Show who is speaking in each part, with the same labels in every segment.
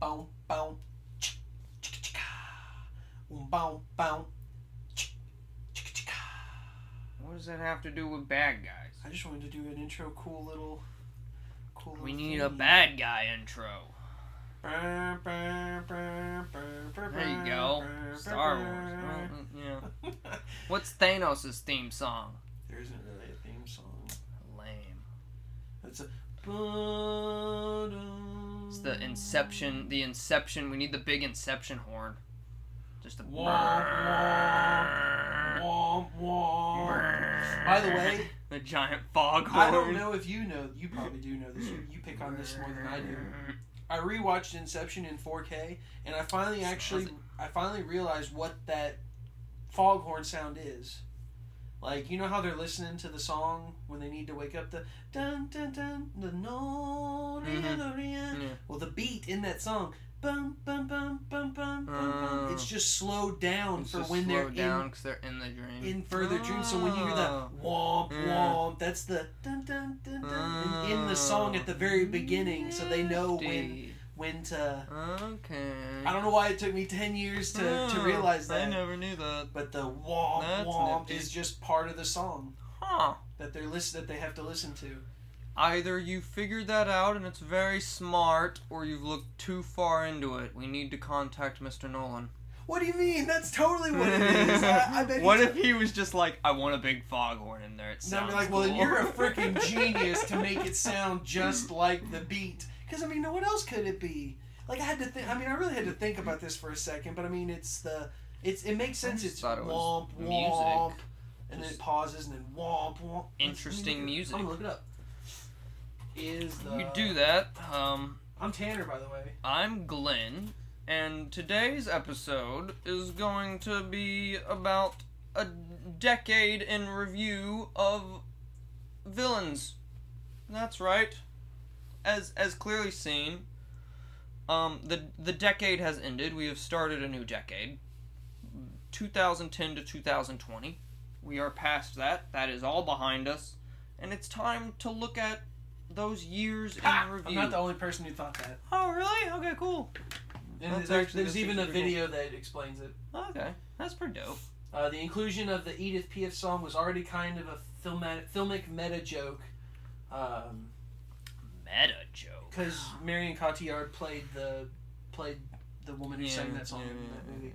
Speaker 1: bow bow. chick, chick, chicka. Oom bow bow. chick, chicka, chicka.
Speaker 2: What does that have to do with bad guys?
Speaker 1: I just wanted to do an intro, cool little, cool. Little
Speaker 2: We need a
Speaker 1: thingy.
Speaker 2: bad guy intro.
Speaker 1: There you
Speaker 2: There you go. Star Wars. Well, mm, yeah. What's Thanos' theme song?
Speaker 1: there isn't really a theme song.
Speaker 2: Lame.
Speaker 1: It's a.
Speaker 2: It's the Inception. The Inception. We need the big Inception horn. Just a.
Speaker 1: Wah, Womp womp. By the way,
Speaker 2: the giant fog horn.
Speaker 1: I don't know if you know. You probably do know this. You, you pick on this more than I do.
Speaker 2: Mm-hmm.
Speaker 1: I rewatched Inception in 4K, and I finally
Speaker 2: Sounds
Speaker 1: actually,
Speaker 2: like-
Speaker 1: I finally realized what that foghorn sound is. Like you know how they're listening to the song when they need to wake up. The dun dun dun the no.
Speaker 2: Mm-hmm. Yeah.
Speaker 1: Well, the beat in that song. Bum, bum, bum, bum, bum, bum, bum.
Speaker 2: Oh.
Speaker 1: It's just slowed down
Speaker 2: It's
Speaker 1: for
Speaker 2: just
Speaker 1: when they're
Speaker 2: slowed down 'cause they're in the dream.
Speaker 1: in in further dreams. So when you hear that
Speaker 2: Oh.
Speaker 1: womp
Speaker 2: Yeah.
Speaker 1: womp, that's the dun dun dun
Speaker 2: Oh.
Speaker 1: dun in, in the song at the very beginning, so they know when
Speaker 2: Nifty.
Speaker 1: when to.
Speaker 2: Okay.
Speaker 1: I don't know why it took me ten years to, to
Speaker 2: Oh,
Speaker 1: realize
Speaker 2: I
Speaker 1: that,
Speaker 2: never knew that.
Speaker 1: but the womp
Speaker 2: That's
Speaker 1: womp
Speaker 2: nifty.
Speaker 1: is just part of the song
Speaker 2: Huh.
Speaker 1: that they're listen that they have to listen to.
Speaker 2: Either you figured that out and it's very smart, or you've looked too far into it. We need to contact Mr. Nolan.
Speaker 1: What do you mean? That's totally what it is. uh, I, I bet
Speaker 2: what
Speaker 1: he
Speaker 2: if he was just like, I want a big foghorn in there?
Speaker 1: And I'd
Speaker 2: It sounds
Speaker 1: be like, well,
Speaker 2: cool."
Speaker 1: you're a freaking genius to make it sound just like the beat. Because, I mean, what else could it be? Like, I had to think, I mean, I really had to think about this for a second, but I mean, it's the, it's, it makes
Speaker 2: I
Speaker 1: sense.
Speaker 2: just
Speaker 1: It's
Speaker 2: thought it was
Speaker 1: womp,
Speaker 2: music.
Speaker 1: womp, and then it
Speaker 2: Just-
Speaker 1: pauses, and then womp, womp.
Speaker 2: Interesting
Speaker 1: I'm
Speaker 2: music.
Speaker 1: gonna look it up. Is the.
Speaker 2: You do that. Um,
Speaker 1: I'm Tanner, by the way.
Speaker 2: I'm Glenn, and today's episode is going to be about a decade in review of villains. That's right. As as clearly seen, um, the the decade has ended. We have started a new decade, 2010 to 2020. We are past that. That is all behind us, and it's time to look at those years
Speaker 1: Ha!
Speaker 2: in
Speaker 1: I'm
Speaker 2: review.
Speaker 1: not the only person who thought that.
Speaker 2: Oh, really? Okay, cool.
Speaker 1: And
Speaker 2: That's
Speaker 1: there's,
Speaker 2: actually-
Speaker 1: there's
Speaker 2: that's
Speaker 1: even a
Speaker 2: actually pretty
Speaker 1: video that explains it.
Speaker 2: Okay, that's pretty dope.
Speaker 1: Uh, the inclusion of the Edith Piaf song was already kind of a filmatic, filmic meta joke, because
Speaker 2: Meta joke.
Speaker 1: Marion Cotillard played the played the woman who sang that song in that movie.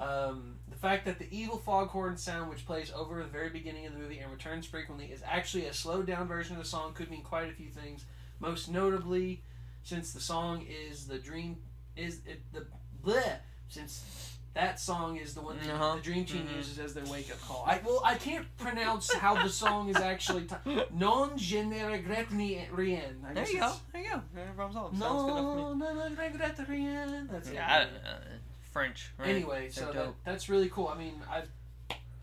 Speaker 1: Um, the fact that the evil foghorn sound, which plays over the very beginning of the movie and returns frequently, is actually a slowed down version of the song could mean quite a few things. Most notably, since the song is the dream is it, the bleh, since that song is the one that
Speaker 2: Uh-huh.
Speaker 1: the dream team
Speaker 2: Mhm.
Speaker 1: uses as their wake up call. I well I can't pronounce how the song is actually t- non je ne regrette ni rien. I
Speaker 2: There
Speaker 1: guess
Speaker 2: you go.
Speaker 1: it's-
Speaker 2: There you go. No problem solved. Sounds good enough
Speaker 1: Non, ne regrette rien. That's
Speaker 2: to
Speaker 1: it.
Speaker 2: me. Yeah, I don't know. French, right?
Speaker 1: Anyway,
Speaker 2: They're
Speaker 1: so that,
Speaker 2: dope.
Speaker 1: that's really cool. I mean, I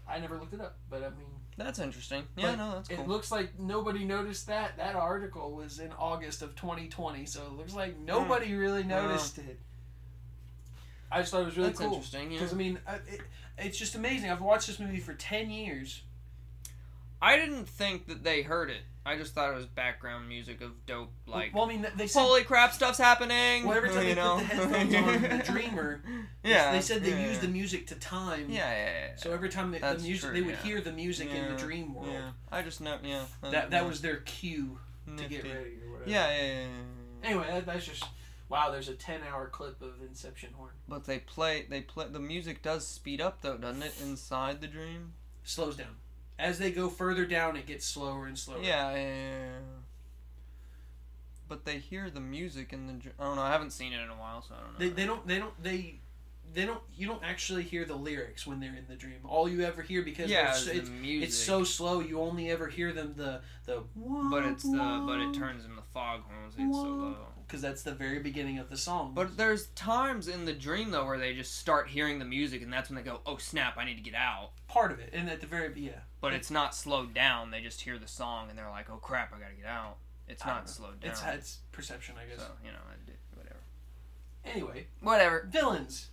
Speaker 1: I never looked it up, but I mean,
Speaker 2: that's interesting. Yeah,
Speaker 1: But
Speaker 2: no, that's cool.
Speaker 1: it looks like nobody noticed that. That article was in August of 2020, so it looks
Speaker 2: Hmm.
Speaker 1: like nobody really
Speaker 2: Wow.
Speaker 1: noticed it. I just thought it was really
Speaker 2: that's
Speaker 1: cool
Speaker 2: interesting. Yeah.
Speaker 1: because I mean, I, it, it's just amazing. I've watched this movie for 10 years.
Speaker 2: I didn't think that they heard it. I just thought it was background music of dope, like
Speaker 1: well, I mean, they said
Speaker 2: holy crap, stuff's happening.
Speaker 1: Well, every time
Speaker 2: you
Speaker 1: they
Speaker 2: know?
Speaker 1: put the headphones on, the dreamer,
Speaker 2: Yeah,
Speaker 1: they said they
Speaker 2: yeah,
Speaker 1: used the
Speaker 2: yeah.
Speaker 1: music to time.
Speaker 2: Yeah, yeah, yeah.
Speaker 1: So every time they, the
Speaker 2: That's
Speaker 1: music,
Speaker 2: true,
Speaker 1: they would
Speaker 2: yeah.
Speaker 1: hear the music in the
Speaker 2: Yeah,
Speaker 1: dream world.
Speaker 2: yeah. Mm-hmm. I just know. Yeah,
Speaker 1: That that was their cue to
Speaker 2: nifty.
Speaker 1: get ready or whatever.
Speaker 2: Yeah, yeah, yeah, yeah, yeah. yeah.
Speaker 1: Anyway, that, that's just wow. There's a 10 hour clip of Inception horn.
Speaker 2: But they play, they play. The music does speed up though, doesn't it? Inside the dream.
Speaker 1: slows down. As they go further down, it gets slower and slower.
Speaker 2: Oh, Yeah, yeah, yeah, yeah. But they hear the music in the. dr- I don't know. I haven't seen it in a while, so I don't know.
Speaker 1: They, they don't they don't they they don't you don't actually hear the lyrics when they're in the dream. All you ever hear because
Speaker 2: yeah,
Speaker 1: they're
Speaker 2: it's,
Speaker 1: so- it's,
Speaker 2: the music.
Speaker 1: it's so slow. You only ever hear them the the.
Speaker 2: But it's the but it turns in the foghorn, so it's so low.
Speaker 1: because that's the very beginning of the song.
Speaker 2: But there's times in the dream though where they just start hearing the music, and that's when they go, "Oh snap! I need to get out."
Speaker 1: part of it, and at the very yeah.
Speaker 2: But it's not slowed down. They just hear the song, and they're like, "Oh crap! I gotta get out." It's
Speaker 1: I don't
Speaker 2: not
Speaker 1: know.
Speaker 2: slowed down.
Speaker 1: It's it's perception, I guess.
Speaker 2: so you know, I did- whatever.
Speaker 1: Anyway,
Speaker 2: Whatever.
Speaker 1: villains.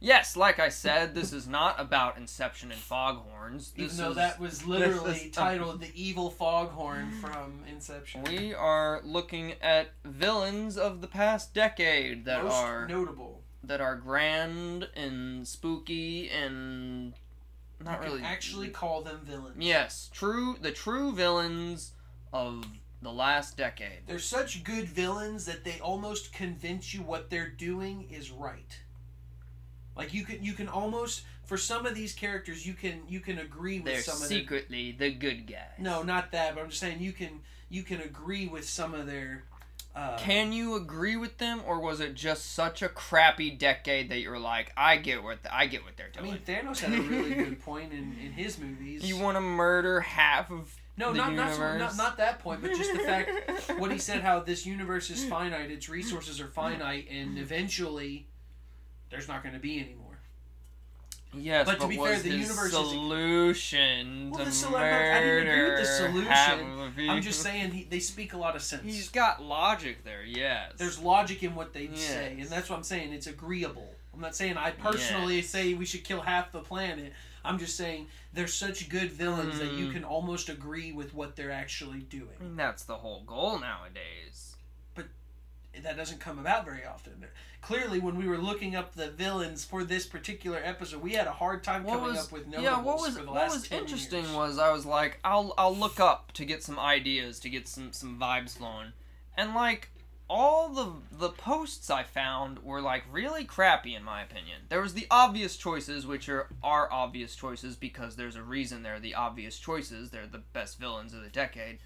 Speaker 2: Yes, like I said, this is not about Inception and foghorns.
Speaker 1: Even
Speaker 2: This
Speaker 1: though
Speaker 2: is,
Speaker 1: that was literally
Speaker 2: this is-
Speaker 1: titled "The Evil Foghorn" from Inception.
Speaker 2: we are looking at villains of the past decade that
Speaker 1: Most
Speaker 2: are
Speaker 1: notable.
Speaker 2: that are grand and spooky and not
Speaker 1: You can
Speaker 2: really
Speaker 1: actually call them villains.
Speaker 2: Yes, true. The true villains of the last decade.
Speaker 1: They're such good villains that they almost convince you what they're doing is right. Like you can you can almost for some of these characters you can you can agree with
Speaker 2: They're
Speaker 1: some of their
Speaker 2: secretly the good guys.
Speaker 1: No, not that, but I'm just saying you can you can agree with some of their uh
Speaker 2: Can you agree with them, or was it just such a crappy decade that you were like, I get what th- I get what they're
Speaker 1: I
Speaker 2: doing.
Speaker 1: mean Thanos had a really good point in, in his movies.
Speaker 2: you want to murder half of
Speaker 1: no,
Speaker 2: the
Speaker 1: not, not so- not
Speaker 2: universe?
Speaker 1: not that point, but just the fact what he said how this universe is finite, its resources are finite and eventually there's not going to be any more.
Speaker 2: Yes,
Speaker 1: But
Speaker 2: but,
Speaker 1: to be
Speaker 2: was
Speaker 1: fair, the
Speaker 2: his
Speaker 1: universe is-
Speaker 2: solution
Speaker 1: Well,
Speaker 2: to
Speaker 1: the sol- I'm not- I didn't
Speaker 2: murder
Speaker 1: agree with the
Speaker 2: half
Speaker 1: solution.
Speaker 2: of
Speaker 1: I'm just
Speaker 2: people?
Speaker 1: saying he, they speak a lot of sense.
Speaker 2: Mm-hmm. He's got logic there. Yes.
Speaker 1: There's logic in what they
Speaker 2: Yes.
Speaker 1: say, and that's what I'm saying. It's agreeable. I'm not saying I personally say we should kill half the planet. I'm just saying they're such good villains that you
Speaker 2: Mm.
Speaker 1: can almost agree with what they're actually
Speaker 2: I
Speaker 1: doing.
Speaker 2: mean, that's the whole goal nowadays.
Speaker 1: That doesn't come about very often. Clearly, when we were looking up the villains for this particular episode, we had a hard time
Speaker 2: What
Speaker 1: coming
Speaker 2: was-
Speaker 1: up with notables
Speaker 2: Yeah, what was
Speaker 1: for the
Speaker 2: what
Speaker 1: last
Speaker 2: was
Speaker 1: 10
Speaker 2: interesting
Speaker 1: years.
Speaker 2: was I was like, I'll I'll look up to get some ideas to get some some vibes flowing, and like all the the posts I found were like really crappy in my opinion. There was the obvious choices, which are are obvious choices because there's a reason they're the obvious choices. They're the best villains of the decade.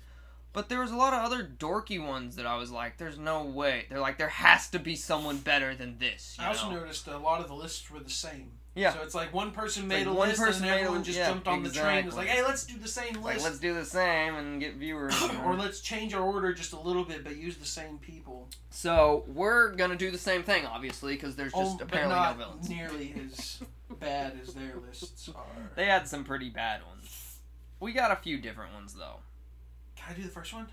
Speaker 2: But there was a lot of other dorky ones that I was like, "There's no way." They're like, "There has to be someone better than this." You
Speaker 1: I also
Speaker 2: know?
Speaker 1: noticed a lot of the lists were the same.
Speaker 2: Yeah.
Speaker 1: So it's like one person
Speaker 2: like
Speaker 1: made a
Speaker 2: one
Speaker 1: list
Speaker 2: person
Speaker 1: and
Speaker 2: made a-
Speaker 1: everyone just
Speaker 2: yeah,
Speaker 1: jumped on the train. and was like,
Speaker 2: exactly.
Speaker 1: hey, let's do the same list.
Speaker 2: Like, let's do the same and get viewers.
Speaker 1: or let's change our order just a little bit, but use the same people.
Speaker 2: so we're gonna do the same thing, obviously, because there's
Speaker 1: Oh,
Speaker 2: just
Speaker 1: but
Speaker 2: apparently no
Speaker 1: not
Speaker 2: villains.
Speaker 1: nearly as bad as their lists are.
Speaker 2: They had some pretty bad ones. We got a few different ones though.
Speaker 1: Can I do the first one?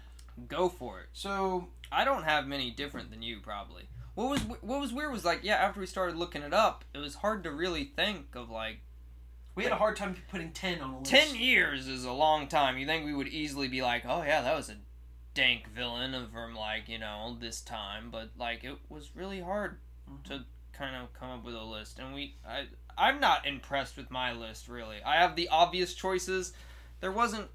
Speaker 2: Go for it.
Speaker 1: So
Speaker 2: I don't have many different than you probably. What was what was weird was like yeah after we started looking it up it was hard to really think of like
Speaker 1: we had a hard time putting ten on a list.
Speaker 2: ten years is a long time you think we would easily be like oh yeah that was a dank villain of from like you know this time but like it was really hard
Speaker 1: Mhm.
Speaker 2: to kind of come up with a list and we I I'm not impressed with my list really. I have the obvious choices. There wasn't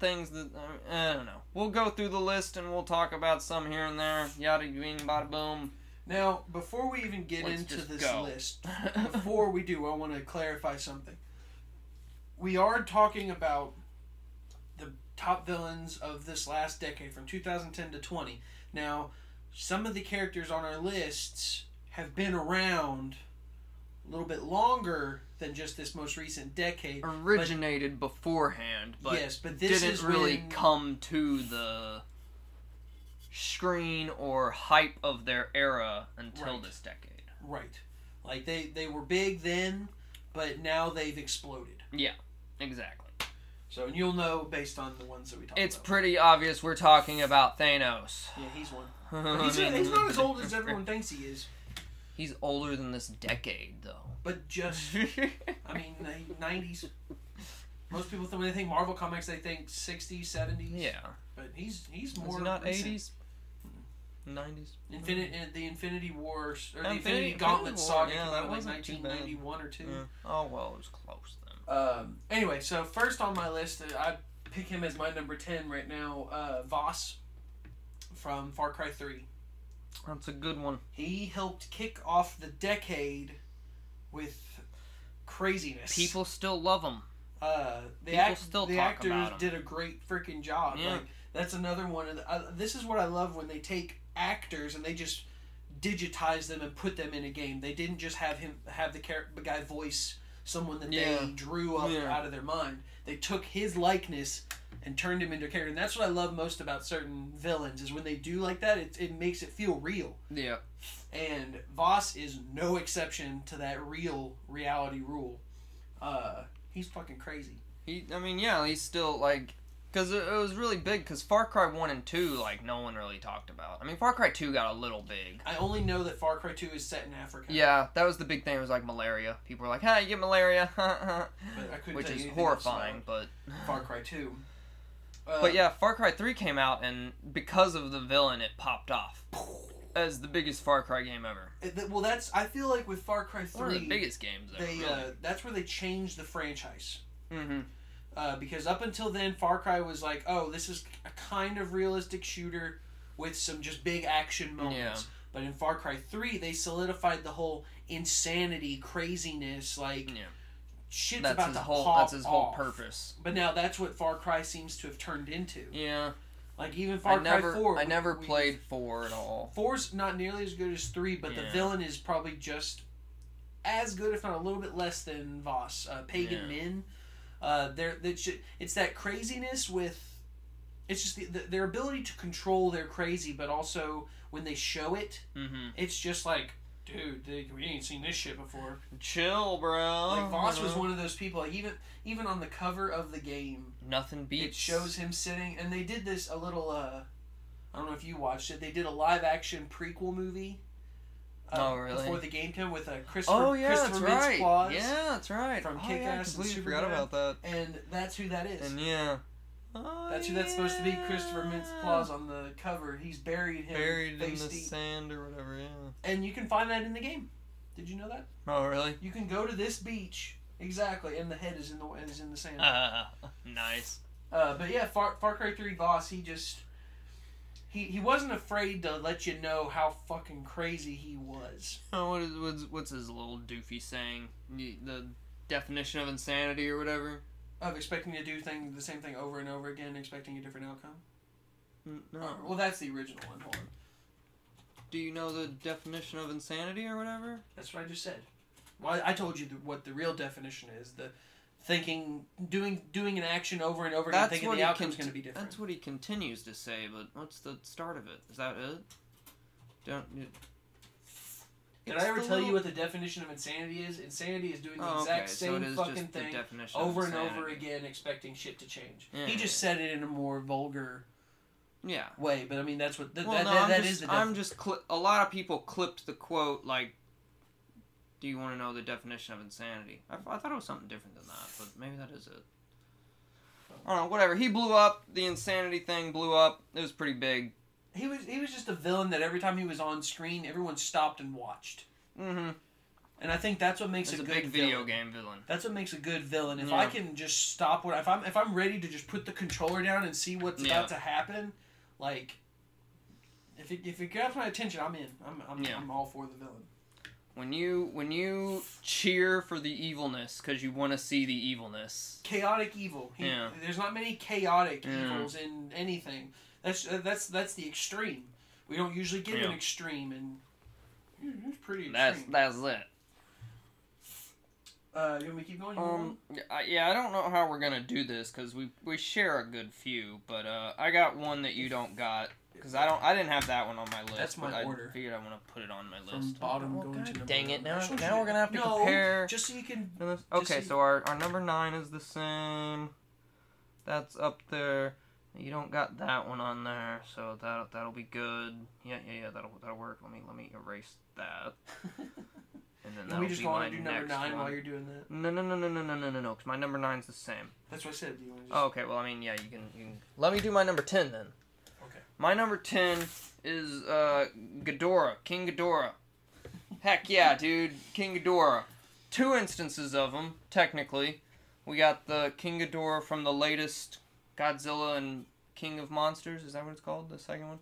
Speaker 2: things that I, I don't know. We'll go through the list and we'll talk about some here and there. Yada bing bada boom.
Speaker 1: Now, before we even get
Speaker 2: Let's
Speaker 1: into
Speaker 2: just
Speaker 1: this
Speaker 2: go.
Speaker 1: list, before we do, I want to clarify something. We are talking about the top villains of this last decade from 2010 to 20. Now, some of the characters on our lists have been around a little bit longer than just this most recent decade.
Speaker 2: Originated beforehand, but
Speaker 1: yes, but this
Speaker 2: didn't
Speaker 1: is
Speaker 2: really
Speaker 1: when-
Speaker 2: come to the screen or hype of their era until
Speaker 1: Right.
Speaker 2: this decade.
Speaker 1: right. Like they they were big then, but now they've exploded.
Speaker 2: Exactly.
Speaker 1: So, and you'll know based on the ones that we talk
Speaker 2: It's
Speaker 1: about.
Speaker 2: pretty obvious we're talking about Thanos.
Speaker 1: yeah, he's one. But he's, he's not as old as everyone thinks he is,
Speaker 2: He's older than this decade, though.
Speaker 1: but just I mean nineties. Most people think when they think Marvel comics, they think 60s, 70s.
Speaker 2: yeah.
Speaker 1: but he's he's
Speaker 2: Was
Speaker 1: more
Speaker 2: it not
Speaker 1: recent.
Speaker 2: eighties? Nineties.
Speaker 1: Infinite, uh, the Infinity War s- or the
Speaker 2: Infinity-
Speaker 1: Infinity
Speaker 2: Infinity
Speaker 1: Gauntlet
Speaker 2: War,
Speaker 1: saga
Speaker 2: yeah,
Speaker 1: came
Speaker 2: that
Speaker 1: out in like
Speaker 2: wasn't too bad.
Speaker 1: 1991 or two.
Speaker 2: Oh well, it was close then.
Speaker 1: Um, anyway, so first on my list, uh, I pick him as my number ten right now. Uh, Voss from Far Cry Three.
Speaker 2: That's a good one.
Speaker 1: He helped kick off the decade with craziness.
Speaker 2: People still love him.
Speaker 1: uh, the,
Speaker 2: People
Speaker 1: act,
Speaker 2: still
Speaker 1: the
Speaker 2: talk
Speaker 1: actors
Speaker 2: about 'em.
Speaker 1: did a great freaking job.
Speaker 2: Yeah.
Speaker 1: Like that's another one. Of the, uh, this is what I love when they take actors and they just digitize them and put them in a game. They didn't just have him have the character the guy voice someone that
Speaker 2: Yeah.
Speaker 1: they drew up
Speaker 2: Yeah.
Speaker 1: out of their mind. They took his likeness and turned him into a character. And that's what I love most about certain villains is when they do like that. It it makes it feel real.
Speaker 2: Yeah.
Speaker 1: And Voss is no exception to that real reality rule. Uh, he's fucking crazy.
Speaker 2: He. I mean, yeah. He's still like. Because it it was really big. Because Far Cry One and Two, like no one really talked about. I mean, Far Cry Two got a little big.
Speaker 1: I only know that Far Cry 2 is set in Africa.
Speaker 2: Yeah, that was the big thing. It was like malaria. People were like, "Huh, you get malaria,"
Speaker 1: But I couldn't
Speaker 2: which
Speaker 1: tell you
Speaker 2: is
Speaker 1: anything
Speaker 2: horrifying. But
Speaker 1: about Far Cry 2. Uh,
Speaker 2: but yeah, Far Cry Three came out, and because of the villain, it popped off as the biggest Far Cry game ever.
Speaker 1: it- th- Well, that's. I feel like with Far Cry
Speaker 2: One of the
Speaker 1: 3,
Speaker 2: biggest games ever.
Speaker 1: they uh, that's where they changed the franchise.
Speaker 2: hmm
Speaker 1: uh, because up until then, Far Cry was like, oh, this is a kind of realistic shooter with some just big action moments.
Speaker 2: Yeah.
Speaker 1: But in Far Cry 3, they solidified the whole insanity, craziness, like,
Speaker 2: Yeah.
Speaker 1: shit's
Speaker 2: That's
Speaker 1: about
Speaker 2: his
Speaker 1: to
Speaker 2: whole.
Speaker 1: pop
Speaker 2: That's his whole
Speaker 1: off.
Speaker 2: purpose.
Speaker 1: But now that's what Far Cry seems to have turned into.
Speaker 2: Yeah.
Speaker 1: Like, even Far
Speaker 2: I
Speaker 1: Cry
Speaker 2: never.
Speaker 1: 4.
Speaker 2: I
Speaker 1: we-
Speaker 2: never
Speaker 1: we-
Speaker 2: played four at all.
Speaker 1: Four's not nearly as good as 3, but the
Speaker 2: Yeah.
Speaker 1: villain is probably just as good, if not a little bit less than Voss. Uh, Pagan
Speaker 2: Yeah.
Speaker 1: Men. Uh, they're, that shit- it's that craziness with. It's just the, the, their ability to control their crazy, but also when they show it,
Speaker 2: Mm-hmm.
Speaker 1: it's just like, dude, they, we ain't seen this shit before.
Speaker 2: Chill, bro.
Speaker 1: Like Voss
Speaker 2: you
Speaker 1: was
Speaker 2: know?
Speaker 1: one of those people. Like even even on the cover of the game,
Speaker 2: Nothing beats.
Speaker 1: it shows him sitting and they did this a little uh i don't know if you watched it they did a live action prequel movie uh,
Speaker 2: Oh, really?
Speaker 1: before the game came with a christopher,
Speaker 2: Oh yeah, that's
Speaker 1: christopher Mintz
Speaker 2: right.
Speaker 1: Claus,
Speaker 2: Yeah, that's right.
Speaker 1: from
Speaker 2: oh,
Speaker 1: Kick-Ass
Speaker 2: yeah, I
Speaker 1: and
Speaker 2: completely
Speaker 1: Superman.
Speaker 2: forgot about that.
Speaker 1: and that's who that is
Speaker 2: And yeah. Oh,
Speaker 1: that's who that's supposed to be christopher mintz
Speaker 2: yeah.
Speaker 1: claus on the cover he's buried him
Speaker 2: Buried in the
Speaker 1: face deep.
Speaker 2: sand or whatever. Yeah.
Speaker 1: and you can find that in the game did you know that
Speaker 2: Oh really?
Speaker 1: you can go to this beach exactly and the head is in the is in the sand
Speaker 2: Uh, nice.
Speaker 1: Uh, but yeah, Far, Far Cry Three boss, he just he he wasn't afraid to let you know how fucking crazy he was.
Speaker 2: Oh, what is what's what's his little doofy saying? Y- The definition of insanity or whatever.
Speaker 1: Of expecting to do thing the same thing over and over again, expecting a different outcome.
Speaker 2: N-
Speaker 1: Uh,
Speaker 2: No.
Speaker 1: well, that's the original one. Hold on,
Speaker 2: Do you know the definition of insanity or whatever?
Speaker 1: that's what I just said. Well, I, I told you the, what the real definition is: the thinking, doing, doing an action over and over again,
Speaker 2: That's
Speaker 1: thinking
Speaker 2: what
Speaker 1: the
Speaker 2: he
Speaker 1: outcome's
Speaker 2: cont-
Speaker 1: going to be different.
Speaker 2: That's what he continues to say, but what's the start of it? Is that it? Don't. You...
Speaker 1: Did
Speaker 2: It's
Speaker 1: I ever
Speaker 2: the
Speaker 1: tell you
Speaker 2: little-
Speaker 1: what the definition of insanity is? Insanity is doing the
Speaker 2: Oh,
Speaker 1: exact
Speaker 2: okay, so
Speaker 1: same
Speaker 2: it is
Speaker 1: fucking
Speaker 2: just the
Speaker 1: thing
Speaker 2: definition of
Speaker 1: over and over
Speaker 2: insanity.
Speaker 1: again, expecting shit to change.
Speaker 2: Yeah,
Speaker 1: he
Speaker 2: yeah,
Speaker 1: just said it in a more vulgar
Speaker 2: Yeah.
Speaker 1: way, but I mean that's what th-
Speaker 2: Well,
Speaker 1: that,
Speaker 2: no,
Speaker 1: that,
Speaker 2: I'm
Speaker 1: that
Speaker 2: just,
Speaker 1: is the
Speaker 2: I'm
Speaker 1: def-
Speaker 2: just cli- a lot of people clipped the quote like, "Do you want to know the definition of insanity?" I, I thought it was something different than that, but maybe that is it. I don't know. Whatever. He blew up. The insanity thing blew up. It was pretty big.
Speaker 1: he was he was just a villain that every time he was on screen, everyone stopped and watched,
Speaker 2: Mm-hmm.
Speaker 1: and I think that's what makes
Speaker 2: It's a,
Speaker 1: a, good
Speaker 2: big video
Speaker 1: villain.
Speaker 2: game villain.
Speaker 1: That's what makes a good villain. If
Speaker 2: Yeah.
Speaker 1: I can just stop what if I'm if I'm ready to just put the controller down and see what's
Speaker 2: Yeah.
Speaker 1: about to happen, like if it if it grabs my attention, I'm in. I'm I'm,
Speaker 2: Yeah.
Speaker 1: I'm all for the villain.
Speaker 2: When you when you cheer for the evilness because you want to see the evilness.
Speaker 1: chaotic evil. He,
Speaker 2: Yeah.
Speaker 1: There's not many chaotic
Speaker 2: Yeah.
Speaker 1: evils in anything. That's uh, that's that's the extreme. We don't usually get an
Speaker 2: Yeah.
Speaker 1: extreme, and Mm, it's pretty
Speaker 2: That's
Speaker 1: extreme.
Speaker 2: that's it.
Speaker 1: Uh, you want me to keep going? You want
Speaker 2: Um. I, yeah, I don't know how we're gonna do this because we we share a good few, but uh, I got one that you don't got because I don't I didn't have that one on my list.
Speaker 1: That's my
Speaker 2: but I
Speaker 1: order.
Speaker 2: Figured I want to put it on my
Speaker 1: one? from
Speaker 2: list.
Speaker 1: bottom
Speaker 2: Well,
Speaker 1: going
Speaker 2: Oh, God
Speaker 1: to number
Speaker 2: dang it!
Speaker 1: one.
Speaker 2: Now,
Speaker 1: That's what
Speaker 2: now
Speaker 1: you-
Speaker 2: we're gonna have to
Speaker 1: no,
Speaker 2: compare.
Speaker 1: Just so you can.
Speaker 2: Okay,
Speaker 1: see-
Speaker 2: so our our number nine is the same. That's up there. You don't got that one on there, so that that'll be good. Yeah, yeah, yeah. That'll that'll work. Let me let me erase that, and then
Speaker 1: Let
Speaker 2: that'll
Speaker 1: me just
Speaker 2: be
Speaker 1: go on
Speaker 2: my
Speaker 1: and do number
Speaker 2: next
Speaker 1: nine while
Speaker 2: one.
Speaker 1: you're doing that.
Speaker 2: No, no, no, no, no, no, no, no, no. Because my number nine's the same.
Speaker 1: That's what I said. Do you want to just?
Speaker 2: Oh, okay. Well, I mean, yeah, you can, you can. Let me do my number ten then.
Speaker 1: Okay.
Speaker 2: My number ten is uh, Ghidorah, King Ghidorah. Heck yeah, dude, King Ghidorah. Two instances of him, technically. We got the King Ghidorah from the latest Godzilla and King of Monsters. Is that what it's called? The second one.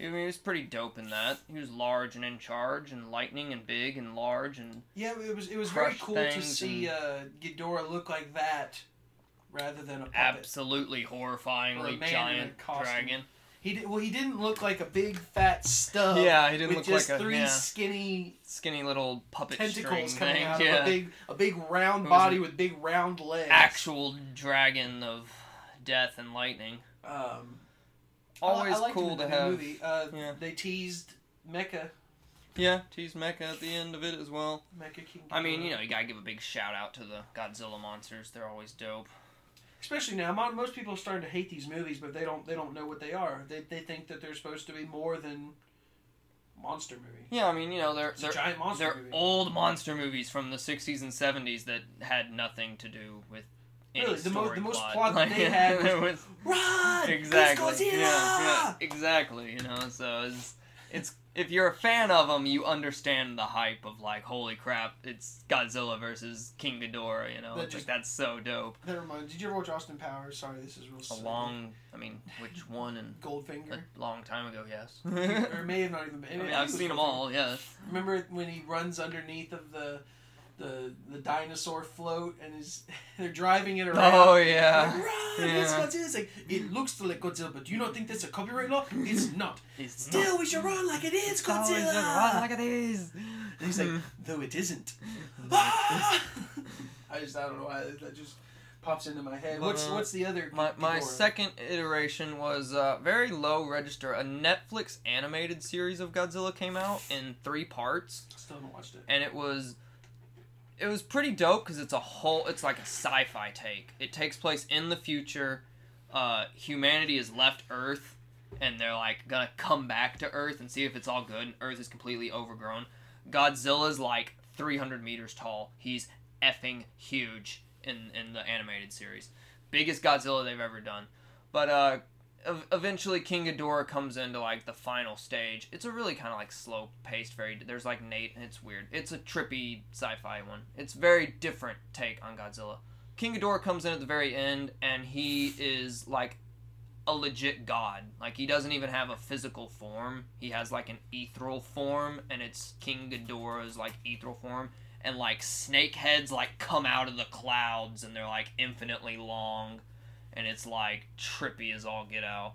Speaker 2: I mean, he was pretty dope in that. He was large and in charge, and lightning and big and large and
Speaker 1: Yeah, it was it was very
Speaker 2: Crush
Speaker 1: cool to
Speaker 2: things
Speaker 1: see uh, Ghidorah look like that, rather than a puppet.
Speaker 2: absolutely
Speaker 1: Or a man
Speaker 2: horrifyingly
Speaker 1: in a
Speaker 2: giant
Speaker 1: costume.
Speaker 2: dragon.
Speaker 1: He did, well, he didn't look like a big fat stub.
Speaker 2: Yeah, he didn't
Speaker 1: Oh, with
Speaker 2: look like
Speaker 1: just
Speaker 2: a-
Speaker 1: three
Speaker 2: yeah.
Speaker 1: skinny
Speaker 2: skinny little puppet
Speaker 1: tentacles
Speaker 2: string
Speaker 1: coming
Speaker 2: thing.
Speaker 1: out
Speaker 2: yeah.
Speaker 1: of a big a big round
Speaker 2: It was
Speaker 1: body
Speaker 2: a-
Speaker 1: with big round legs.
Speaker 2: actual dragon of death and lightning.
Speaker 1: um, I-
Speaker 2: Always
Speaker 1: I liked him
Speaker 2: cool
Speaker 1: in
Speaker 2: to
Speaker 1: the
Speaker 2: have.
Speaker 1: Movie. Uh,
Speaker 2: yeah.
Speaker 1: They teased Mecha
Speaker 2: Yeah, tease Mecha at the end of it as well.
Speaker 1: Mecha King.
Speaker 2: I mean,
Speaker 1: Ghidorah.
Speaker 2: you know, you gotta give a big shout out to the Godzilla monsters. They're always dope.
Speaker 1: especially now, mo- most people are starting to hate these movies, but they don't they don't know what they are. They, they think that they're supposed to be more than monster movie.
Speaker 2: Yeah, I mean, you know, they're
Speaker 1: It's a
Speaker 2: they're,
Speaker 1: giant monster
Speaker 2: they're
Speaker 1: movie.
Speaker 2: old monster movies from the '60s and '70s that had nothing to do with any
Speaker 1: Really, the mo-
Speaker 2: story
Speaker 1: the most
Speaker 2: plot.
Speaker 1: plot that
Speaker 2: Like,
Speaker 1: they had
Speaker 2: there was-
Speaker 1: Run,
Speaker 2: exactly.
Speaker 1: Godzilla!
Speaker 2: Yeah, yeah, exactly. You know, so it's, it's if you're a fan of them, you understand the hype of like, holy crap, it's Godzilla versus King Ghidorah. You know,
Speaker 1: That
Speaker 2: it's
Speaker 1: just-
Speaker 2: like that's so dope.
Speaker 1: Never mind. Did you ever watch Austin Powers? Sorry, this is real.
Speaker 2: A
Speaker 1: silly.
Speaker 2: long, I mean, which one and
Speaker 1: Goldfinger.
Speaker 2: a long time ago, yes.
Speaker 1: or
Speaker 2: I
Speaker 1: it may have not even been.
Speaker 2: mean,
Speaker 1: it
Speaker 2: I've
Speaker 1: was
Speaker 2: seen them
Speaker 1: Goldfinger.
Speaker 2: all. Yes.
Speaker 1: Remember when he runs underneath of the the the dinosaur float and is they're driving it around.
Speaker 2: Oh
Speaker 1: Like,
Speaker 2: yeah.
Speaker 1: Run! It's
Speaker 2: Yeah.
Speaker 1: Godzilla. It's like, it looks like Godzilla, but do you not think that's a copyright law? It's not.
Speaker 2: It's
Speaker 1: Still, we should run like it is
Speaker 2: not-
Speaker 1: Godzilla.
Speaker 2: Look at these.
Speaker 1: And he's like, though it isn't. Ah! I just, I don't know why that just pops into my head. What's
Speaker 2: Uh,
Speaker 1: what's the other?
Speaker 2: My, my
Speaker 1: Ghidorah?
Speaker 2: second iteration was uh, very low register. A Netflix animated series of Godzilla came out in three parts,
Speaker 1: Still haven't watched it.
Speaker 2: and it was it was pretty dope because it's a whole it's like a sci-fi take. It takes place in the future. Uh, humanity has left Earth, and they're like gonna come back to Earth and see if it's all good. And Earth is completely overgrown. Godzilla's like 300 meters tall. He's effing huge in in the animated series. Biggest Godzilla they've ever done. But uh ev- eventually King Ghidorah comes into like the final stage. It's a really kind of like slow paced very there's like Nate and it's weird. It's a trippy sci-fi one. It's very different take on Godzilla. King Ghidorah comes in at the very end and he is like a legit god. Like he doesn't even have a physical form. He has like an ethereal form, and it's King Ghidorah's like ethereal form, and like snake heads like come out of the clouds, and they're like infinitely long, and it's like trippy as all get out.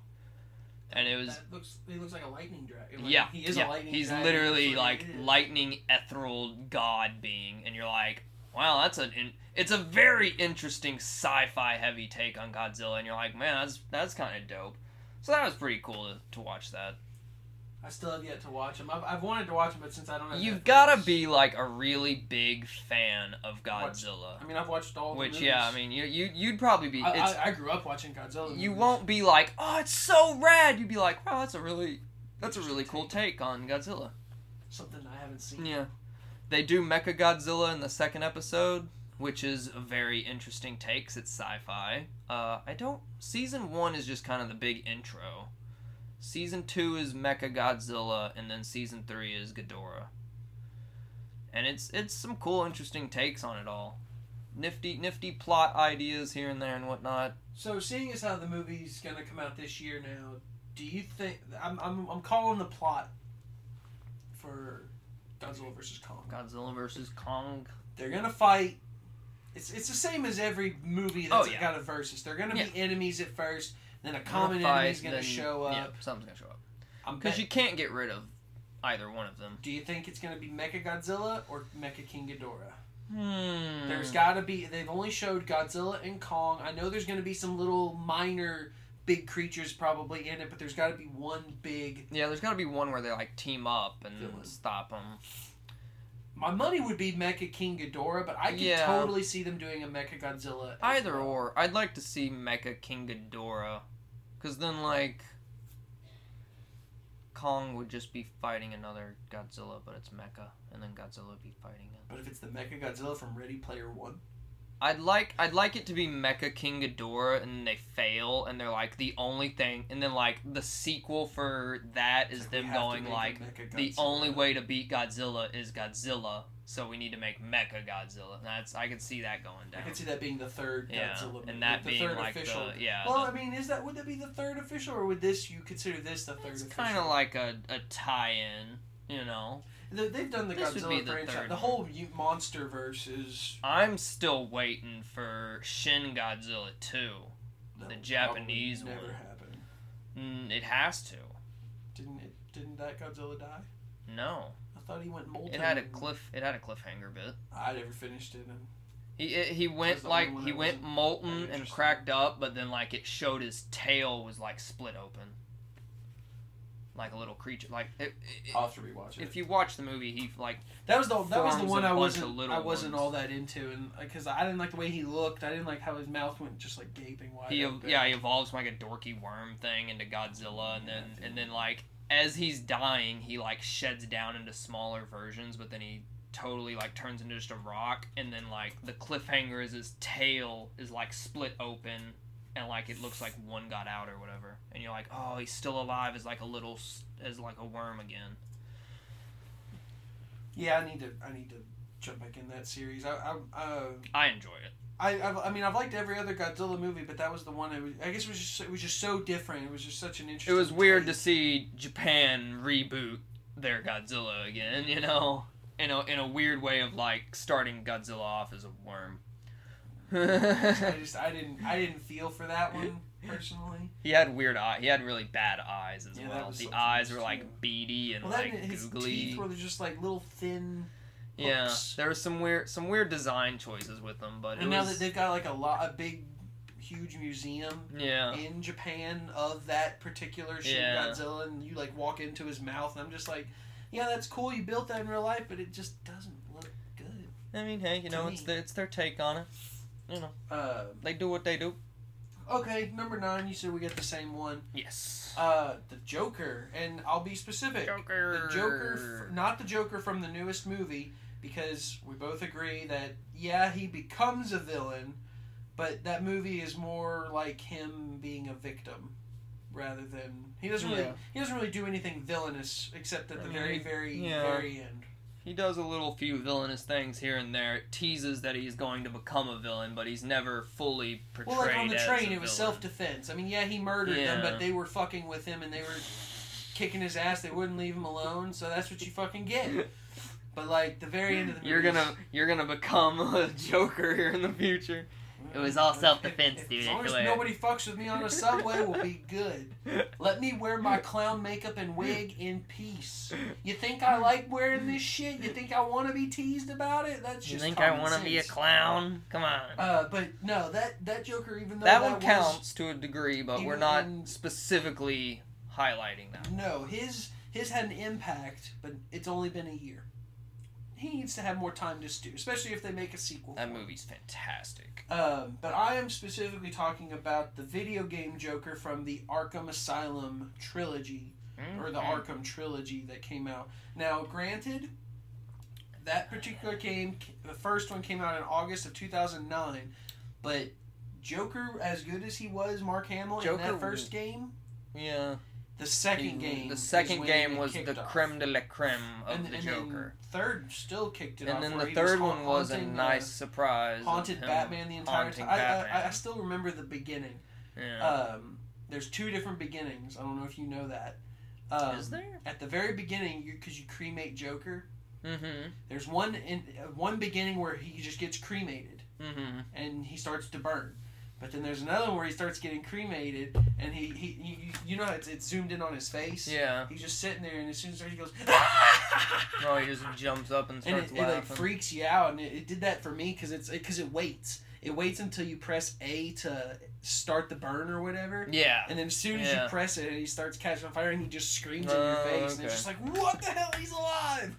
Speaker 2: And it was
Speaker 1: That looks. He looks like a lightning dragon.
Speaker 2: yeah,
Speaker 1: he is
Speaker 2: yeah.
Speaker 1: a lightning.
Speaker 2: He's
Speaker 1: dragon.
Speaker 2: literally
Speaker 1: That's what
Speaker 2: like
Speaker 1: he is.
Speaker 2: lightning ethereal god being, and you're like, wow, that's an in- it's a very interesting sci-fi heavy take on Godzilla, and you're like, man, that's that's kind of dope. So that was pretty cool to, to watch that.
Speaker 1: I still have yet to watch him. I've, I've wanted to watch him, but since I don't have
Speaker 2: You've
Speaker 1: Netflix-
Speaker 2: gotta be like a really big fan of Godzilla,
Speaker 1: I mean, I've watched all. the
Speaker 2: which
Speaker 1: movies.
Speaker 2: yeah, I mean, you you you'd probably be.
Speaker 1: I,
Speaker 2: it's,
Speaker 1: I, I grew up watching Godzilla.
Speaker 2: you
Speaker 1: movies.
Speaker 2: won't be like, oh, it's so rad. You'd be like, wow, that's a really that's a really cool take on Godzilla.
Speaker 1: something I haven't seen.
Speaker 2: Yeah. They do Mecha Godzilla in the second episode, which is a very interesting take 'cause it's sci-fi. Uh, I don't. Season one is just kind of the big intro. Season two is Mecha Godzilla, and then season three is Ghidorah. And it's it's some cool, interesting takes on it all. Nifty, nifty plot ideas here and there and whatnot.
Speaker 1: So seeing as how the movie's gonna come out this year now, do you think I'm I'm, I'm calling the plot for Godzilla versus Kong?
Speaker 2: Godzilla versus Kong.
Speaker 1: They're gonna fight. It's it's the same as every movie that's
Speaker 2: Oh, yeah.
Speaker 1: got a versus. They're gonna be enemies at first, then a
Speaker 2: They're
Speaker 1: common
Speaker 2: fight,
Speaker 1: enemy's gonna
Speaker 2: then-
Speaker 1: show
Speaker 2: Yeah,
Speaker 1: up.
Speaker 2: something's gonna show up.
Speaker 1: I'm
Speaker 2: Because
Speaker 1: bet-
Speaker 2: you can't get rid of either one of them.
Speaker 1: do you think it's gonna be Mecha Godzilla or Mecha King Ghidorah?
Speaker 2: Hmm.
Speaker 1: There's got to be. They've only showed Godzilla and Kong. I know there's going to be some little minor big creatures probably in it, but there's got to be one big.
Speaker 2: Yeah, there's got to be one where they like team up and
Speaker 1: Villain.
Speaker 2: stop them.
Speaker 1: My money would be Mecha King Ghidorah, but I could
Speaker 2: Yeah.
Speaker 1: totally see them doing a Mecha Godzilla. as
Speaker 2: Either
Speaker 1: well.
Speaker 2: or, I'd like to see Mecha King Ghidorah, because then like Kong would just be fighting another Godzilla, but it's Mecha, and then Godzilla would be fighting it.
Speaker 1: But if it's the Mecha Godzilla from Ready Player One,
Speaker 2: I'd like I'd like it to be Mecha King Ghidorah, and they fail, and they're like the only thing, and then like the sequel for that is
Speaker 1: it's like, we
Speaker 2: them
Speaker 1: have to
Speaker 2: going
Speaker 1: make a
Speaker 2: like
Speaker 1: Mecha
Speaker 2: the
Speaker 1: Godzilla.
Speaker 2: only way to beat Godzilla is Godzilla, so we need to make Mecha Godzilla. That's I could see that going
Speaker 1: I
Speaker 2: down.
Speaker 1: could see that being the third
Speaker 2: yeah,
Speaker 1: Godzilla, movie,
Speaker 2: and that
Speaker 1: the
Speaker 2: being
Speaker 1: third
Speaker 2: like
Speaker 1: official.
Speaker 2: the yeah,
Speaker 1: well, I mean, is that would that be the third official, or would this you consider this the
Speaker 2: the-
Speaker 1: third?
Speaker 2: it's
Speaker 1: official?
Speaker 2: kind of like a, a tie-in, you know.
Speaker 1: They- they've done the
Speaker 2: This would be
Speaker 1: Godzilla
Speaker 2: the
Speaker 1: franchise.
Speaker 2: third
Speaker 1: The
Speaker 2: one.
Speaker 1: whole monster verse is
Speaker 2: I'm still waiting for Shin Godzilla 2.
Speaker 1: That
Speaker 2: The
Speaker 1: would
Speaker 2: Japanese
Speaker 1: probably
Speaker 2: one.
Speaker 1: never happened.
Speaker 2: Mm, it has to.
Speaker 1: Didn't it? Didn't that Godzilla die?
Speaker 2: No,
Speaker 1: I thought he went molten.
Speaker 2: it had a cliff. It had a cliffhanger bit.
Speaker 1: I never finished it. And
Speaker 2: He it, he went
Speaker 1: the
Speaker 2: like
Speaker 1: only one
Speaker 2: he
Speaker 1: that
Speaker 2: went
Speaker 1: wasn't
Speaker 2: molten and
Speaker 1: interesting.
Speaker 2: cracked up, but then like it showed his tail was like split open. like a little creature. Like it, it-
Speaker 1: I'll have to rewatch it.
Speaker 2: if you watch the movie, he like
Speaker 1: That was the that was the
Speaker 2: forms
Speaker 1: one
Speaker 2: a
Speaker 1: I
Speaker 2: bunch
Speaker 1: wasn't
Speaker 2: of little
Speaker 1: I wasn't
Speaker 2: ones.
Speaker 1: all that into, and because I didn't like the way he looked, I didn't like how his mouth went just like gaping wide.
Speaker 2: he uh,
Speaker 1: open.
Speaker 2: yeah he evolves from like a dorky worm thing into Godzilla, and then and then like as he's dying, he like sheds down into smaller versions, but then he totally like turns into just a rock, and then like the cliffhanger is his tail is like split open. And like it looks like one got out or whatever, and you're like, oh, he's still alive as like a little s- as like a worm again.
Speaker 1: yeah. I need to I need to jump back in that series. I I uh,
Speaker 2: I enjoy it.
Speaker 1: I I've, I mean I've liked every other Godzilla movie, but that was the one I was I guess it was just it was just so different. It was just such an
Speaker 2: It
Speaker 1: interesting.
Speaker 2: was weird to
Speaker 1: take.
Speaker 2: see Japan reboot their Godzilla again, you know, in a in a weird way of like starting Godzilla off as a worm.
Speaker 1: I just I didn't I didn't feel for that one personally.
Speaker 2: he had weird eye. He had really bad eyes as
Speaker 1: Yeah, that
Speaker 2: well.
Speaker 1: was
Speaker 2: The
Speaker 1: something
Speaker 2: eyes
Speaker 1: else,
Speaker 2: were
Speaker 1: too.
Speaker 2: like beady and
Speaker 1: Well, that
Speaker 2: like
Speaker 1: his
Speaker 2: googly.
Speaker 1: teeth were just like little thin.
Speaker 2: yeah,
Speaker 1: hooks.
Speaker 2: there was some weird some weird design choices with them, but it
Speaker 1: And now that
Speaker 2: was
Speaker 1: they've got like a lot a big, huge museum
Speaker 2: yeah.
Speaker 1: in Japan of that particular Shin
Speaker 2: Uh. Yeah.
Speaker 1: Godzilla, and you like walk into his mouth, and I'm just like, yeah, that's cool. You built that in real life, but it just doesn't look good.
Speaker 2: I mean, hey, you
Speaker 1: to
Speaker 2: know,
Speaker 1: me.
Speaker 2: it's their, it's their take on it.
Speaker 1: Uh,
Speaker 2: They do what they do.
Speaker 1: okay, number nine. You said we got the same one.
Speaker 2: Yes.
Speaker 1: Uh, the Joker, and I'll be specific.
Speaker 2: Joker.
Speaker 1: The Joker, f- not the Joker from the newest movie, because we both agree that yeah, he becomes a villain, but that movie is more like him being a victim rather than he doesn't really
Speaker 2: Yeah.
Speaker 1: he doesn't really do anything villainous except at
Speaker 2: I
Speaker 1: the
Speaker 2: mean,
Speaker 1: very
Speaker 2: he-
Speaker 1: very
Speaker 2: yeah.
Speaker 1: very end.
Speaker 2: He does a little few villainous things here and there. It teases that he's going to become a villain, but he's never fully portrayed.
Speaker 1: Well, like on the
Speaker 2: as
Speaker 1: train,
Speaker 2: a
Speaker 1: it was
Speaker 2: villain.
Speaker 1: self defense. I mean, yeah, he murdered them,
Speaker 2: Yeah.
Speaker 1: but they were fucking with him and they were kicking his ass. They wouldn't leave him alone, so that's what you fucking get. But like the very end of the movie,
Speaker 2: You're
Speaker 1: is-
Speaker 2: gonna you're gonna become a Joker here in the future. It was all self-defense,
Speaker 1: If- if-
Speaker 2: dude,
Speaker 1: As long as
Speaker 2: it's hilarious.
Speaker 1: nobody fucks with me on a subway, we'll be good. Let me wear my clown makeup and wig in peace. You think I like wearing this shit? You think I want to be teased about it? That's just.
Speaker 2: you think I
Speaker 1: want to
Speaker 2: be a clown? Come on.
Speaker 1: Uh, but no, that that Joker, even though
Speaker 2: that one
Speaker 1: was-
Speaker 2: counts to a degree, but we're
Speaker 1: even
Speaker 2: not
Speaker 1: in-
Speaker 2: specifically highlighting that.
Speaker 1: No, his his had an impact, but it's only been a year. He needs to have more time to stew, especially if they make a sequel.
Speaker 2: That
Speaker 1: for it.
Speaker 2: movie's fantastic.
Speaker 1: Um, but I am specifically talking about the video game Joker from the Arkham Asylum trilogy or the Arkham trilogy that came out. Now, granted, that particular game, the first one came out in August of 2009, but Joker, as good as he was, Mark Hamill in
Speaker 2: Joker-
Speaker 1: that first game,
Speaker 2: Yeah.
Speaker 1: the second
Speaker 2: He-
Speaker 1: game,
Speaker 2: The
Speaker 1: is
Speaker 2: second
Speaker 1: when
Speaker 2: game
Speaker 1: it
Speaker 2: was
Speaker 1: kicked
Speaker 2: the
Speaker 1: off.
Speaker 2: creme de la creme of
Speaker 1: and,
Speaker 2: the
Speaker 1: and
Speaker 2: Joker.
Speaker 1: Then third still kicked it off.
Speaker 2: and then
Speaker 1: where
Speaker 2: the
Speaker 1: he
Speaker 2: third
Speaker 1: haun-
Speaker 2: one was a
Speaker 1: haunting, uh,
Speaker 2: nice surprise. of
Speaker 1: haunted
Speaker 2: him
Speaker 1: Batman the entire
Speaker 2: haunting
Speaker 1: time. I, I, I
Speaker 2: Batman.
Speaker 1: still remember the beginning.
Speaker 2: Yeah.
Speaker 1: Um, there's two different beginnings. I don't know if you know that. Um,
Speaker 2: Is there?
Speaker 1: At the very beginning, because you cremate Joker,
Speaker 2: Mm-hmm.
Speaker 1: There's one in uh, one beginning where he just gets cremated
Speaker 2: Mm-hmm.
Speaker 1: and he starts to burn, but then there's another one where he starts getting cremated and he he you, you- you know how it's, it's zoomed in on his face.
Speaker 2: Yeah.
Speaker 1: He's just sitting there, and as soon as he goes, "Ah!"
Speaker 2: No, he just jumps up and
Speaker 1: and
Speaker 2: starts
Speaker 1: it, it like
Speaker 2: laughing.
Speaker 1: freaks you out, and it, it did that for me because it's because it waits. It waits until you press A to start the burn or whatever,
Speaker 2: yeah.
Speaker 1: and then as soon as
Speaker 2: Yeah.
Speaker 1: you press it, he starts catching on fire, and he just screams in your
Speaker 2: Oh,
Speaker 1: face, and
Speaker 2: okay.
Speaker 1: it's just like, "What the hell? He's alive!"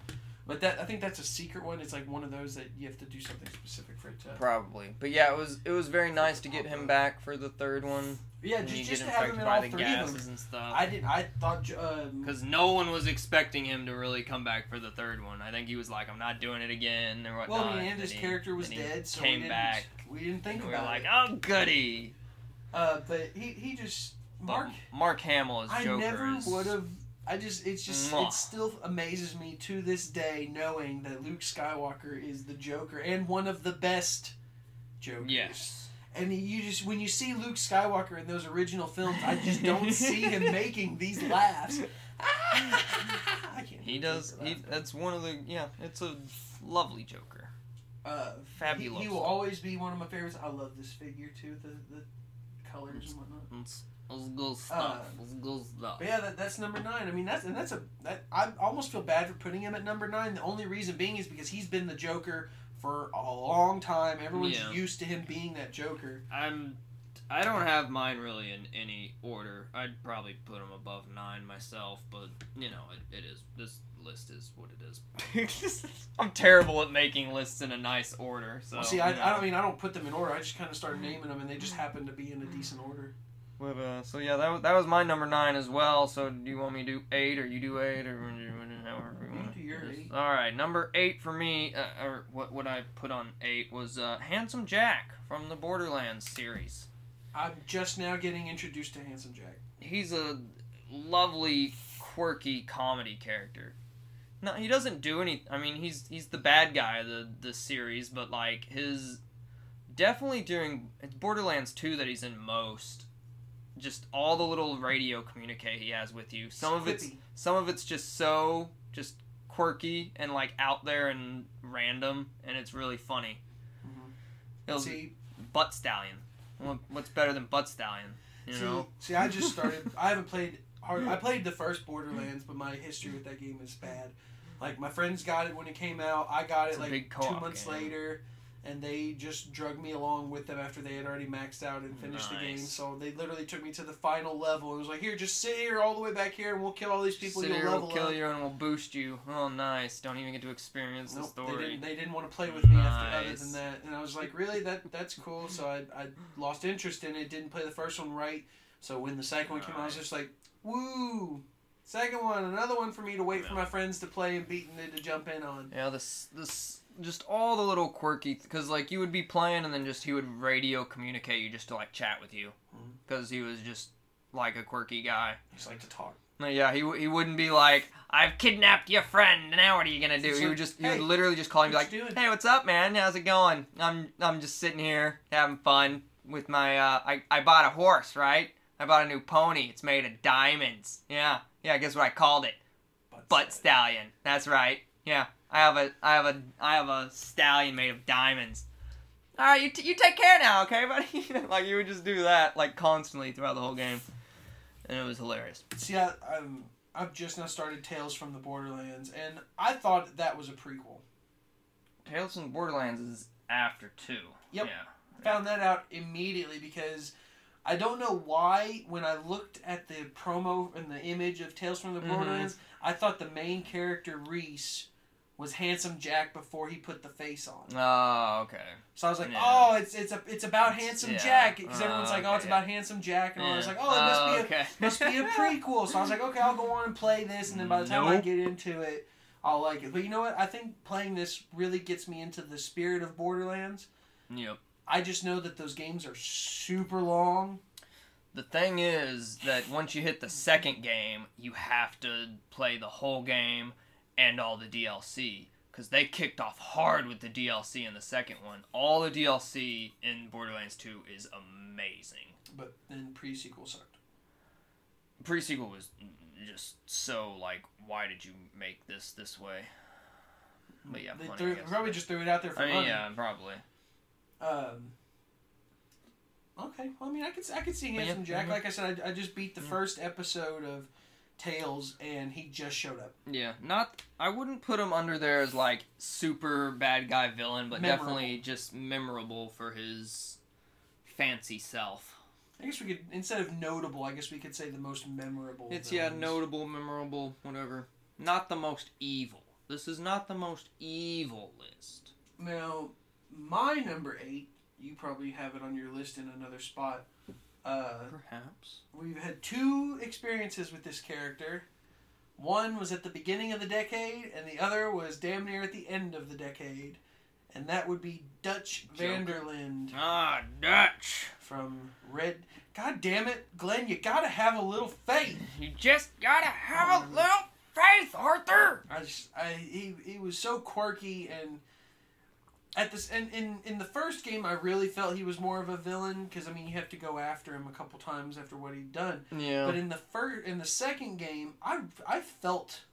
Speaker 1: But that I think that's a secret one. It's like one of those that you have to do something specific for it to.
Speaker 2: Probably, but yeah, it was it was very nice to get him back for the third one.
Speaker 1: Yeah,
Speaker 2: and
Speaker 1: just
Speaker 2: you
Speaker 1: just
Speaker 2: get
Speaker 1: to have them
Speaker 2: infected
Speaker 1: in
Speaker 2: by
Speaker 1: all
Speaker 2: the
Speaker 1: three of them.
Speaker 2: gases and stuff.
Speaker 1: I did. I thought. j- Um,
Speaker 2: Because no one was expecting him to really come back for the third one. I think he was like, "I'm not doing it again" or whatnot.
Speaker 1: well, I mean, and his
Speaker 2: he-
Speaker 1: character was
Speaker 2: then he
Speaker 1: dead, so we
Speaker 2: came
Speaker 1: didn't.
Speaker 2: back.
Speaker 1: We didn't think
Speaker 2: and we were
Speaker 1: about
Speaker 2: like, "Ah."
Speaker 1: it.
Speaker 2: "Oh, goody!"
Speaker 1: Uh, but he he just
Speaker 2: But
Speaker 1: Mark.
Speaker 2: Mark Hamill is
Speaker 1: I
Speaker 2: Joker.
Speaker 1: never
Speaker 2: is-
Speaker 1: would have. I just, it's just,
Speaker 2: Mwah.
Speaker 1: it still amazes me to this day knowing that Luke Skywalker is the Joker and one of the best Jokers.
Speaker 2: Yes.
Speaker 1: And you just, when you see Luke Skywalker in those original films, I just don't see him making these laughs. I can't
Speaker 2: He
Speaker 1: do
Speaker 2: does.
Speaker 1: Joker
Speaker 2: He uh,
Speaker 1: laugh.
Speaker 2: that's one of the yeah. It's a lovely Joker.
Speaker 1: uh,
Speaker 2: fabulous.
Speaker 1: He, he will always be one of my favorites. I love this figure too, the the colors and whatnot.
Speaker 2: Let's, let's go
Speaker 1: stuff.
Speaker 2: let's go stuff.
Speaker 1: But yeah, that, that's number nine. I mean, that's and that's a that I almost feel bad for putting him at number nine. The only reason being is because he's been the Joker for a long time. Everyone's
Speaker 2: Yeah.
Speaker 1: used to him being that Joker.
Speaker 2: I'm I don't have mine really in any order. I'd probably put them above nine myself, but you know, it, it is. This list is what it is. I'm terrible at making lists in a nice order. So
Speaker 1: Well, see, I,
Speaker 2: you know.
Speaker 1: I don't mean I don't put them in order. I just kind of started naming them, and they just happen to be in a decent order.
Speaker 2: But, uh, so yeah, that was, that was my number nine as well. So do you want me to do eight, or you do eight, or however we
Speaker 1: You
Speaker 2: want?
Speaker 1: do your eight.
Speaker 2: All right, number eight for me, uh, or what what I put on eight was uh, Handsome Jack from the Borderlands series.
Speaker 1: I'm just now getting introduced to Handsome Jack.
Speaker 2: He's a lovely, quirky comedy character. No, he doesn't do any. I mean, he's he's the bad guy of the the series, but like his definitely during it's Borderlands two that he's in most. Just all the little radio communique he has with you. Some of it's
Speaker 1: Quippy.
Speaker 2: some of it's just so just quirky and like out there and random, and it's really funny.
Speaker 1: Mhm.
Speaker 2: It'll-
Speaker 1: see,
Speaker 2: butt stallion. What- What's better than butt stallion? You
Speaker 1: see,
Speaker 2: know.
Speaker 1: see, I just started. I haven't played hard. I played the first Borderlands, but my history with that game is bad. Like my friends got it when it came out. I got
Speaker 2: It's
Speaker 1: it
Speaker 2: a
Speaker 1: like
Speaker 2: big
Speaker 1: two
Speaker 2: co-op
Speaker 1: months
Speaker 2: game.
Speaker 1: later, and they just drugged me along with them after they had already maxed out and finished the game.
Speaker 2: Nice.
Speaker 1: So they literally took me to the final level. It was like, here, just sit here all the way back here, and we'll kill all these people.
Speaker 2: Sit
Speaker 1: You'll
Speaker 2: here,
Speaker 1: level
Speaker 2: we'll kill
Speaker 1: up.
Speaker 2: you, and we'll boost you. Oh, nice! Don't even get to experience the
Speaker 1: Nope, They
Speaker 2: story.
Speaker 1: didn't, they didn't want to play with me after other
Speaker 2: Nice.
Speaker 1: than that. And I was like, really? That That's cool. So I, I lost interest in it. Didn't play the first one right. So when the second one came out, I was just like, woo. Second one, another one for me to wait for my friends to play and beat and to jump in on.
Speaker 2: Yeah, this this just all the little quirky because like you would be playing, and then just he would radio communicate you just to like chat with you
Speaker 1: Mhm.
Speaker 2: because he was just like a quirky guy.
Speaker 1: I just like to talk.
Speaker 2: No, Yeah, he, w- he wouldn't be like, I've kidnapped your friend. Now what are you gonna do?
Speaker 1: It's
Speaker 2: He
Speaker 1: like,
Speaker 2: would just he
Speaker 1: "Hey,
Speaker 2: would literally just call and be
Speaker 1: what
Speaker 2: like,
Speaker 1: you doing?"
Speaker 2: Hey, what's up, man? How's it going? I'm I'm just sitting here having fun with my uh I, I bought a horse, right? I bought a new pony. It's made of diamonds. Yeah, yeah. Guess what I called it?
Speaker 1: But,
Speaker 2: Butt stallion. That's right. Yeah, I have a I have a I have a stallion made of diamonds. All right, you t- you take care now, okay, buddy? You know, like you would just do that like constantly throughout the whole game, and it was hilarious.
Speaker 1: See, I, I'm, I've just now started Tales from the Borderlands, and I thought that was a prequel.
Speaker 2: Tales from the Borderlands is after two.
Speaker 1: Yep.
Speaker 2: Yeah.
Speaker 1: found that out immediately because I don't know why when I looked at the promo and the image of Tales from the
Speaker 2: Mhm.
Speaker 1: Borderlands, I thought the main character Reese was handsome Jack before he put the face on.
Speaker 2: Oh, okay.
Speaker 1: So I was like,
Speaker 2: Yeah.
Speaker 1: "Oh, it's it's a, it's about handsome
Speaker 2: yeah.
Speaker 1: Jack." Because everyone's
Speaker 2: Oh,
Speaker 1: like, "Oh,
Speaker 2: okay,
Speaker 1: it's
Speaker 2: yeah.
Speaker 1: about handsome Jack," and I was
Speaker 2: Yeah.
Speaker 1: like,
Speaker 2: Ah,
Speaker 1: "Oh, it must be a
Speaker 2: okay.
Speaker 1: must be a prequel. So I was like, okay, I'll go on and play this, and then by the time I
Speaker 2: Nope.
Speaker 1: get into it, I'll like it. But you know what? I think playing this really gets me into the spirit of Borderlands.
Speaker 2: Yep.
Speaker 1: I just know that those games are super long.
Speaker 2: The thing is that once you hit the second game, you have to play the whole game and all the DLC. Because they kicked off hard with the DLC in the second one. All the DLC in Borderlands 2 is amazing.
Speaker 1: But then pre sequel sucked.
Speaker 2: Pre sequel was just so like, why did you make this this way? But yeah,
Speaker 1: They
Speaker 2: funny,
Speaker 1: threw,
Speaker 2: I guess.
Speaker 1: probably just threw it out there for
Speaker 2: I mean,
Speaker 1: money.
Speaker 2: yeah, probably.
Speaker 1: Um, okay, well, I mean, I could I could see
Speaker 2: But yeah,
Speaker 1: Handsome Jack.
Speaker 2: mhm.
Speaker 1: Like I said, I, I just beat the
Speaker 2: Yeah.
Speaker 1: first episode of Tales, and he just showed up.
Speaker 2: Yeah, not. I wouldn't put him under there as like super bad guy villain, but
Speaker 1: Memorable.
Speaker 2: definitely just memorable for his fancy self.
Speaker 1: I guess we could instead of notable, I guess we could say the most memorable.
Speaker 2: It's yeah,
Speaker 1: villains.
Speaker 2: notable, memorable, whatever. Not the most evil. This is not the most evil list.
Speaker 1: Now, my number eight, you probably have it on your list in another spot. Uh,
Speaker 2: Perhaps.
Speaker 1: we've had two experiences with this character. One was at the beginning of the decade, and the other was damn near at the end of the decade. And that would be Dutch
Speaker 2: Joker.
Speaker 1: Vanderland
Speaker 2: Ah, Dutch.
Speaker 1: from Red. God damn it, Glenn, you gotta have a little faith.
Speaker 2: You just gotta have a little faith, Arthur.
Speaker 1: I just, I, he, he was so quirky and at this and in in the first game I really felt he was more of a villain because I mean you have to go after him a couple times after what he'd done. But
Speaker 2: Yeah.
Speaker 1: in the first in the second game I I felt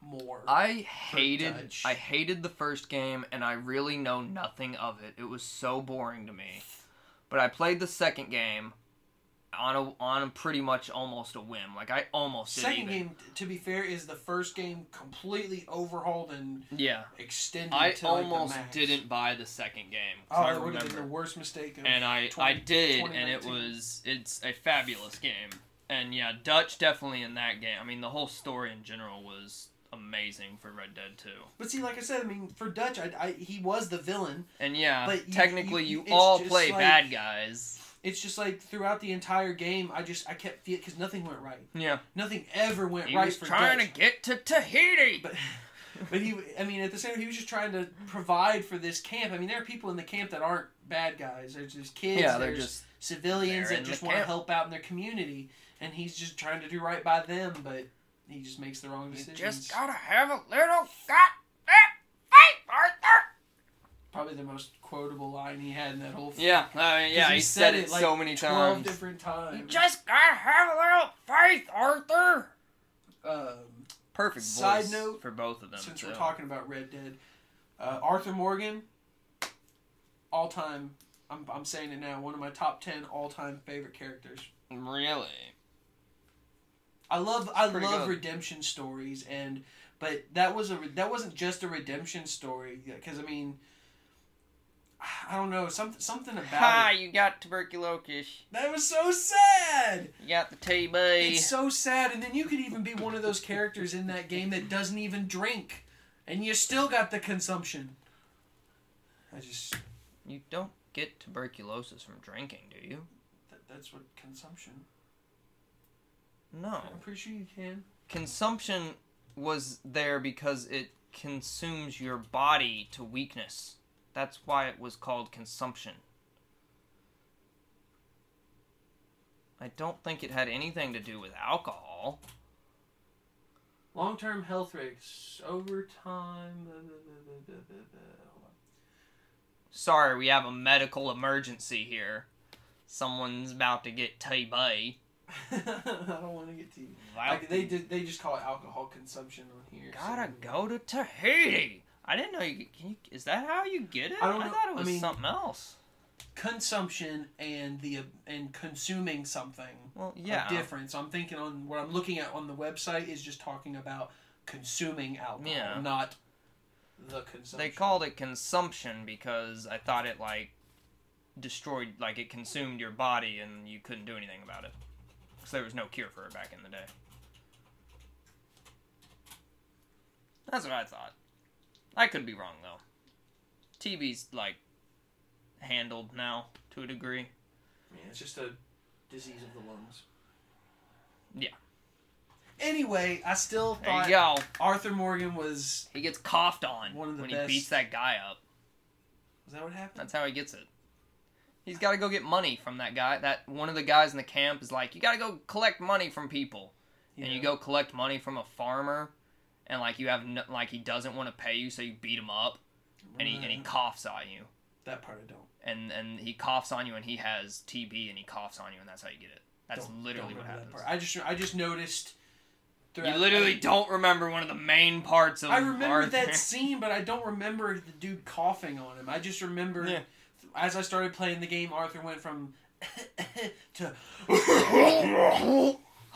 Speaker 1: more.
Speaker 2: I hated
Speaker 1: Dutch.
Speaker 2: I hated the first game and I really know nothing of it. It was so boring to me. But I played the second game on a on a pretty much almost a whim. Like I almost did
Speaker 1: Second
Speaker 2: even.
Speaker 1: game, to be fair, is the first game completely overhauled and
Speaker 2: Yeah,
Speaker 1: extended.
Speaker 2: I
Speaker 1: to, like, the
Speaker 2: almost
Speaker 1: max.
Speaker 2: didn't buy the second game. 'cause
Speaker 1: Oh,
Speaker 2: I
Speaker 1: that would have been the
Speaker 2: remember,
Speaker 1: worst mistake. Of,
Speaker 2: and I
Speaker 1: 20
Speaker 2: I did, and it
Speaker 1: 2019.
Speaker 2: was it's a fabulous game. And yeah, Dutch definitely in that game. I mean, the whole story in general was amazing for Red Dead Two.
Speaker 1: but see, like I said, I mean, for Dutch, I, I he was the villain.
Speaker 2: And yeah,
Speaker 1: But you-
Speaker 2: technically
Speaker 1: you-
Speaker 2: you,
Speaker 1: it's
Speaker 2: all
Speaker 1: just
Speaker 2: play
Speaker 1: like-
Speaker 2: bad guys.
Speaker 1: It's just like throughout the entire game, I just I kept feeling because nothing went right.
Speaker 2: Yeah,
Speaker 1: Nothing ever went
Speaker 2: he
Speaker 1: right
Speaker 2: was
Speaker 1: for
Speaker 2: trying
Speaker 1: Dutch.
Speaker 2: to get to Tahiti.
Speaker 1: But but he, I mean, at the same time, he was just trying to provide for this camp. I mean, there are people in the camp that aren't bad guys. There's just kids.
Speaker 2: yeah, they're
Speaker 1: there's
Speaker 2: just
Speaker 1: civilians
Speaker 2: they're
Speaker 1: that
Speaker 2: in
Speaker 1: just
Speaker 2: the
Speaker 1: want to
Speaker 2: camp.
Speaker 1: help out in their community, and he's just trying to do right by them, but he just makes the wrong
Speaker 2: you
Speaker 1: decisions.
Speaker 2: just gotta have a little goddamn faith, Arthur.
Speaker 1: Probably the most quotable line he had in that whole. film.
Speaker 2: Yeah, I mean, yeah, he, said, it
Speaker 1: like
Speaker 2: so many
Speaker 1: twelve
Speaker 2: times.
Speaker 1: different times.
Speaker 2: just gotta have a little faith, Arthur.
Speaker 1: um,
Speaker 2: Perfect.
Speaker 1: Side
Speaker 2: voice
Speaker 1: note,
Speaker 2: for both of them.
Speaker 1: since
Speaker 2: too.
Speaker 1: we're talking about Red Dead, uh, Arthur Morgan, all time. I'm, I'm saying it now. One of my top ten all time favorite characters.
Speaker 2: really,
Speaker 1: I love I
Speaker 2: pretty
Speaker 1: love
Speaker 2: good.
Speaker 1: redemption stories and but that was a that wasn't just a redemption story because I mean I don't know something something about
Speaker 2: ha!
Speaker 1: it
Speaker 2: You got tuberculosis.
Speaker 1: that was so sad.
Speaker 2: You got the TB.
Speaker 1: It's so sad, and then you could even be one of those characters in that game that doesn't even drink, and you still got the consumption. I just
Speaker 2: you don't get tuberculosis from drinking, do you?
Speaker 1: that, that's what consumption.
Speaker 2: No.
Speaker 1: I'm pretty sure you can.
Speaker 2: Consumption was there because it consumes your body to weakness. That's why it was called consumption. I don't think it had anything to do with alcohol.
Speaker 1: Long term health risks over time. blah, blah, blah, blah, blah, blah, blah. Hold on.
Speaker 2: Sorry, we have a medical emergency here. Someone's about to get TB.
Speaker 1: I don't want to get to you. Like, they did, they just call it alcohol consumption on here.
Speaker 2: Gotta
Speaker 1: so-
Speaker 2: go to Tahiti. I didn't know you, could- can you. Is that how you get it?
Speaker 1: I don't know.
Speaker 2: thought it
Speaker 1: I
Speaker 2: was
Speaker 1: mean-
Speaker 2: something else.
Speaker 1: Consumption and the and consuming something
Speaker 2: Well,
Speaker 1: yeah.
Speaker 2: yeah.
Speaker 1: are different. So I'm thinking on what I'm looking at on the website is just talking about consuming alcohol,
Speaker 2: Yeah.
Speaker 1: not the consumption.
Speaker 2: They called it consumption because I thought it like destroyed, like it consumed your body and you couldn't do anything about it. Because there was no cure for it back in the day. That's what I thought. I could be wrong though. TB's like handled now to a degree.
Speaker 1: Yeah, it's just a disease of the lungs.
Speaker 2: Yeah.
Speaker 1: Anyway, I still
Speaker 2: There you
Speaker 1: thought
Speaker 2: go.
Speaker 1: Arthur Morgan was.
Speaker 2: He gets coughed on
Speaker 1: One of the
Speaker 2: when
Speaker 1: best-
Speaker 2: he beats that guy up.
Speaker 1: Was that what happened?
Speaker 2: That's how he gets it. He's got to go get money from that guy. That one of the guys in the camp is like, you got to go collect money from people, and you
Speaker 1: Yeah.
Speaker 2: go collect money from a farmer, and like you have no, like he doesn't want to pay you, so you beat him up, and he and he
Speaker 1: Right.
Speaker 2: coughs on you,
Speaker 1: Uh, that part I don't.
Speaker 2: and and he coughs on you, and he has TB, and he coughs on you, and that's how you get it. That's
Speaker 1: don't-
Speaker 2: literally
Speaker 1: don't
Speaker 2: what
Speaker 1: remember that
Speaker 2: happens.
Speaker 1: part. I just I just noticed.
Speaker 2: You literally don't remember one of the main parts of.
Speaker 1: I remember
Speaker 2: Arthur.
Speaker 1: that scene, but I don't remember the dude coughing on him. I just remember
Speaker 2: Yeah.
Speaker 1: as I started playing the game, Arthur went from to.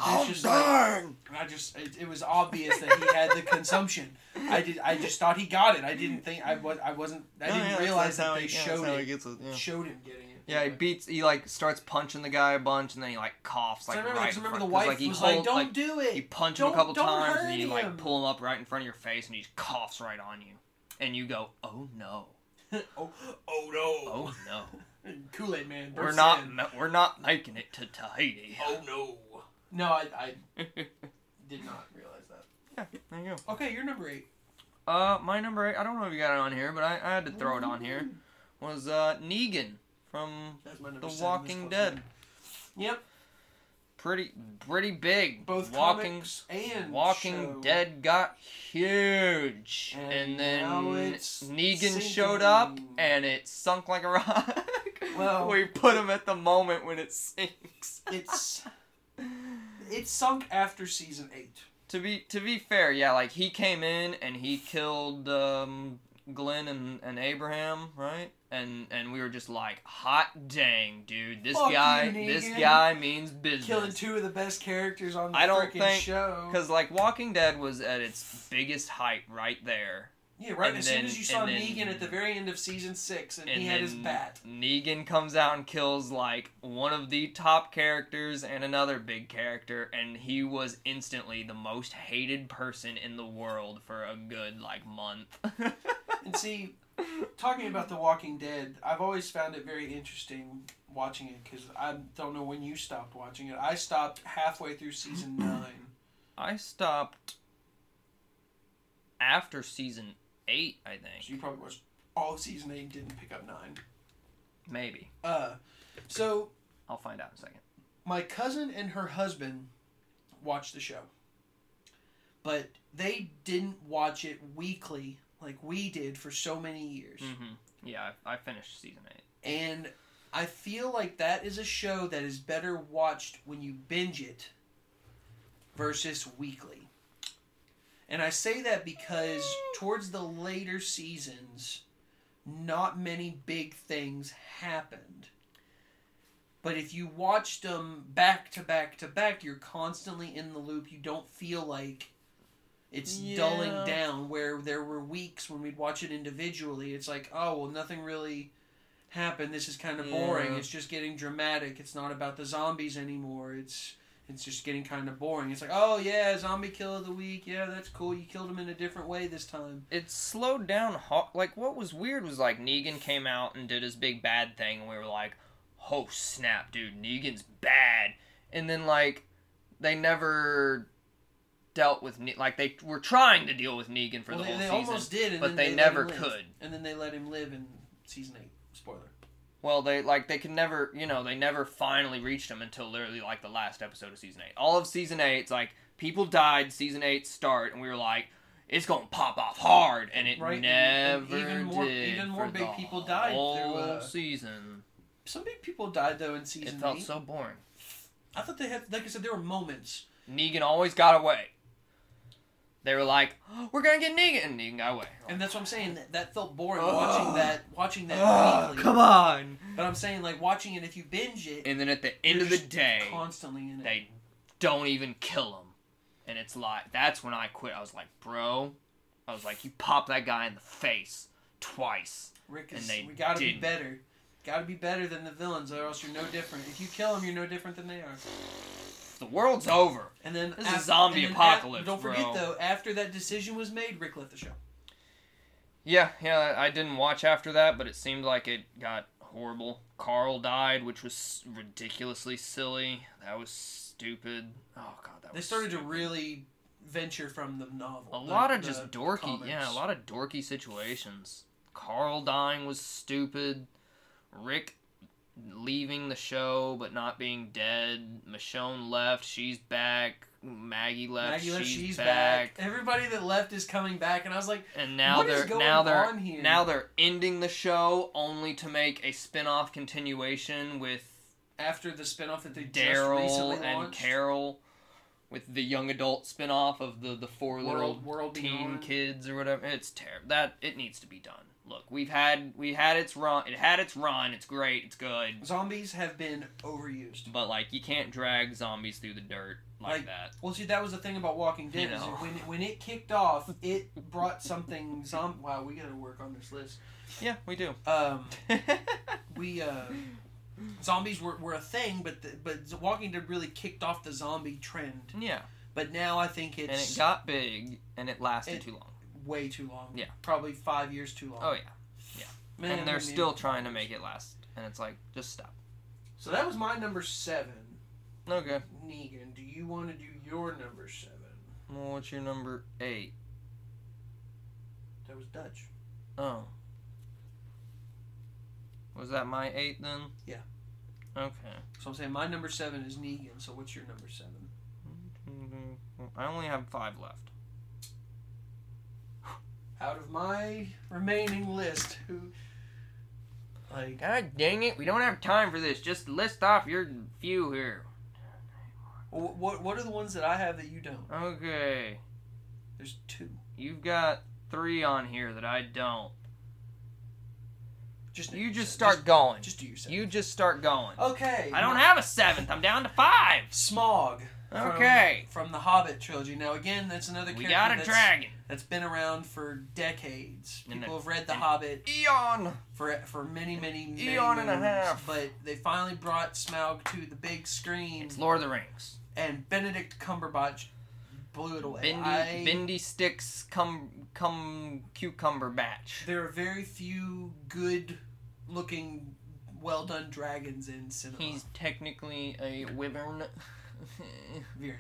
Speaker 2: I'm
Speaker 1: just like-
Speaker 2: done.
Speaker 1: and I just it, it was obvious that he had the consumption. I did. I just thought he got it. I didn't think I was. I wasn't. I didn't realize that they showed it. Showed him getting it.
Speaker 2: Yeah, he beats. He like starts punching the guy a bunch, and then he like coughs
Speaker 1: So I
Speaker 2: like
Speaker 1: remember,
Speaker 2: right.
Speaker 1: cause
Speaker 2: in
Speaker 1: remember the
Speaker 2: front- 'cause,
Speaker 1: wife
Speaker 2: like, he
Speaker 1: was
Speaker 2: hold,
Speaker 1: like, "Don't
Speaker 2: like,
Speaker 1: do it."
Speaker 2: You punch him
Speaker 1: Don't-
Speaker 2: a couple
Speaker 1: don't
Speaker 2: times,
Speaker 1: hurt
Speaker 2: and you
Speaker 1: him.
Speaker 2: like pull him up right in front of your face, and he coughs right on you, and you go, "Oh no,
Speaker 1: oh, oh no!
Speaker 2: oh no,
Speaker 1: Kool Aid Man.
Speaker 2: we're
Speaker 1: bursts
Speaker 2: not,
Speaker 1: in.
Speaker 2: ma- we're not making it to Tahiti."
Speaker 1: Oh no! No, I, I
Speaker 2: yeah,
Speaker 1: did not realize that.
Speaker 2: there you
Speaker 1: Okay, you're number eight.
Speaker 2: go. Uh, my number eight. I don't know if you got it on here, but I, I had to throw it on here. Was uh Negan from
Speaker 1: That's my number
Speaker 2: The
Speaker 1: seven. This
Speaker 2: Walking
Speaker 1: close
Speaker 2: Dead?
Speaker 1: one. Yep.
Speaker 2: Pretty, pretty big.
Speaker 1: Both
Speaker 2: Walking
Speaker 1: comics and
Speaker 2: Walking
Speaker 1: show.
Speaker 2: Dead got huge,
Speaker 1: And
Speaker 2: and,
Speaker 1: now
Speaker 2: then
Speaker 1: it's
Speaker 2: Negan
Speaker 1: sinking.
Speaker 2: showed up, and it sunk like a rock.
Speaker 1: Well-
Speaker 2: we put him at the moment when it sinks.
Speaker 1: It's it sunk after season eight.
Speaker 2: to be to be fair, yeah, like he came in and he killed um, Glenn and, and Abraham, right? And and we were just like, hot dang, dude, this
Speaker 1: Fuck
Speaker 2: guy,
Speaker 1: you,
Speaker 2: this
Speaker 1: Negan.
Speaker 2: guy means business.
Speaker 1: Killing two of the best characters on the
Speaker 2: I don't
Speaker 1: freaking
Speaker 2: think-
Speaker 1: show.
Speaker 2: Because like Walking Dead was at its biggest height right there,
Speaker 1: Yeah, right.
Speaker 2: and
Speaker 1: As
Speaker 2: then-
Speaker 1: soon as you saw
Speaker 2: and then-
Speaker 1: Negan at the very end of season six, and,
Speaker 2: and
Speaker 1: he had
Speaker 2: then
Speaker 1: his bat.
Speaker 2: Negan comes out and kills like one of the top characters and another big character, and he was instantly the most hated person in the world for a good like month.
Speaker 1: And see, talking about The Walking Dead, I've always found it very interesting watching it because I don't know when you stopped watching it. I stopped halfway through season nine.
Speaker 2: I stopped after season eight, I think.
Speaker 1: So you probably watched all of season eight and didn't pick up nine.
Speaker 2: Maybe.
Speaker 1: Uh, so
Speaker 2: I'll find out in a second.
Speaker 1: my cousin and her husband watched the show, but they didn't watch it weekly like we did for so many years.
Speaker 2: Mm-hmm. Yeah, I, I finished season eight.
Speaker 1: And I feel like that is a show that is better watched when you binge it versus weekly. And I say that because towards the later seasons, not many big things happened. But if you watched them back to back to back, you're constantly in the loop. You don't feel like it's
Speaker 2: Yeah.
Speaker 1: dulling down. Where there were weeks when we'd watch it individually, it's like, oh, well, nothing really happened. This is kind of boring.
Speaker 2: Yeah.
Speaker 1: It's just getting dramatic. It's not about the zombies anymore. It's it's just getting kind of boring. It's like, oh yeah, zombie kill of the week. Yeah, that's cool. You killed him in a different way this time.
Speaker 2: It slowed down. Ho- like, what was weird was like Negan came out and did his big bad thing, and we were like, "Oh snap, dude, Negan's bad." And then like, they never dealt with ne- like they were trying to deal with Negan for
Speaker 1: Well,
Speaker 2: the
Speaker 1: they,
Speaker 2: whole
Speaker 1: they
Speaker 2: season,
Speaker 1: almost did, and then
Speaker 2: but they,
Speaker 1: let
Speaker 2: never
Speaker 1: him live.
Speaker 2: could.
Speaker 1: And then they let him live in season eight. Spoiler.
Speaker 2: Well, they like they could never, you know, they never finally reached him until literally like the last episode of season eight. All of season eight, it's like people died. Season eight start, and we were like, it's gonna pop off hard, and it
Speaker 1: Right,
Speaker 2: never
Speaker 1: and- and even more-
Speaker 2: did.
Speaker 1: even more
Speaker 2: for
Speaker 1: big
Speaker 2: the
Speaker 1: people died through,
Speaker 2: whole
Speaker 1: uh,
Speaker 2: season.
Speaker 1: Some big people died though in
Speaker 2: It
Speaker 1: season
Speaker 2: felt
Speaker 1: eight.
Speaker 2: so boring.
Speaker 1: I thought they had, like I said, there were moments.
Speaker 2: Negan always got away. They were like, "Oh, we're gonna get Negan, and Negan got away.
Speaker 1: And that's what I'm saying. That, that felt boring
Speaker 2: Ugh.
Speaker 1: watching that, watching that
Speaker 2: Ugh,
Speaker 1: weekly.
Speaker 2: Oh. come on!
Speaker 1: But I'm saying like watching it if you binge it
Speaker 2: And then at the end
Speaker 1: You're
Speaker 2: of the
Speaker 1: just
Speaker 2: day,
Speaker 1: constantly in it.
Speaker 2: they don't even kill him. And it's like that's when I quit. I was like, bro, I was like, you pop that guy in the face twice.
Speaker 1: Rick
Speaker 2: and
Speaker 1: is,
Speaker 2: they
Speaker 1: we gotta
Speaker 2: didn't.
Speaker 1: be better. Gotta be better than the villains, or else you're no different. If you kill them, you're no different than they are.
Speaker 2: The world's over.
Speaker 1: And then
Speaker 2: This is
Speaker 1: af-
Speaker 2: zombie
Speaker 1: and then af-
Speaker 2: apocalypse,
Speaker 1: don't forget
Speaker 2: bro.
Speaker 1: though, after that decision was made, Rick left the show.
Speaker 2: Yeah, yeah. I didn't watch after that, but it seemed like it got horrible. Carl died, which was ridiculously silly. That was stupid. Oh god, that
Speaker 1: They
Speaker 2: was
Speaker 1: started to
Speaker 2: stupid.
Speaker 1: really venture from the novel.
Speaker 2: a
Speaker 1: the-
Speaker 2: lot of
Speaker 1: the
Speaker 2: just dorky
Speaker 1: comics.
Speaker 2: yeah a lot of dorky situations carl dying was stupid rick leaving the show but not being dead michonne left she's back maggie left,
Speaker 1: Maggie left,
Speaker 2: she's,
Speaker 1: she's
Speaker 2: back.
Speaker 1: back. Everybody that left is coming back, and I was like,
Speaker 2: and now
Speaker 1: What is
Speaker 2: they're
Speaker 1: going
Speaker 2: now they're
Speaker 1: on here?
Speaker 2: now they're ending the show only to make a spin-off continuation with
Speaker 1: after the spinoff that they just recently
Speaker 2: daryl and
Speaker 1: launched,
Speaker 2: carol with the young adult spin-off of the the four little
Speaker 1: World World
Speaker 2: teen
Speaker 1: Beyond.
Speaker 2: kids or whatever. It's terrible. That it needs to be done. Look, we've had we had its run. It had its run. It's great. It's good.
Speaker 1: Zombies have been overused.
Speaker 2: But like, you can't drag zombies through the dirt like,
Speaker 1: Like-
Speaker 2: that.
Speaker 1: Well, see, that was the thing about Walking Dead.
Speaker 2: You
Speaker 1: Is
Speaker 2: know.
Speaker 1: that when when it kicked off, it brought something. Zom- wow, we gotta work on this list.
Speaker 2: Yeah, we do.
Speaker 1: Um, we uh, zombies were, were a thing, but the, but Walking Dead really kicked off the zombie trend.
Speaker 2: yeah,
Speaker 1: But now I think
Speaker 2: and
Speaker 1: it's
Speaker 2: it got big, and it lasted
Speaker 1: It-
Speaker 2: too long.
Speaker 1: way too long.
Speaker 2: Yeah.
Speaker 1: probably five years too long.
Speaker 2: Oh yeah,
Speaker 1: Man,
Speaker 2: and they're
Speaker 1: I mean-
Speaker 2: still trying to make it last. And it's like, just stop.
Speaker 1: So that was my number seven.
Speaker 2: Okay.
Speaker 1: Negan, do you want to do your number seven?
Speaker 2: Well, what's your number eight?
Speaker 1: That was Dutch.
Speaker 2: Oh. Was that my eight then?
Speaker 1: Yeah.
Speaker 2: Okay.
Speaker 1: So I'm saying my number seven is Negan. So what's your number seven?
Speaker 2: Mm-hmm. I only have five left.
Speaker 1: Out of my remaining list, who like
Speaker 2: God dang it, we don't have time for this. Just list off your few here.
Speaker 1: Wh- What what are the ones that I have that you don't?
Speaker 2: Okay.
Speaker 1: There's two.
Speaker 2: You've got three on here that I don't.
Speaker 1: Just name
Speaker 2: You just
Speaker 1: yourself.
Speaker 2: start going.
Speaker 1: Just, just do yourself.
Speaker 2: you just start going.
Speaker 1: okay.
Speaker 2: I don't have a seventh. I'm down to five.
Speaker 1: Smog. from-
Speaker 2: Okay.
Speaker 1: From, the Hobbit trilogy. Now again, that's another
Speaker 2: We
Speaker 1: character
Speaker 2: got a
Speaker 1: that's,
Speaker 2: dragon.
Speaker 1: that's been around for decades.
Speaker 2: And
Speaker 1: People
Speaker 2: a-
Speaker 1: have read the
Speaker 2: and-
Speaker 1: Hobbit
Speaker 2: Eon.
Speaker 1: for for many, many, many
Speaker 2: Eon and a
Speaker 1: moons,
Speaker 2: half.
Speaker 1: But they finally brought Smaug to the big screen,
Speaker 2: It's Lord of the Rings.
Speaker 1: and Benedict Cumberbatch blew it away.
Speaker 2: Bendy,
Speaker 1: I-
Speaker 2: Bendy sticks cum cum cucumber batch.
Speaker 1: There are very few good looking, well done dragons in cinema.
Speaker 2: He's technically a wyvern.
Speaker 1: Weird.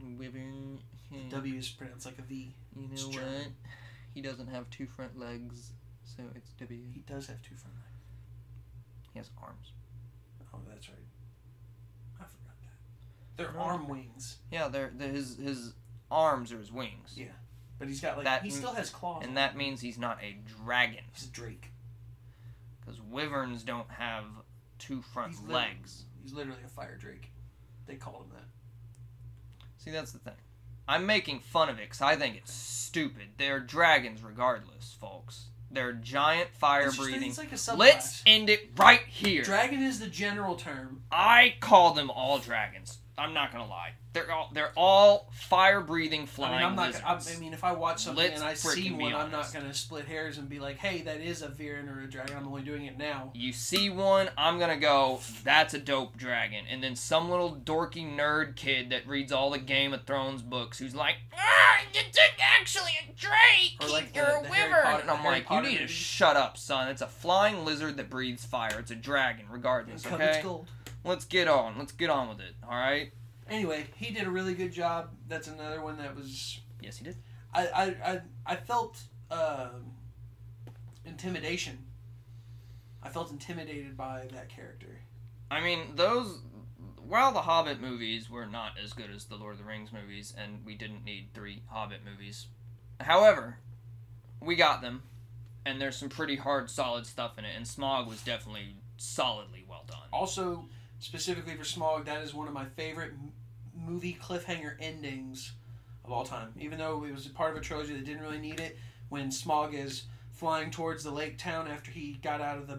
Speaker 2: wyvern. hmm,
Speaker 1: W is pronounced like a V.
Speaker 2: You
Speaker 1: it's
Speaker 2: know
Speaker 1: German.
Speaker 2: what? He doesn't have two front legs, so it's W.
Speaker 1: He does have two front legs.
Speaker 2: He has arms.
Speaker 1: Oh, that's right. I forgot that. They're
Speaker 2: Right.
Speaker 1: arm wings,
Speaker 2: Yeah, they're, they his his arms are his wings,
Speaker 1: Yeah. but he's got like
Speaker 2: That
Speaker 1: he
Speaker 2: m-
Speaker 1: still has claws.
Speaker 2: and that means he's not a dragon,
Speaker 1: he's a Drake.
Speaker 2: because wyverns don't have two front
Speaker 1: He's literally-
Speaker 2: legs.
Speaker 1: He's literally a fire Drake. They called him that.
Speaker 2: See, that's the thing. I'm making fun of it because I think it's stupid. They're dragons, regardless, folks. They're giant fire
Speaker 1: It's just that
Speaker 2: breathing.
Speaker 1: He's like a subclass.
Speaker 2: Let's end it right here.
Speaker 1: Dragon is the general term.
Speaker 2: I call them all dragons. I'm not gonna lie. They're all they're all fire breathing
Speaker 1: I
Speaker 2: flying
Speaker 1: mean, I'm not. gonna-
Speaker 2: lizards.
Speaker 1: I, I mean, if I watch something
Speaker 2: Let's
Speaker 1: and I see
Speaker 2: frickin' be
Speaker 1: one, I'm not
Speaker 2: honest.
Speaker 1: going to split hairs and be like, "Hey, that is a Viren or a dragon." I'm only doing it now.
Speaker 2: you see one, I'm gonna go, that's a dope dragon. And then some little dorky nerd kid that reads all the Game of Thrones books who's like, ah, it's a- actually a drake!
Speaker 1: Or like the-
Speaker 2: You're a
Speaker 1: the Harry
Speaker 2: wyvern!
Speaker 1: Potter-
Speaker 2: and I'm
Speaker 1: the Harry
Speaker 2: like,
Speaker 1: Potter
Speaker 2: you need to
Speaker 1: movies."
Speaker 2: shut up, son. It's a flying lizard that breathes fire. It's a dragon, regardless,
Speaker 1: Covered's
Speaker 2: okay?
Speaker 1: gold.
Speaker 2: Let's get on. Let's get on with it, alright?
Speaker 1: Anyway, he did a really good job. That's another one that was
Speaker 2: Yes, he did.
Speaker 1: I I I, I felt um, intimidation. I felt intimidated by that character.
Speaker 2: I mean, those. While the Hobbit movies were not as good as the Lord of the Rings movies, and we didn't need three Hobbit movies, however, we got them, and there's some pretty hard, solid stuff in it, and Smog was definitely solidly well
Speaker 1: Um,
Speaker 2: done.
Speaker 1: Also, specifically for Smog, that is one of my favorite m- movie cliffhanger endings of all time. Even though it was a part of a trilogy that didn't really need it, when Smog is flying towards the lake town after he got out of the uh,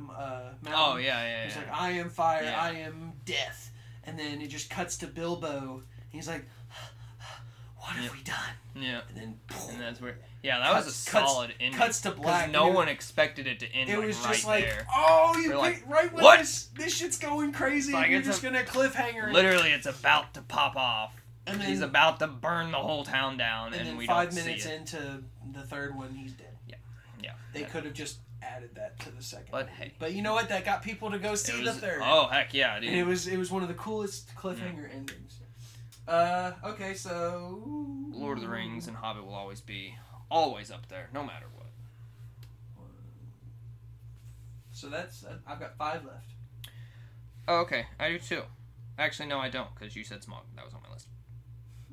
Speaker 1: mountain.
Speaker 2: Oh, yeah, yeah,
Speaker 1: He's
Speaker 2: yeah.
Speaker 1: like, I am fire,
Speaker 2: Yeah.
Speaker 1: I am death. And then it just cuts to Bilbo. And he's like, What have
Speaker 2: Yep.
Speaker 1: we done?
Speaker 2: yeah.
Speaker 1: And then,
Speaker 2: And that's where. Yeah, that was a
Speaker 1: Cuts- cuts-
Speaker 2: solid ending.
Speaker 1: cuts to black,
Speaker 2: no
Speaker 1: and it-
Speaker 2: one expected it to end
Speaker 1: it
Speaker 2: like,
Speaker 1: was
Speaker 2: right
Speaker 1: just like,
Speaker 2: there.
Speaker 1: oh, you
Speaker 2: They're
Speaker 1: pick,
Speaker 2: like,
Speaker 1: right when
Speaker 2: "What?"
Speaker 1: this this shit's going crazy,
Speaker 2: Like,
Speaker 1: and you're
Speaker 2: it's a-
Speaker 1: just gonna cliffhanger. it.
Speaker 2: Literally, it's about to pop off.
Speaker 1: and then,
Speaker 2: He's about to burn the whole town down,
Speaker 1: and
Speaker 2: and,
Speaker 1: then
Speaker 2: we
Speaker 1: five
Speaker 2: don't
Speaker 1: minutes
Speaker 2: see it.
Speaker 1: into the third one, he's dead.
Speaker 2: Yeah,
Speaker 1: They
Speaker 2: yeah.
Speaker 1: could have just added that to the second.
Speaker 2: But
Speaker 1: one.
Speaker 2: hey.
Speaker 1: but you know what? That got people to go see
Speaker 2: It
Speaker 1: the
Speaker 2: was-
Speaker 1: third.
Speaker 2: Oh heck yeah, dude!
Speaker 1: and it was it was one of the coolest cliffhanger endings. Uh, okay, so
Speaker 2: Lord of the Rings and Hobbit will always be always up there, no matter what.
Speaker 1: So that's I've got five left.
Speaker 2: Oh, okay, I do too. Actually, no, I don't, because you said smog. That was on my list.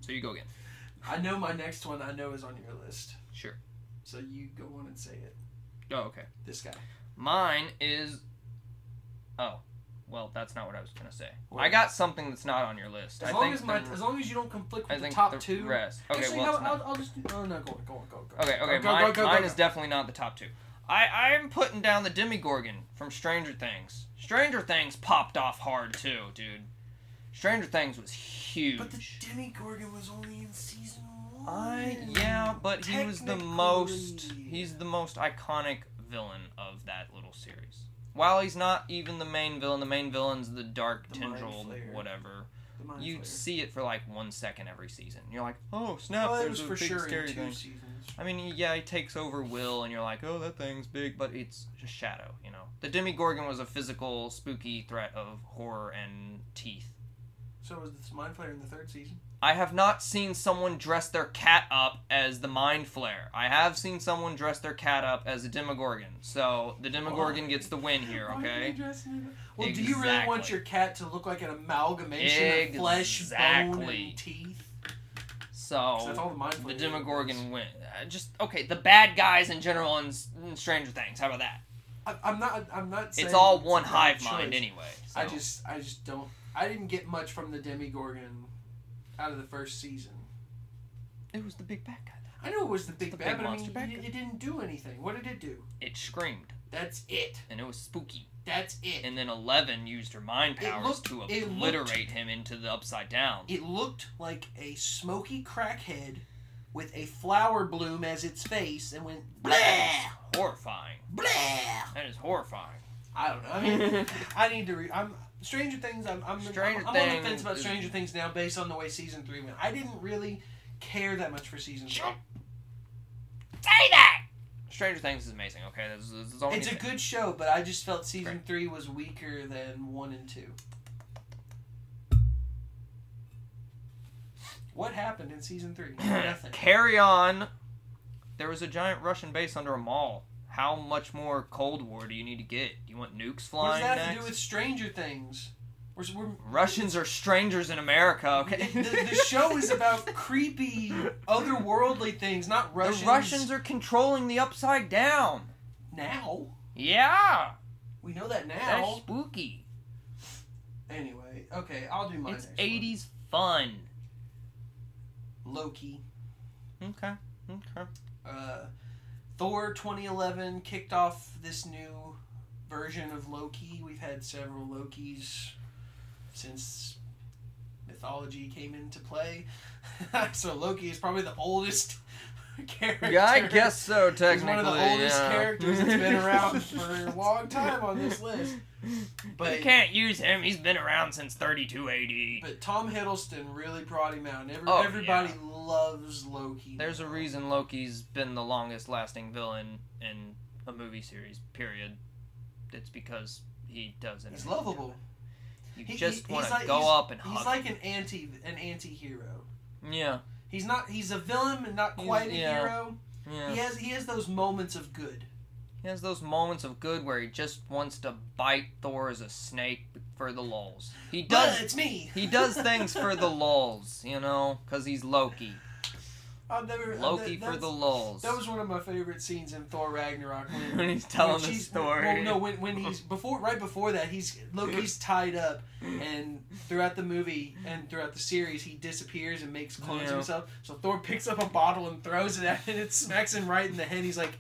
Speaker 2: So you go again.
Speaker 1: I know my next one. I know is on your list.
Speaker 2: Sure.
Speaker 1: So you go on and say it.
Speaker 2: Oh, okay.
Speaker 1: This guy.
Speaker 2: Mine is. Oh, well, that's not what I was gonna say.
Speaker 1: What?
Speaker 2: I got something that's not on your list.
Speaker 1: As
Speaker 2: I
Speaker 1: long
Speaker 2: think
Speaker 1: as my,
Speaker 2: the,
Speaker 1: as long as you don't conflict
Speaker 2: I
Speaker 1: with the
Speaker 2: think
Speaker 1: top
Speaker 2: the
Speaker 1: two.
Speaker 2: rest. Okay,
Speaker 1: Actually,
Speaker 2: well,
Speaker 1: no,
Speaker 2: it's not.
Speaker 1: I'll, I'll just. Oh no, go on, go on, go on, go. on.
Speaker 2: Okay, okay.
Speaker 1: Go, go,
Speaker 2: mine
Speaker 1: go, go,
Speaker 2: mine
Speaker 1: go,
Speaker 2: is
Speaker 1: go.
Speaker 2: definitely not the top two. I I am putting down the Demigorgon from Stranger Things. Stranger Things popped off hard too, dude. Stranger Things was huge.
Speaker 1: But the Demigorgon was only in season one.
Speaker 2: I yeah, but he was the most
Speaker 1: Technically.
Speaker 2: he's the most iconic villain of that little series. While he's not even the main villain, the main villain's the dark
Speaker 1: The Mind
Speaker 2: tendril
Speaker 1: Flayer.
Speaker 2: whatever.
Speaker 1: The Mind
Speaker 2: You
Speaker 1: Flayer.
Speaker 2: see it for like one second every season. You're like, oh snap,
Speaker 1: Well, it
Speaker 2: there's
Speaker 1: was
Speaker 2: a
Speaker 1: for
Speaker 2: big
Speaker 1: sure in two
Speaker 2: scary thing.
Speaker 1: seasons.
Speaker 2: I mean, yeah, he takes over Will, and you're like, oh, that thing's big, but it's just shadow, you know. The Demigorgon was a physical, spooky threat of horror and teeth.
Speaker 1: So was this Mind Flayer in the third season?
Speaker 2: I have not seen someone dress their cat up as the Mind Flare. I have seen someone dress their cat up as a Demogorgon. So the Demogorgon
Speaker 1: Why?
Speaker 2: gets the win here,
Speaker 1: Why are you
Speaker 2: okay?
Speaker 1: dressing it up? Well, do you really want
Speaker 2: Exactly.
Speaker 1: your cat to look like an amalgamation of flesh, bone,
Speaker 2: Exactly.
Speaker 1: and teeth? 'Cause That's all
Speaker 2: So
Speaker 1: the Mind
Speaker 2: the
Speaker 1: Flayer is.
Speaker 2: Demogorgon win. Uh, just okay. The bad guys in general in, S- in Stranger Things. How about that?
Speaker 1: I, I'm not. I'm not. Saying
Speaker 2: It's all
Speaker 1: a
Speaker 2: one
Speaker 1: bad
Speaker 2: hive
Speaker 1: choice.
Speaker 2: mind anyway.
Speaker 1: I
Speaker 2: so.
Speaker 1: just I just don't I didn't get much from the Demigorgon out of the first season.
Speaker 2: It was the big bad guy.
Speaker 1: I know it was the big
Speaker 2: the
Speaker 1: bad,
Speaker 2: big
Speaker 1: but I mean,
Speaker 2: monster pack.
Speaker 1: it, it didn't do anything. What did it do?
Speaker 2: It screamed,
Speaker 1: That's it.
Speaker 2: and it was spooky.
Speaker 1: That's it.
Speaker 2: And then Eleven used her mind
Speaker 1: It
Speaker 2: powers
Speaker 1: looked-
Speaker 2: to
Speaker 1: it
Speaker 2: obliterate him into the upside down.
Speaker 1: It looked like a smoky crackhead with a flower bloom as its face and went blah
Speaker 2: That is horrifying.
Speaker 1: blah.
Speaker 2: That is horrifying.
Speaker 1: I don't know. I mean, I need to read. I'm Stranger Things. I'm I'm,
Speaker 2: Stranger
Speaker 1: I'm, on
Speaker 2: Things
Speaker 1: the fence about
Speaker 2: is-
Speaker 1: Stranger Things now based on the way season three went. I didn't really care that much for season three.
Speaker 2: Say that. Stranger Things is amazing. Okay, that's, that's, that's all. we
Speaker 1: It's a
Speaker 2: need to say.
Speaker 1: good show, but I just felt season three was weaker than one and two. What happened in season three? Nothing.
Speaker 2: Carry on. There was a giant Russian base under a mall. How much more Cold War do you need to get? Do you want nukes
Speaker 1: What does
Speaker 2: flying
Speaker 1: that have
Speaker 2: next?
Speaker 1: to do with Stranger Things? We're, we're,
Speaker 2: Russians are strangers in America. Okay.
Speaker 1: the, the show is about creepy, otherworldly things, not Russians.
Speaker 2: The Russians are controlling the upside down.
Speaker 1: now.
Speaker 2: Yeah,
Speaker 1: We know that
Speaker 2: that's
Speaker 1: now.
Speaker 2: spooky.
Speaker 1: Anyway, okay, I'll do mine.
Speaker 2: It's
Speaker 1: next one.
Speaker 2: eighties fun.
Speaker 1: Loki.
Speaker 2: Okay, okay.
Speaker 1: Uh, Thor 2011 kicked off this new version of Loki. We've had several Lokis since mythology came into play. so Loki is probably the oldest character.
Speaker 2: Yeah, I guess so. Technically,
Speaker 1: He's one of the oldest
Speaker 2: yeah.
Speaker 1: characters that's been around for a long time on this list. But
Speaker 2: you can't use him. He's been around since 32 AD.
Speaker 1: but Tom Hiddleston really brought him out, and every,
Speaker 2: Oh,
Speaker 1: everybody loves Loki.
Speaker 2: There's a
Speaker 1: now.
Speaker 2: reason Loki's been the longest lasting villain in a movie series, period. It's because he does it.
Speaker 1: He's lovable.
Speaker 2: You
Speaker 1: He-
Speaker 2: just
Speaker 1: he-
Speaker 2: want
Speaker 1: he's
Speaker 2: to
Speaker 1: like-
Speaker 2: go
Speaker 1: he's-
Speaker 2: up and hug
Speaker 1: He's like an anti an anti-hero.
Speaker 2: him. Yeah,
Speaker 1: He's not. He's a villain, but not
Speaker 2: He's-
Speaker 1: quite a
Speaker 2: yeah.
Speaker 1: hero.
Speaker 2: yeah.
Speaker 1: He has he has those moments of good.
Speaker 2: He has those moments of good where he just wants to bite Thor as a snake for the lulz. He
Speaker 1: Does
Speaker 2: does.
Speaker 1: it's me.
Speaker 2: he does things for the lulz, you know, because he's Loki.
Speaker 1: I've never I've
Speaker 2: Loki
Speaker 1: ne-
Speaker 2: for the
Speaker 1: that's-
Speaker 2: lulz.
Speaker 1: That was one of my favorite scenes in Thor Ragnarok. When,
Speaker 2: when he's telling
Speaker 1: when
Speaker 2: the
Speaker 1: she's-
Speaker 2: story.
Speaker 1: Well, no, when, when he's before right before that, he's Loki's tied up, and throughout the movie and throughout the series, he disappears and makes clones of
Speaker 2: Yeah.
Speaker 1: himself. So Thor picks up a bottle and throws it at him, and it smacks him right in the head. He's like,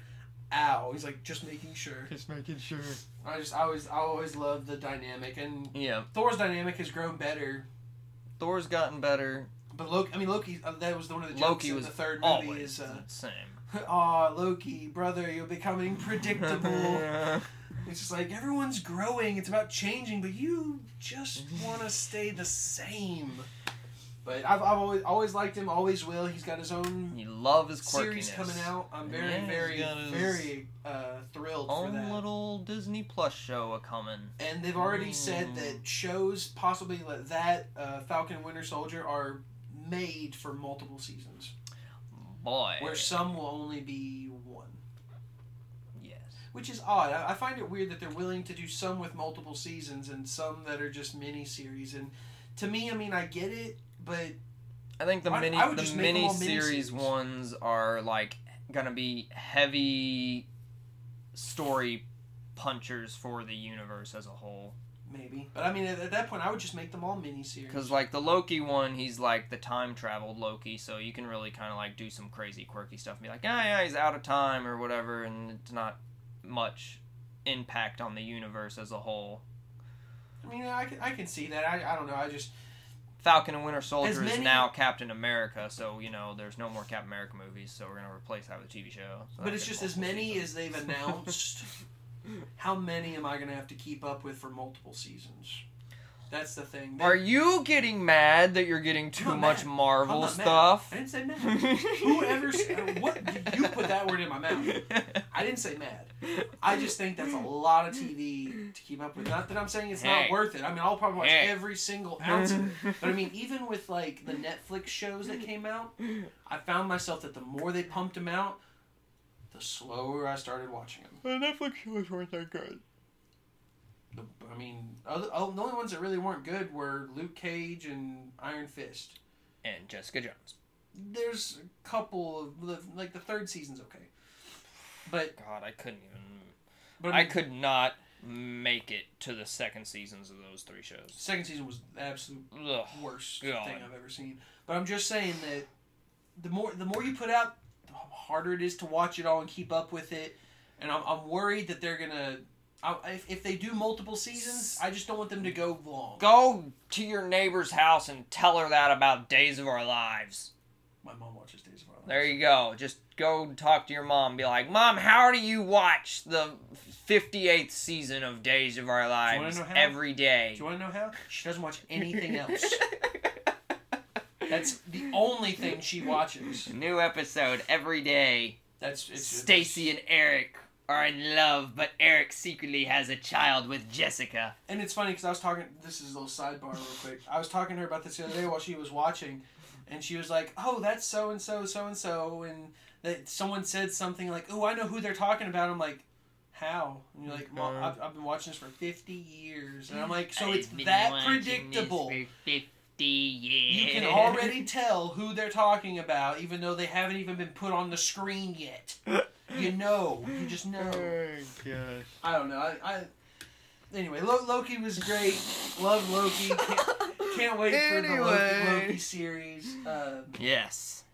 Speaker 1: "Ow!" He's like, "Just making sure."
Speaker 2: Just making sure.
Speaker 1: I just I always I always love the dynamic, and
Speaker 2: Yeah,
Speaker 1: Thor's dynamic has grown better.
Speaker 2: Thor's gotten better.
Speaker 1: But Loki, I mean Loki. Uh, that was the one of the jokes
Speaker 2: Loki
Speaker 1: in
Speaker 2: was
Speaker 1: the third movie is,
Speaker 2: always
Speaker 1: uh,
Speaker 2: the same.
Speaker 1: "Aw, Loki, brother, you're becoming predictable." It's just like everyone's growing. It's about changing, but you just want to stay the same. But I've, I've always always liked him. Always will. He's got his own
Speaker 2: you love his quirkiness.
Speaker 1: series coming out. I'm very
Speaker 2: Yeah, he's
Speaker 1: very
Speaker 2: got his
Speaker 1: very uh, thrilled for
Speaker 2: Own
Speaker 1: that.
Speaker 2: little Disney Plus show a coming.
Speaker 1: and they've already said
Speaker 2: Mm.
Speaker 1: that shows possibly like that uh, Falcon and Winter Soldier are made for multiple seasons,
Speaker 2: Boy.
Speaker 1: where some will only be one.
Speaker 2: Yes.
Speaker 1: which is odd. I, I find it weird that they're willing to do some with multiple seasons and some that are just mini series. And to me, I mean, I get it, but
Speaker 2: I think the
Speaker 1: I-
Speaker 2: mini
Speaker 1: I would
Speaker 2: the
Speaker 1: just make them
Speaker 2: mini
Speaker 1: all
Speaker 2: series
Speaker 1: miniseries.
Speaker 2: ones are like gonna be heavy story punchers for the universe as a whole.
Speaker 1: maybe. But I mean, at, at that point, I would just make them all mini series.
Speaker 2: Because like the Loki one, he's like the time traveled Loki, so you can really kind of like do some crazy quirky stuff. And be like, ah, yeah, he's out of time or whatever, and it's not much impact on the universe as a whole.
Speaker 1: I mean, I can, I can see that. I, I don't know. I just
Speaker 2: Falcon and Winter Soldier is
Speaker 1: many-
Speaker 2: now Captain America, so you know there's no more Captain America movies, so we're gonna replace that with a TV show. So
Speaker 1: but
Speaker 2: that
Speaker 1: it's
Speaker 2: could
Speaker 1: just as
Speaker 2: multiple
Speaker 1: many
Speaker 2: seasons.
Speaker 1: as they've announced. how many am I going to have to keep up with for multiple seasons? That's the thing. They-
Speaker 2: Are you getting mad that you're getting too
Speaker 1: not
Speaker 2: much
Speaker 1: mad. I'm
Speaker 2: Marvel
Speaker 1: not mad.
Speaker 2: stuff?
Speaker 1: I didn't say mad. Whoever s- uh, what you put that word in my mouth. I didn't say mad. I just think that's a lot of TV to keep up with. Not that I'm saying it's
Speaker 2: Hey.
Speaker 1: not worth it. I mean, I'll probably watch
Speaker 2: Hey.
Speaker 1: every single ounce of it. But I mean, even with like the Netflix shows that came out, I found myself that the more they pumped them out, the slower I started watching them.
Speaker 2: the Netflix shows weren't that good.
Speaker 1: The, I mean, other, oh, the only ones that really weren't good were Luke Cage and Iron Fist.
Speaker 2: And Jessica Jones.
Speaker 1: There's a couple of the, like the third season's okay, but
Speaker 2: God, I couldn't even.
Speaker 1: but
Speaker 2: I
Speaker 1: mean,
Speaker 2: could not make it to the second seasons of those three shows.
Speaker 1: second season was the absolute
Speaker 2: Ugh.
Speaker 1: worst
Speaker 2: God.
Speaker 1: thing I've ever seen. But I'm just saying that the more the more you put out, harder it is to watch it all and keep up with it. And I'm, I'm worried that they're gonna. I, if, if they do multiple seasons, I just don't want them to go long.
Speaker 2: Go to your neighbor's house and tell her that about Days of Our Lives.
Speaker 1: My mom watches Days of Our Lives.
Speaker 2: There you go. Just go talk to your mom. Be like, Mom, how do you watch the 58th season of Days of Our
Speaker 1: you wanna
Speaker 2: Lives
Speaker 1: know how?
Speaker 2: every day?
Speaker 1: Do you want to know how? She doesn't watch anything else. That's the only thing she watches.
Speaker 2: New episode every day.
Speaker 1: That's it's
Speaker 2: Stacy and Eric are in love, but Eric secretly has a child with Jessica.
Speaker 1: And it's funny because I was talking. This is a little sidebar, real quick. I was talking to her about this the other day while she was watching, and she was like, "Oh, that's so and so, so and so," and that someone said something like, "Oh, I know who they're talking about." I'm like, "How?" And you're like, "Mom, I've, I've been watching this for 50 years," and I'm like, "So it's
Speaker 2: I've been
Speaker 1: that
Speaker 2: watching this
Speaker 1: predictable."
Speaker 2: for 50 years.
Speaker 1: You can already tell who they're talking about, even though they haven't even been put on the screen yet. You know, you just know.
Speaker 2: gosh.
Speaker 1: I don't know. I, I anyway, Lo- Loki was great. Love Loki. Can't, can't wait for the Loki,
Speaker 2: Anyway.
Speaker 1: Loki series. Uh,
Speaker 2: Yes.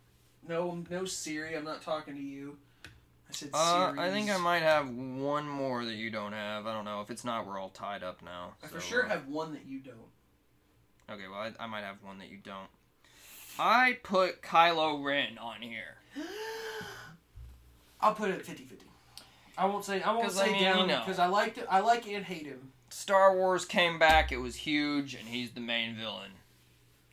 Speaker 1: no, no Siri. I'm not talking to you. I said
Speaker 2: Uh,
Speaker 1: series.
Speaker 2: I think I might have one more that you don't have. I don't know. If it's not, we're all tied up now.
Speaker 1: I
Speaker 2: so,
Speaker 1: for sure
Speaker 2: uh,
Speaker 1: have one that you don't.
Speaker 2: Okay, well, I, I might have one that you don't. I put Kylo Ren on here.
Speaker 1: I'll put it at 50 50. I won't say I won't
Speaker 2: 'Cause, I
Speaker 1: say
Speaker 2: mean, you
Speaker 1: down
Speaker 2: know.
Speaker 1: because I liked it. I like and hate him.
Speaker 2: Star Wars came back. It was huge, and he's the main villain.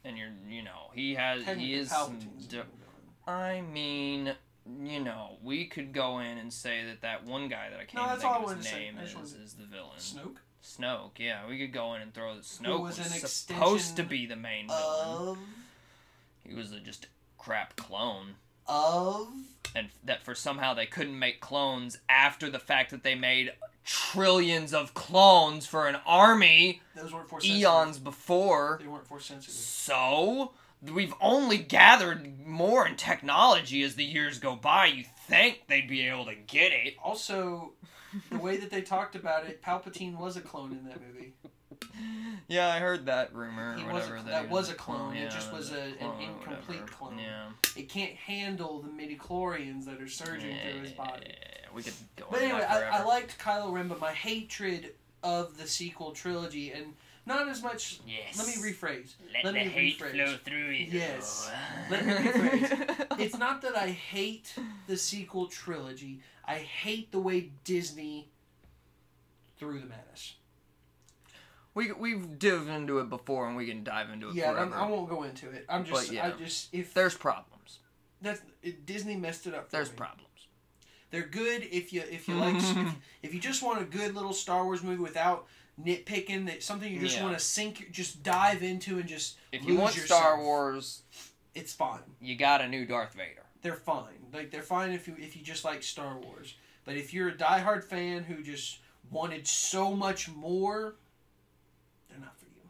Speaker 2: And you're, you know, he has, he
Speaker 1: Technically,
Speaker 2: is. Some
Speaker 1: Palpatine's
Speaker 2: d-
Speaker 1: the villain.
Speaker 2: I mean, you know, we could go in and say that that one guy that I can't
Speaker 1: that's all I
Speaker 2: think of
Speaker 1: wanted
Speaker 2: his
Speaker 1: to say.
Speaker 2: name
Speaker 1: I just
Speaker 2: is,
Speaker 1: wanted
Speaker 2: is the villain.
Speaker 1: Snoke
Speaker 2: Snoke, yeah, we could go in and throw that Snoke
Speaker 1: was
Speaker 2: was,
Speaker 1: an
Speaker 2: supposed
Speaker 1: extension
Speaker 2: to be the main villain.
Speaker 1: of
Speaker 2: He was a just crap clone,
Speaker 1: of
Speaker 2: and f- that for somehow they couldn't make clones after the fact that they made trillions of clones for an army
Speaker 1: those weren't force sensitive.
Speaker 2: eons before.
Speaker 1: They weren't force sensitive.
Speaker 2: So we've only gathered more in technology as the years go by. You think they'd be able to get it?
Speaker 1: Also, the way that they talked about it, Palpatine was a clone in that movie.
Speaker 2: Yeah, I heard that rumor.
Speaker 1: He
Speaker 2: or
Speaker 1: was a-
Speaker 2: whatever,
Speaker 1: that
Speaker 2: he
Speaker 1: was a clone, it just
Speaker 2: that
Speaker 1: was a- an
Speaker 2: clone or
Speaker 1: incomplete
Speaker 2: whatever.
Speaker 1: clone.
Speaker 2: Yeah.
Speaker 1: It can't handle the midi chlorians that are surging through his body.
Speaker 2: Yeah, we could go.
Speaker 1: But
Speaker 2: on
Speaker 1: anyway,
Speaker 2: that
Speaker 1: I, I
Speaker 2: forever.
Speaker 1: liked Kylo Ren, but my hatred of the sequel trilogy, and not as much.
Speaker 2: Yes.
Speaker 1: Let me rephrase.
Speaker 2: Let,
Speaker 1: let
Speaker 2: the
Speaker 1: me
Speaker 2: hate
Speaker 1: rephrase.
Speaker 2: flow through you.
Speaker 1: Yes. Let me rephrase. It's not that I hate the sequel trilogy. I hate the way Disney threw them at us.
Speaker 2: we we've dived into it before, and we can dive into it
Speaker 1: Yeah, I'm,
Speaker 2: forever.
Speaker 1: I won't go into it. I'm just,
Speaker 2: But, yeah.
Speaker 1: I just if
Speaker 2: There's problems.
Speaker 1: that's it, Disney messed it up. For
Speaker 2: There's
Speaker 1: me.
Speaker 2: problems.
Speaker 1: They're good if you if you like
Speaker 2: Mm-hmm.
Speaker 1: if, if you just want a good little Star Wars movie without nitpicking that something you just
Speaker 2: Yeah.
Speaker 1: want to sink just dive into and just
Speaker 2: If you
Speaker 1: lose
Speaker 2: want
Speaker 1: yourself.
Speaker 2: Star Wars,
Speaker 1: it's fine.
Speaker 2: you got a new Darth Vader.
Speaker 1: They're fine. Like they're fine if you if you just like Star Wars. But if you're a diehard fan who just wanted so much more, they're not for you.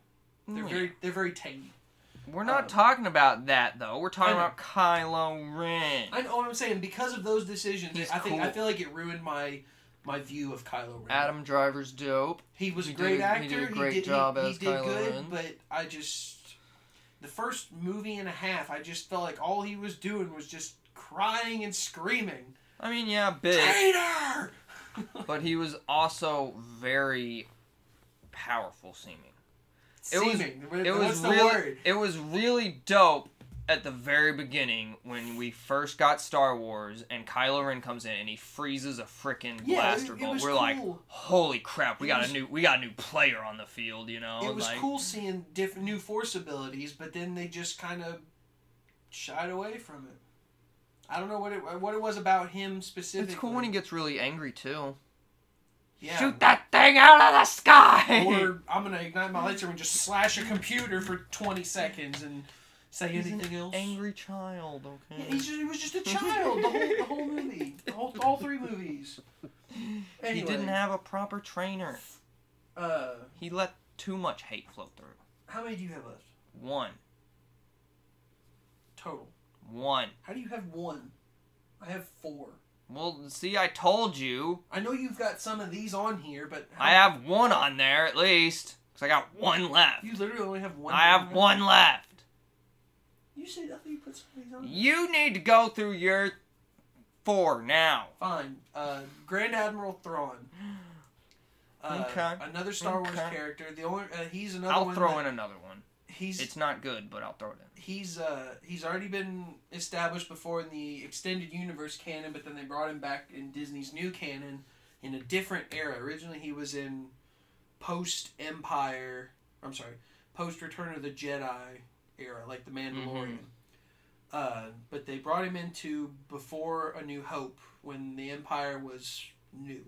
Speaker 1: They're
Speaker 2: Yeah.
Speaker 1: very they're very tame.
Speaker 2: We're not
Speaker 1: um,
Speaker 2: talking about that though. We're talking
Speaker 1: I know.
Speaker 2: about Kylo Ren.
Speaker 1: I know what I'm saying because of those decisions.
Speaker 2: He's
Speaker 1: I think I
Speaker 2: cool.
Speaker 1: feel like it ruined my my view of Kylo Ren.
Speaker 2: Adam Driver's dope.
Speaker 1: He was a
Speaker 2: He
Speaker 1: great
Speaker 2: did a-
Speaker 1: actor.
Speaker 2: he did a great job
Speaker 1: he,
Speaker 2: as
Speaker 1: did
Speaker 2: Kylo
Speaker 1: good,
Speaker 2: Ren.
Speaker 1: but I just the first movie and a half, I just felt like all he was doing was just crying and screaming.
Speaker 2: I mean, yeah, big.
Speaker 1: Traitor!
Speaker 2: but he was also very powerful seeming. It was-
Speaker 1: Seeming.
Speaker 2: It
Speaker 1: What's
Speaker 2: was
Speaker 1: the
Speaker 2: really
Speaker 1: word?
Speaker 2: it was really dope at the very beginning when we first got Star Wars and Kylo Ren comes in and he freezes a freaking
Speaker 1: Yeah,
Speaker 2: blaster
Speaker 1: it- it
Speaker 2: bolt.
Speaker 1: was
Speaker 2: We're like,
Speaker 1: cool.
Speaker 2: holy crap,
Speaker 1: It
Speaker 2: we got
Speaker 1: was-
Speaker 2: a new we got a new player on the field, you know?
Speaker 1: It was
Speaker 2: like,
Speaker 1: cool seeing different new force abilities, but then they just kind of shied away from it. I don't know what it what it was about him specifically.
Speaker 2: It's cool when he gets really angry too.
Speaker 1: yeah.
Speaker 2: Shoot that thing out of the sky.
Speaker 1: or I'm gonna ignite my lightsaber and just slash a computer for 20 seconds and say
Speaker 2: He's an
Speaker 1: anything else.
Speaker 2: Angry child,
Speaker 1: Yeah,
Speaker 2: okay.
Speaker 1: He's just, he was just a child the whole the whole movie, the whole, all three movies. Anyway,
Speaker 2: He didn't have a proper trainer.
Speaker 1: Uh,
Speaker 2: He let too much hate flow through.
Speaker 1: how many do you have left
Speaker 2: One.
Speaker 1: total?
Speaker 2: One.
Speaker 1: How do you have one? I have four.
Speaker 2: Well, see, I told you.
Speaker 1: I know you've got some of these on here, but how-
Speaker 2: I have one on there at least, because I got one left.
Speaker 1: You literally only have one.
Speaker 2: I have
Speaker 1: on?
Speaker 2: one left.
Speaker 1: You say nothing. You put some of these on.
Speaker 2: You need to go through your four now.
Speaker 1: Fine. Uh, Grand Admiral Thrawn. Uh,
Speaker 2: Okay.
Speaker 1: Another Star Wars
Speaker 2: Okay.
Speaker 1: character. The only uh, he's another
Speaker 2: I'll
Speaker 1: one.
Speaker 2: throw
Speaker 1: that-
Speaker 2: in another one.
Speaker 1: He's
Speaker 2: It's not good, but I'll throw it in.
Speaker 1: he's uh he's already been established before in the extended universe canon, but then they brought him back in Disney's new canon in a different era. Originally, he was in post Empire. I'm sorry, post Return of the Jedi era, like the Mandalorian. Uh, but they brought him into before A New Hope when the Empire was new,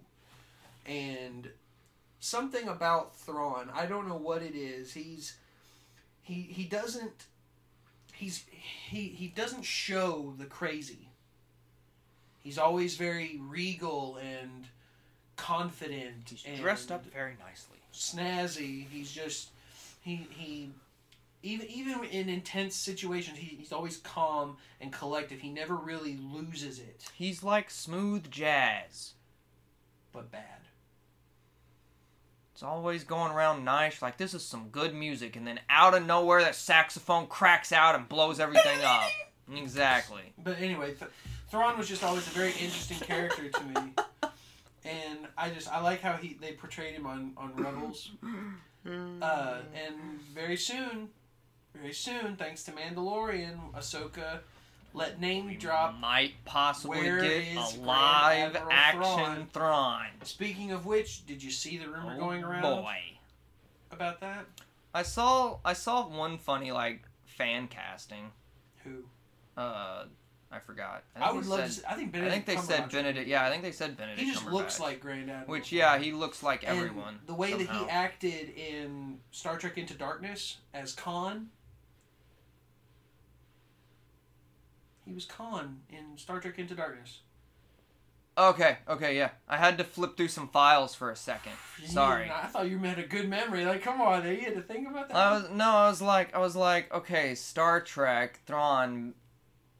Speaker 1: and something about Thrawn. I don't know what it is. He's he he doesn't he's he he doesn't show the crazy. He's always very regal and confident. and
Speaker 2: very nicely.
Speaker 1: snazzy. He's just he he even even in intense situations, he, he's always calm and collected. He never really loses it,
Speaker 2: He's like smooth jazz.
Speaker 1: but bad.
Speaker 2: It's always going around nice, like this is some good music, and then out of nowhere that saxophone cracks out and blows everything up. Exactly.
Speaker 1: But anyway, Th- Thrawn was just always a very interesting character to me, and I just I like how he they portrayed him on on Rebels.
Speaker 2: Mm-hmm.
Speaker 1: Uh, and very soon, very soon, thanks to Mandalorian, Ahsoka let name drop
Speaker 2: Might possibly
Speaker 1: Where
Speaker 2: get
Speaker 1: is
Speaker 2: a
Speaker 1: Grand
Speaker 2: live
Speaker 1: Admiral
Speaker 2: action Thrawn.
Speaker 1: Speaking of which, did you see the rumor
Speaker 2: Oh,
Speaker 1: going around
Speaker 2: Boy.
Speaker 1: about that?
Speaker 2: I saw I saw one funny like fan casting.
Speaker 1: Who?
Speaker 2: Uh I forgot.
Speaker 1: I,
Speaker 2: think
Speaker 1: would
Speaker 2: they
Speaker 1: love
Speaker 2: said-
Speaker 1: to. See, I think
Speaker 2: I
Speaker 1: Benedict.
Speaker 2: think they said
Speaker 1: Cumberbatch-
Speaker 2: Benedict. Yeah, I think they said Benedict.
Speaker 1: He just looks
Speaker 2: Cumberbatch.
Speaker 1: like Grand Admiral.
Speaker 2: Which yeah, he looks like
Speaker 1: And
Speaker 2: everyone.
Speaker 1: The way that
Speaker 2: somehow.
Speaker 1: he acted in Star Trek Into Darkness as Khan. He was Khan in Star Trek Into Darkness.
Speaker 2: Okay, okay, yeah. I had to flip through some files for a second.
Speaker 1: You-
Speaker 2: Sorry.
Speaker 1: I thought you had a good memory. Like, come on, there. You had to think about that.
Speaker 2: I was no, I was like I was like, okay, Star Trek Thrawn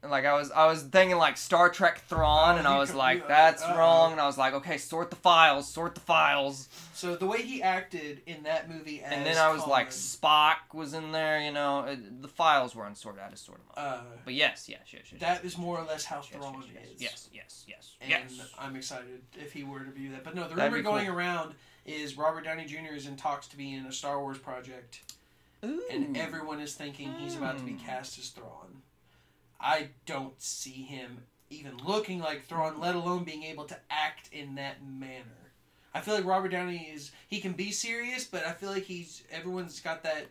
Speaker 2: like I was I was thinking like Star Trek Thrawn
Speaker 1: Oh,
Speaker 2: and I
Speaker 1: you
Speaker 2: was
Speaker 1: could-
Speaker 2: like
Speaker 1: you-
Speaker 2: that's
Speaker 1: uh-oh.
Speaker 2: wrong and I was like okay, sort the files, sort the files.
Speaker 1: so the way he acted in that movie as
Speaker 2: and then I was
Speaker 1: Khan,
Speaker 2: like Spock was in there, you know, it, the files were unsorted, I just sorted them out.
Speaker 1: uh,
Speaker 2: But yes, yes, yes, yes.
Speaker 1: that is more or less how
Speaker 2: yes,
Speaker 1: Thrawn
Speaker 2: yes,
Speaker 1: is.
Speaker 2: yes, yes, yes,
Speaker 1: and
Speaker 2: yes, yes.
Speaker 1: I'm excited if he were to be that. But no, the
Speaker 2: That'd
Speaker 1: rumor
Speaker 2: be cool.
Speaker 1: going around is Robert Downey Jr. is in talks to be in a Star Wars project, and
Speaker 2: Ooh.
Speaker 1: everyone is thinking he's about to be
Speaker 2: Mm.
Speaker 1: cast as Thrawn. I don't see him even looking like Thrawn, let alone being able to act in that manner. I feel like Robert Downey is he can be serious, but I feel like he's everyone's got that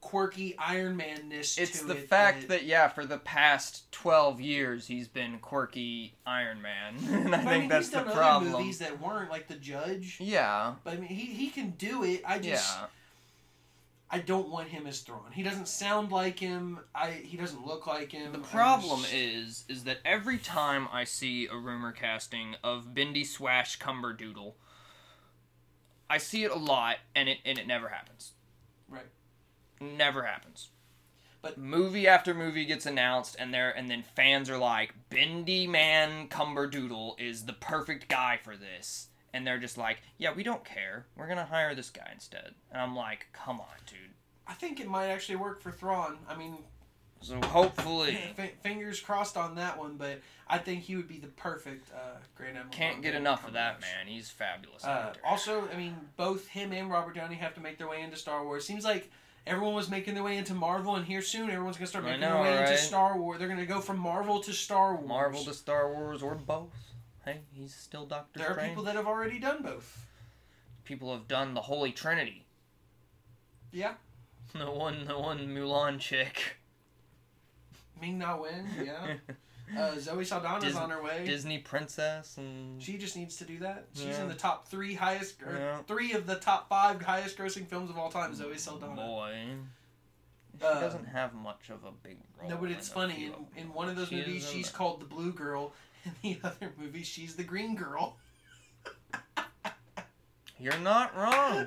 Speaker 1: quirky Iron Man ness.
Speaker 2: It's
Speaker 1: to
Speaker 2: the
Speaker 1: it
Speaker 2: fact that, yeah, for the past twelve years he's been quirky Iron Man, and I
Speaker 1: But
Speaker 2: think
Speaker 1: mean,
Speaker 2: that's
Speaker 1: he's
Speaker 2: the
Speaker 1: done other
Speaker 2: problem.
Speaker 1: movies that weren't like The Judge.
Speaker 2: Yeah,
Speaker 1: But I mean, he, he can do it. I just
Speaker 2: yeah.
Speaker 1: I don't want him as Thrawn. He doesn't sound like him. I he doesn't look like him.
Speaker 2: The
Speaker 1: I
Speaker 2: problem
Speaker 1: just-
Speaker 2: is, is that every time I see a rumor casting of Bendy Swash Cumberdoodle, I see it a lot, and it and it never happens.
Speaker 1: Right.
Speaker 2: Never happens.
Speaker 1: But-
Speaker 2: movie after movie gets announced, and there and then fans are like, "Bendy Man Cumberdoodle is the perfect guy for this," and they're just like, "Yeah, we don't care. We're gonna hire this guy instead." And I'm like, "Come on, dude."
Speaker 1: I think it might actually work for Thrawn. I mean,
Speaker 2: So hopefully.
Speaker 1: f- fingers crossed on that one, but I think he would be the perfect uh, Grand Admiral.
Speaker 2: Can't get
Speaker 1: Thrawn
Speaker 2: enough of that
Speaker 1: combination.
Speaker 2: man. He's fabulous.
Speaker 1: Uh,
Speaker 2: actor.
Speaker 1: also, I mean, both him and Robert Downey have to make their way into Star Wars. Seems like everyone was making their way into Marvel, and here soon everyone's gonna start
Speaker 2: I
Speaker 1: making
Speaker 2: know,
Speaker 1: their way
Speaker 2: right?
Speaker 1: into Star Wars. They're gonna go from Marvel to Star Wars.
Speaker 2: Marvel to Star Wars or both. Hey, he's still Doctor
Speaker 1: there are
Speaker 2: Strange.
Speaker 1: people that have already done both.
Speaker 2: People have done the Holy Trinity.
Speaker 1: Yeah,
Speaker 2: The one, the one Mulan chick.
Speaker 1: Ming Na Wen. Yeah. Uh, Zoe Saldana's
Speaker 2: Dis-
Speaker 1: on her way.
Speaker 2: Disney princess and
Speaker 1: she just needs to do that. She's
Speaker 2: Yeah.
Speaker 1: in the top three highest, or
Speaker 2: Yeah.
Speaker 1: three of the top five highest grossing films of all time. Zoe Saldana.
Speaker 2: boy. She
Speaker 1: Uh,
Speaker 2: doesn't have much of a big role.
Speaker 1: No, but
Speaker 2: in
Speaker 1: it's
Speaker 2: a
Speaker 1: funny.
Speaker 2: few
Speaker 1: In,
Speaker 2: of them.
Speaker 1: in one of those
Speaker 2: She is
Speaker 1: movies,
Speaker 2: in
Speaker 1: she's
Speaker 2: the-
Speaker 1: called the Blue Girl. In the other movie, she's the Green Girl.
Speaker 2: You're not wrong.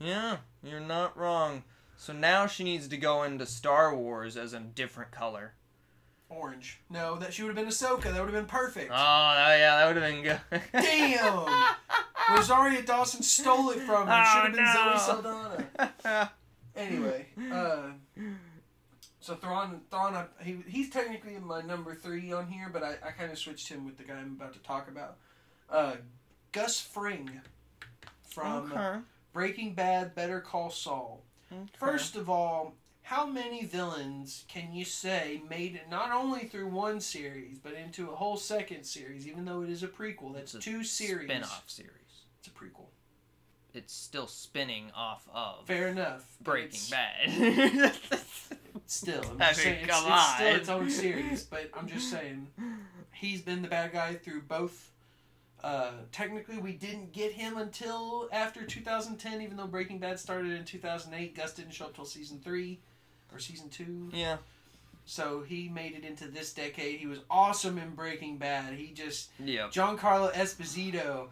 Speaker 2: yeah, you're not wrong. So now she needs to go into Star Wars as a different color.
Speaker 1: Orange. No, that she would have been Ahsoka. That would have been perfect.
Speaker 2: Oh, yeah, that would have been good.
Speaker 1: Damn! Rosaria Dawson stole it from her.
Speaker 2: Oh,
Speaker 1: Should have been
Speaker 2: no.
Speaker 1: Zoe Saldana. Anyway, uh, So Thrawn, Thrawn, up, he, he's technically my number three on here, but I, I kind of switched him with the guy I'm about to talk about. Uh, Gus Fring from
Speaker 2: okay.
Speaker 1: Breaking Bad, Better Call Saul.
Speaker 2: okay.
Speaker 1: First of all, how many villains can you say made it not only through one series, but into a whole second series, even though it is a prequel? That's
Speaker 2: It's a
Speaker 1: two series.
Speaker 2: spin-off series.
Speaker 1: It's a prequel.
Speaker 2: It's still spinning off of
Speaker 1: Fair enough. but
Speaker 2: Breaking
Speaker 1: it's
Speaker 2: Bad.
Speaker 1: Still, I'm
Speaker 2: I
Speaker 1: just
Speaker 2: mean,
Speaker 1: saying, it's,
Speaker 2: come
Speaker 1: it's still
Speaker 2: on.
Speaker 1: its own series, but I'm just saying he's been the bad guy through both. Uh, technically, we didn't get him until after 2010, even though Breaking Bad started in 2008. Gus didn't show up till season three or season two,
Speaker 2: yeah.
Speaker 1: so he made it into this decade. He was awesome in Breaking Bad. He just
Speaker 2: Yeah.
Speaker 1: Giancarlo Esposito.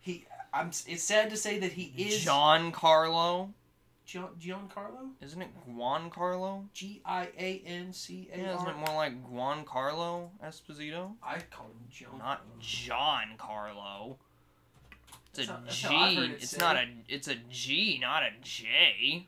Speaker 1: He, I'm. It's sad to say that he is
Speaker 2: John Carlo.
Speaker 1: Gian, Giancarlo.
Speaker 2: Isn't it Juan Carlo?
Speaker 1: G I A N C A
Speaker 2: Yeah, isn't
Speaker 1: R.
Speaker 2: it more like Juan Carlo Esposito?
Speaker 1: I call him John.
Speaker 2: Not John Carlo. It's
Speaker 1: That's
Speaker 2: a
Speaker 1: not- that's
Speaker 2: G.
Speaker 1: how I've heard it
Speaker 2: It's
Speaker 1: said.
Speaker 2: not a. It's a G, not a J.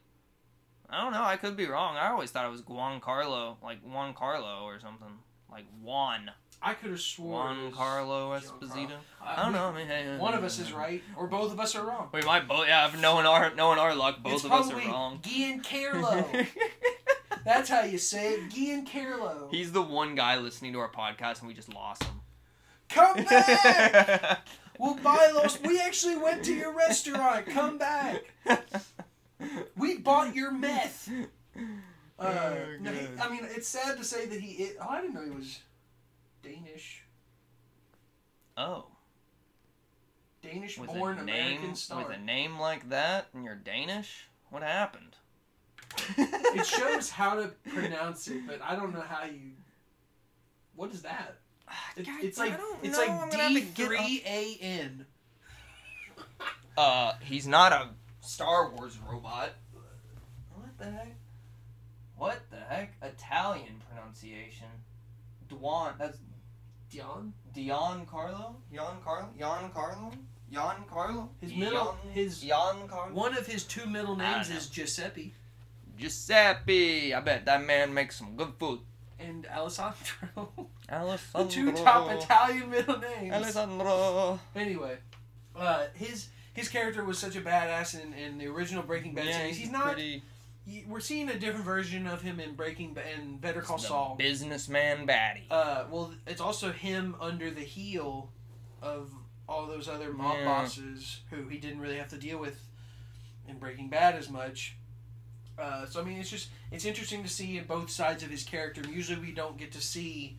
Speaker 2: I don't know. I could be wrong. I always thought it was Juan Carlo, like Juan Carlo or something, like Juan
Speaker 1: I could have sworn. it
Speaker 2: Juan
Speaker 1: was-
Speaker 2: Carlo
Speaker 1: Giancarlo.
Speaker 2: Esposito.
Speaker 1: Uh,
Speaker 2: I don't
Speaker 1: we-
Speaker 2: know. I mean, hey,
Speaker 1: One of us is right, or both of us are wrong.
Speaker 2: We might both. Yeah, if knowing our knowing our luck, both
Speaker 1: it's
Speaker 2: of us
Speaker 1: probably
Speaker 2: are wrong.
Speaker 1: Gian Carlo. That's how you say it, Gian Carlo.
Speaker 2: He's the one guy listening to our podcast, and we just lost him.
Speaker 1: Come back. Well, Bylos, we actually went to your restaurant. Come back. We bought your meth. Uh,
Speaker 2: Oh,
Speaker 1: no, he-
Speaker 2: God.
Speaker 1: I mean, it's sad to say that he. i oh, I didn't know he was Danish.
Speaker 2: Oh,
Speaker 1: Danish
Speaker 2: with
Speaker 1: born
Speaker 2: a
Speaker 1: American
Speaker 2: name
Speaker 1: star.
Speaker 2: with a name like that, and you're Danish. What happened?
Speaker 1: it shows how to pronounce it, but I don't know how you. What is that? It-
Speaker 2: Ah, God,
Speaker 1: it's
Speaker 2: I
Speaker 1: like
Speaker 2: don't
Speaker 1: it's
Speaker 2: know. I'm
Speaker 1: like
Speaker 2: gonna have
Speaker 1: D
Speaker 2: to get
Speaker 1: three A N.
Speaker 2: on- Uh, he's not a Star Wars robot. What the heck? What the heck? Italian pronunciation. Dwan. That's
Speaker 1: Dion.
Speaker 2: Dion Carlo? Jan Carlo? Jan Carlo? Jan Carlo?
Speaker 1: His middle- his-
Speaker 2: Jan Carlo?
Speaker 1: One of his two middle
Speaker 2: I
Speaker 1: names
Speaker 2: don't
Speaker 1: is Giuseppe
Speaker 2: Giuseppe! I bet that man makes some good food.
Speaker 1: and Alessandro. the
Speaker 2: Alessandro.
Speaker 1: two top Italian middle names.
Speaker 2: oh, Alessandro.
Speaker 1: Anyway, uh, his his character was such a badass in, in the original Breaking Bad
Speaker 2: Yeah,
Speaker 1: series.
Speaker 2: he's,
Speaker 1: He's, not.
Speaker 2: pretty,
Speaker 1: y- We're seeing a different version of him in Breaking Bad and Better Call
Speaker 2: he's the
Speaker 1: Saul.
Speaker 2: businessman baddie.
Speaker 1: Uh, well, it's also him under the heel of all those other mob
Speaker 2: Yeah.
Speaker 1: bosses who he didn't really have to deal with in Breaking Bad as much. Uh, so I mean, it's just it's interesting to see both sides of his character. Usually, we don't get to see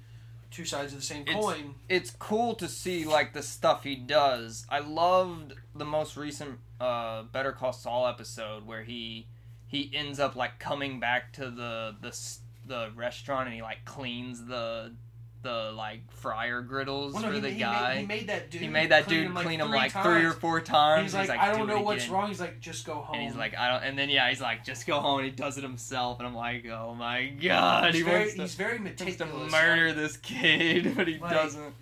Speaker 1: two sides of the same
Speaker 2: It's-
Speaker 1: coin.
Speaker 2: it's cool to see like the stuff he does. I loved the most recent uh, Better Call Saul episode where he he ends up like coming back to the the s- the restaurant and he like cleans the the like fryer griddles
Speaker 1: Well, no,
Speaker 2: for
Speaker 1: he,
Speaker 2: the
Speaker 1: he
Speaker 2: guy.
Speaker 1: Made, he made that dude.
Speaker 2: He made that dude
Speaker 1: him,
Speaker 2: clean him
Speaker 1: three
Speaker 2: like
Speaker 1: times.
Speaker 2: three or four times.
Speaker 1: He's like, I don't
Speaker 2: "Do it
Speaker 1: know what's
Speaker 2: again."
Speaker 1: wrong. He's like, just go home.
Speaker 2: And he's like, I don't. And then yeah, he's like, just go home. And he does it himself. And I'm like, oh my god,
Speaker 1: he's
Speaker 2: he
Speaker 1: very,
Speaker 2: wants to,
Speaker 1: he's very
Speaker 2: wants to
Speaker 1: meticulous.
Speaker 2: murder this kid, but he
Speaker 1: Like-
Speaker 2: doesn't.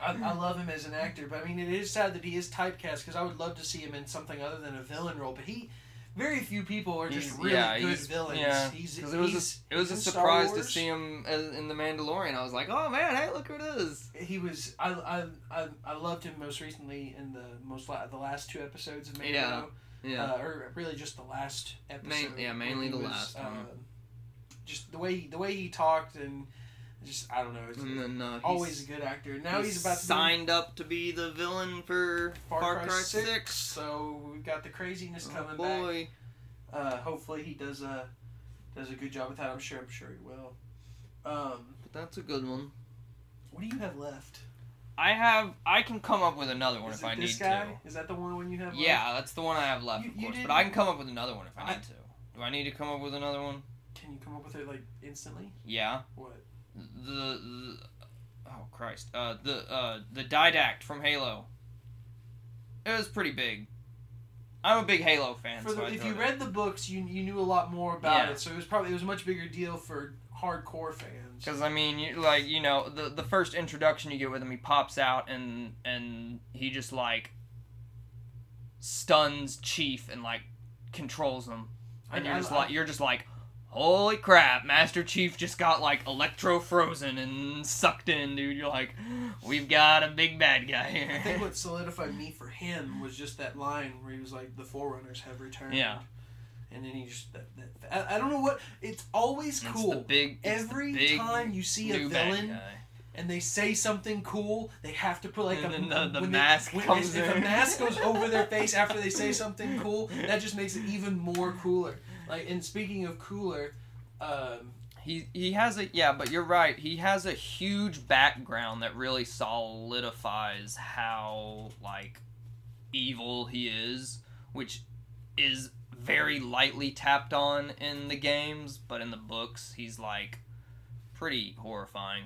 Speaker 1: I, I love him as an actor, but I mean, it is sad that he is typecast because I would love to see him in something other than a villain role. But he, very few people are just
Speaker 2: He's-
Speaker 1: really
Speaker 2: yeah,
Speaker 1: good
Speaker 2: he's-
Speaker 1: villains.
Speaker 2: yeah.
Speaker 1: He's,
Speaker 2: Because it was
Speaker 1: he's-
Speaker 2: a, it was a
Speaker 1: he's in Star
Speaker 2: surprise to
Speaker 1: Wars.
Speaker 2: see him uh, in the Mandalorian. I was like, oh man, hey, look who it is.
Speaker 1: He was I, I I I loved him most recently in the most la- the last two episodes of Mando,
Speaker 2: Yeah, Yeah,
Speaker 1: uh, or really just the last episode.
Speaker 2: yeah,
Speaker 1: when
Speaker 2: mainly
Speaker 1: he
Speaker 2: the
Speaker 1: was,
Speaker 2: last uh, one.
Speaker 1: um, just the way the way he talked and just I don't know. It's
Speaker 2: and then uh, he's,
Speaker 1: always a good actor. Now he's, about to be in
Speaker 2: signed up to be the villain for
Speaker 1: Far, Cry, Six,
Speaker 2: Six.
Speaker 1: so we've got the craziness
Speaker 2: Oh,
Speaker 1: coming back.
Speaker 2: boy.
Speaker 1: Uh, hopefully he does a does a good job with that. I'm sure. I'm sure he will. Um,
Speaker 2: But that's a good one.
Speaker 1: what do you have left?
Speaker 2: I have. I can come up with another one
Speaker 1: Is
Speaker 2: if
Speaker 1: it
Speaker 2: I
Speaker 1: this
Speaker 2: need
Speaker 1: guy? Is that the one when you
Speaker 2: to.
Speaker 1: have? uh, Left?
Speaker 2: Yeah, that's the one I have left,
Speaker 1: You-
Speaker 2: of
Speaker 1: you
Speaker 2: course. But
Speaker 1: didn't-
Speaker 2: I can come up with another one if I
Speaker 1: I-
Speaker 2: need to. Do I need to come up with another one?
Speaker 1: Can you come up with it like instantly?
Speaker 2: Yeah.
Speaker 1: What?
Speaker 2: The, the oh Christ. Uh, the uh, the didact from Halo. It was pretty big. I'm a big Halo fan,
Speaker 1: For
Speaker 2: so
Speaker 1: the,
Speaker 2: I
Speaker 1: if you
Speaker 2: thought it-
Speaker 1: read the books, you you knew a lot more about
Speaker 2: Yeah.
Speaker 1: it. So it was probably it was a much bigger deal for hardcore fans.
Speaker 2: Because I mean, you, like you know, the the first introduction you get with him, he pops out and and he just like stuns Chief and like controls him, and
Speaker 1: I-
Speaker 2: you're
Speaker 1: I-
Speaker 2: just
Speaker 1: I-
Speaker 2: like you're just like, holy crap, Master Chief just got like electro frozen and sucked in, dude. You're like, we've got a big bad guy
Speaker 1: I think
Speaker 2: here.
Speaker 1: what solidified me for him was just that line where he was like, "The Forerunners have returned."
Speaker 2: Yeah.
Speaker 1: And then he just that, that, I, I don't know what it's always
Speaker 2: It's
Speaker 1: cool.
Speaker 2: the big, it's the
Speaker 1: Every
Speaker 2: big
Speaker 1: time you see a
Speaker 2: new bad
Speaker 1: villain
Speaker 2: guy.
Speaker 1: and they say something cool, they have to put like
Speaker 2: And
Speaker 1: a
Speaker 2: then the- the
Speaker 1: when
Speaker 2: mask
Speaker 1: They, when
Speaker 2: comes
Speaker 1: if, if the
Speaker 2: in.
Speaker 1: mask goes over their face after they say something cool, that just makes it even more cooler. Like, and speaking of cooler, um,
Speaker 2: He he has a yeah, but you're right. He has a huge background that really solidifies how like evil he is, which is very lightly tapped on in the games, but in the books he's like pretty horrifying.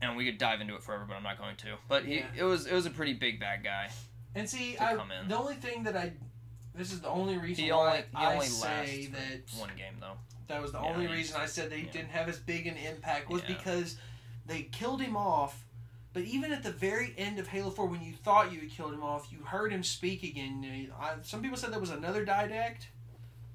Speaker 2: And we could dive into it forever, but I'm not going to. But he,
Speaker 1: Yeah.
Speaker 2: it was it was a pretty big bad guy.
Speaker 1: And see,
Speaker 2: to
Speaker 1: I,
Speaker 2: come in.
Speaker 1: the only thing that I, this is the only reason
Speaker 2: He
Speaker 1: why
Speaker 2: only he
Speaker 1: I
Speaker 2: only
Speaker 1: say
Speaker 2: lasts
Speaker 1: that
Speaker 2: for one game though.
Speaker 1: that was the
Speaker 2: yeah,
Speaker 1: only
Speaker 2: he-
Speaker 1: reason I said that he
Speaker 2: yeah.
Speaker 1: didn't have as big an impact was
Speaker 2: Yeah.
Speaker 1: because they killed him off. But even at the very end of Halo Four, when you thought you had killed him off, you heard him speak again. You know, I, some people said that was another didact,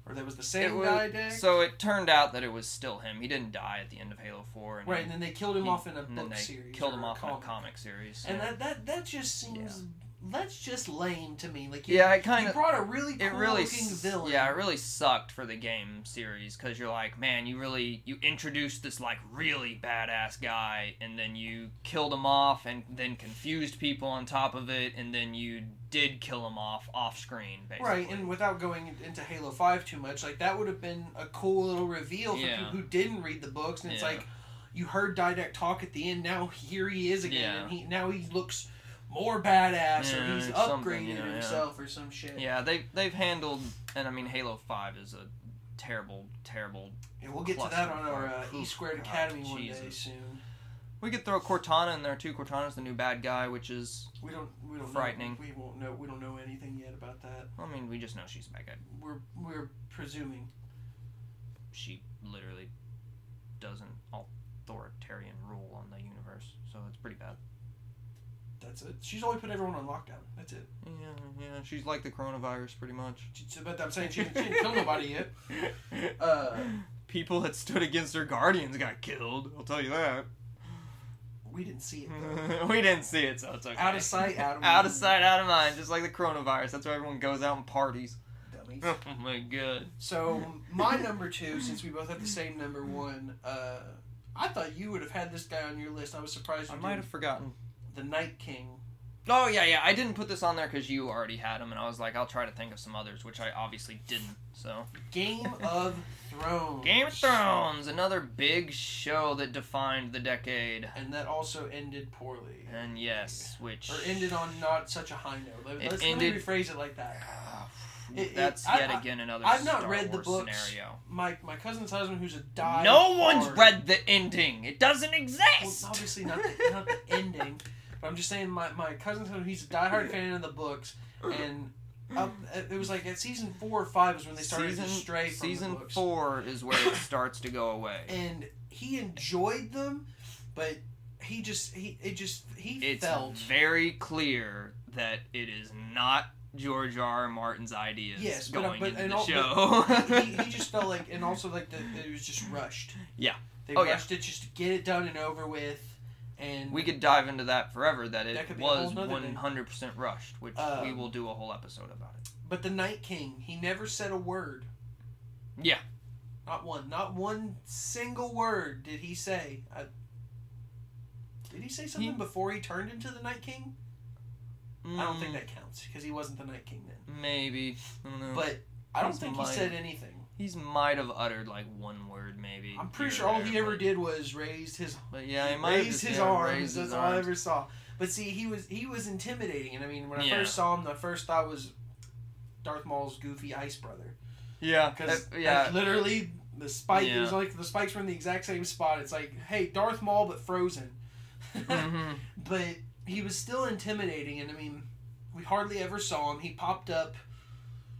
Speaker 1: or that was the
Speaker 2: It
Speaker 1: same
Speaker 2: was-
Speaker 1: didact.
Speaker 2: so it turned out that it was still him. He didn't die at the end of Halo Four. And
Speaker 1: right, and then they killed him
Speaker 2: he-
Speaker 1: off in a
Speaker 2: and then
Speaker 1: book
Speaker 2: they
Speaker 1: series.
Speaker 2: Killed
Speaker 1: or
Speaker 2: him
Speaker 1: a
Speaker 2: off
Speaker 1: comic.
Speaker 2: in a comic series.
Speaker 1: And
Speaker 2: yeah.
Speaker 1: that that that just seems that's just lame to me. Like you,
Speaker 2: yeah, it
Speaker 1: you
Speaker 2: kind of
Speaker 1: brought a really cool
Speaker 2: it really
Speaker 1: looking
Speaker 2: s-
Speaker 1: villain.
Speaker 2: yeah, it really sucked for the game series because you're like, man, you really you introduced this like really badass guy, and then you killed him off, and then confused people on top of it, and then you did kill him off off screen, basically.
Speaker 1: Right, and without going into Halo 5 too much, like that would have been a cool little reveal for
Speaker 2: Yeah.
Speaker 1: people who didn't read the books. And it's
Speaker 2: Yeah.
Speaker 1: like, you heard Didact talk at the end, now here he is again,
Speaker 2: Yeah.
Speaker 1: and he now he looks more badass, or
Speaker 2: Yeah,
Speaker 1: he's
Speaker 2: something,
Speaker 1: upgraded
Speaker 2: you know, yeah.
Speaker 1: himself, or some shit.
Speaker 2: yeah, they they've handled, and I mean, Halo Five is a terrible, terrible
Speaker 1: And we'll get to that on our uh,
Speaker 2: Clusterfuck.
Speaker 1: E Squared
Speaker 2: God,
Speaker 1: Academy one day
Speaker 2: Jesus.
Speaker 1: soon.
Speaker 2: We could throw Cortana in there too. Cortana's the new bad guy, which is
Speaker 1: We don't, we don't
Speaker 2: Frightening.
Speaker 1: Know, we won't know. We don't know anything yet about that.
Speaker 2: I mean, we just know she's a bad guy.
Speaker 1: We're we're presuming.
Speaker 2: She literally does an authoritarian rule on the universe, so it's pretty bad.
Speaker 1: That's it. She's only put everyone on lockdown. That's it.
Speaker 2: Yeah, yeah, she's like the coronavirus pretty much.
Speaker 1: She- But I'm saying she, didn't- she didn't kill nobody yet. Uh,
Speaker 2: People that stood against her guardians got killed. I'll tell you that.
Speaker 1: we didn't see it though.
Speaker 2: we didn't see it, so it's okay.
Speaker 1: Out of sight, out of
Speaker 2: out of
Speaker 1: mind.
Speaker 2: sight, out of mind. Just like the coronavirus. That's why everyone goes out and parties.
Speaker 1: Dummies.
Speaker 2: Oh my god.
Speaker 1: So my number two, since we both have the same number one, uh, I thought you would have had this guy on your list. I was surprised you
Speaker 2: I might
Speaker 1: didn't.
Speaker 2: have forgotten.
Speaker 1: The Night King.
Speaker 2: Oh yeah, yeah. I didn't put this on there because you already had them, and I was like, I'll try to think of some others, which I obviously didn't. So
Speaker 1: Game of Thrones.
Speaker 2: Game of Thrones, another big show that defined the decade,
Speaker 1: And that also ended poorly.
Speaker 2: and yes, which
Speaker 1: Or ended on not such a high note. Let,
Speaker 2: It
Speaker 1: let's,
Speaker 2: ended-
Speaker 1: let me rephrase it like that. It- it-
Speaker 2: that's
Speaker 1: I-
Speaker 2: yet
Speaker 1: I-
Speaker 2: again another
Speaker 1: I've not
Speaker 2: Star
Speaker 1: read the
Speaker 2: Wars
Speaker 1: books.
Speaker 2: scenario.
Speaker 1: My my cousin's husband, who's a die.
Speaker 2: no one's
Speaker 1: hard-
Speaker 2: read the ending. It doesn't exist.
Speaker 1: Well, it's obviously not the, not the ending, but I'm just saying my, my cousin's husband, he's a diehard fan of the books, and up, it was like at season four or five is when they started
Speaker 2: season
Speaker 1: to stray from
Speaker 2: season
Speaker 1: the books.
Speaker 2: four is where it starts to go away.
Speaker 1: and he enjoyed them, but he just he it just he
Speaker 2: it's
Speaker 1: felt
Speaker 2: very clear that it is not George R. R. Martin's ideas
Speaker 1: Yes, but- uh,
Speaker 2: going
Speaker 1: but-
Speaker 2: into
Speaker 1: and
Speaker 2: the
Speaker 1: all-
Speaker 2: show.
Speaker 1: he, he just felt like and also like that it was just rushed.
Speaker 2: Yeah.
Speaker 1: they
Speaker 2: Oh, yeah.
Speaker 1: rushed it just to get it done and over with, and
Speaker 2: we could dive into that forever. That it
Speaker 1: That could be a whole
Speaker 2: was
Speaker 1: nother day.
Speaker 2: one hundred percent rushed, which we
Speaker 1: Um,
Speaker 2: will do a whole episode about it.
Speaker 1: But the Night King, he never said a word.
Speaker 2: Yeah.
Speaker 1: Not one. Not one single word did he say. I, did he say something
Speaker 2: He-
Speaker 1: before he turned into the Night King? I don't think that counts because he wasn't the Night King then.
Speaker 2: Mm, Maybe, I don't know.
Speaker 1: But I don't
Speaker 2: Mm. He's
Speaker 1: think
Speaker 2: minor.
Speaker 1: he said anything.
Speaker 2: he's might have uttered like one word, maybe.
Speaker 1: I'm pretty
Speaker 2: here
Speaker 1: sure
Speaker 2: or
Speaker 1: all
Speaker 2: there,
Speaker 1: he ever
Speaker 2: but-
Speaker 1: did was raised his
Speaker 2: But yeah, he might have
Speaker 1: raised
Speaker 2: just,
Speaker 1: his
Speaker 2: yeah,
Speaker 1: arms.
Speaker 2: raised his
Speaker 1: That's all I
Speaker 2: arms.
Speaker 1: ever saw. But see, he was he was intimidating, and I mean, when I
Speaker 2: Yeah.
Speaker 1: first saw him, the first thought was Darth Maul's goofy ice brother.
Speaker 2: Yeah,
Speaker 1: because
Speaker 2: that- yeah,
Speaker 1: literally the spike. It was
Speaker 2: Yeah.
Speaker 1: like the spikes were in the exact same spot. It's like, hey, Darth Maul, but frozen.
Speaker 2: Mhm.
Speaker 1: but he was still intimidating, and I mean, we hardly ever saw him. He popped up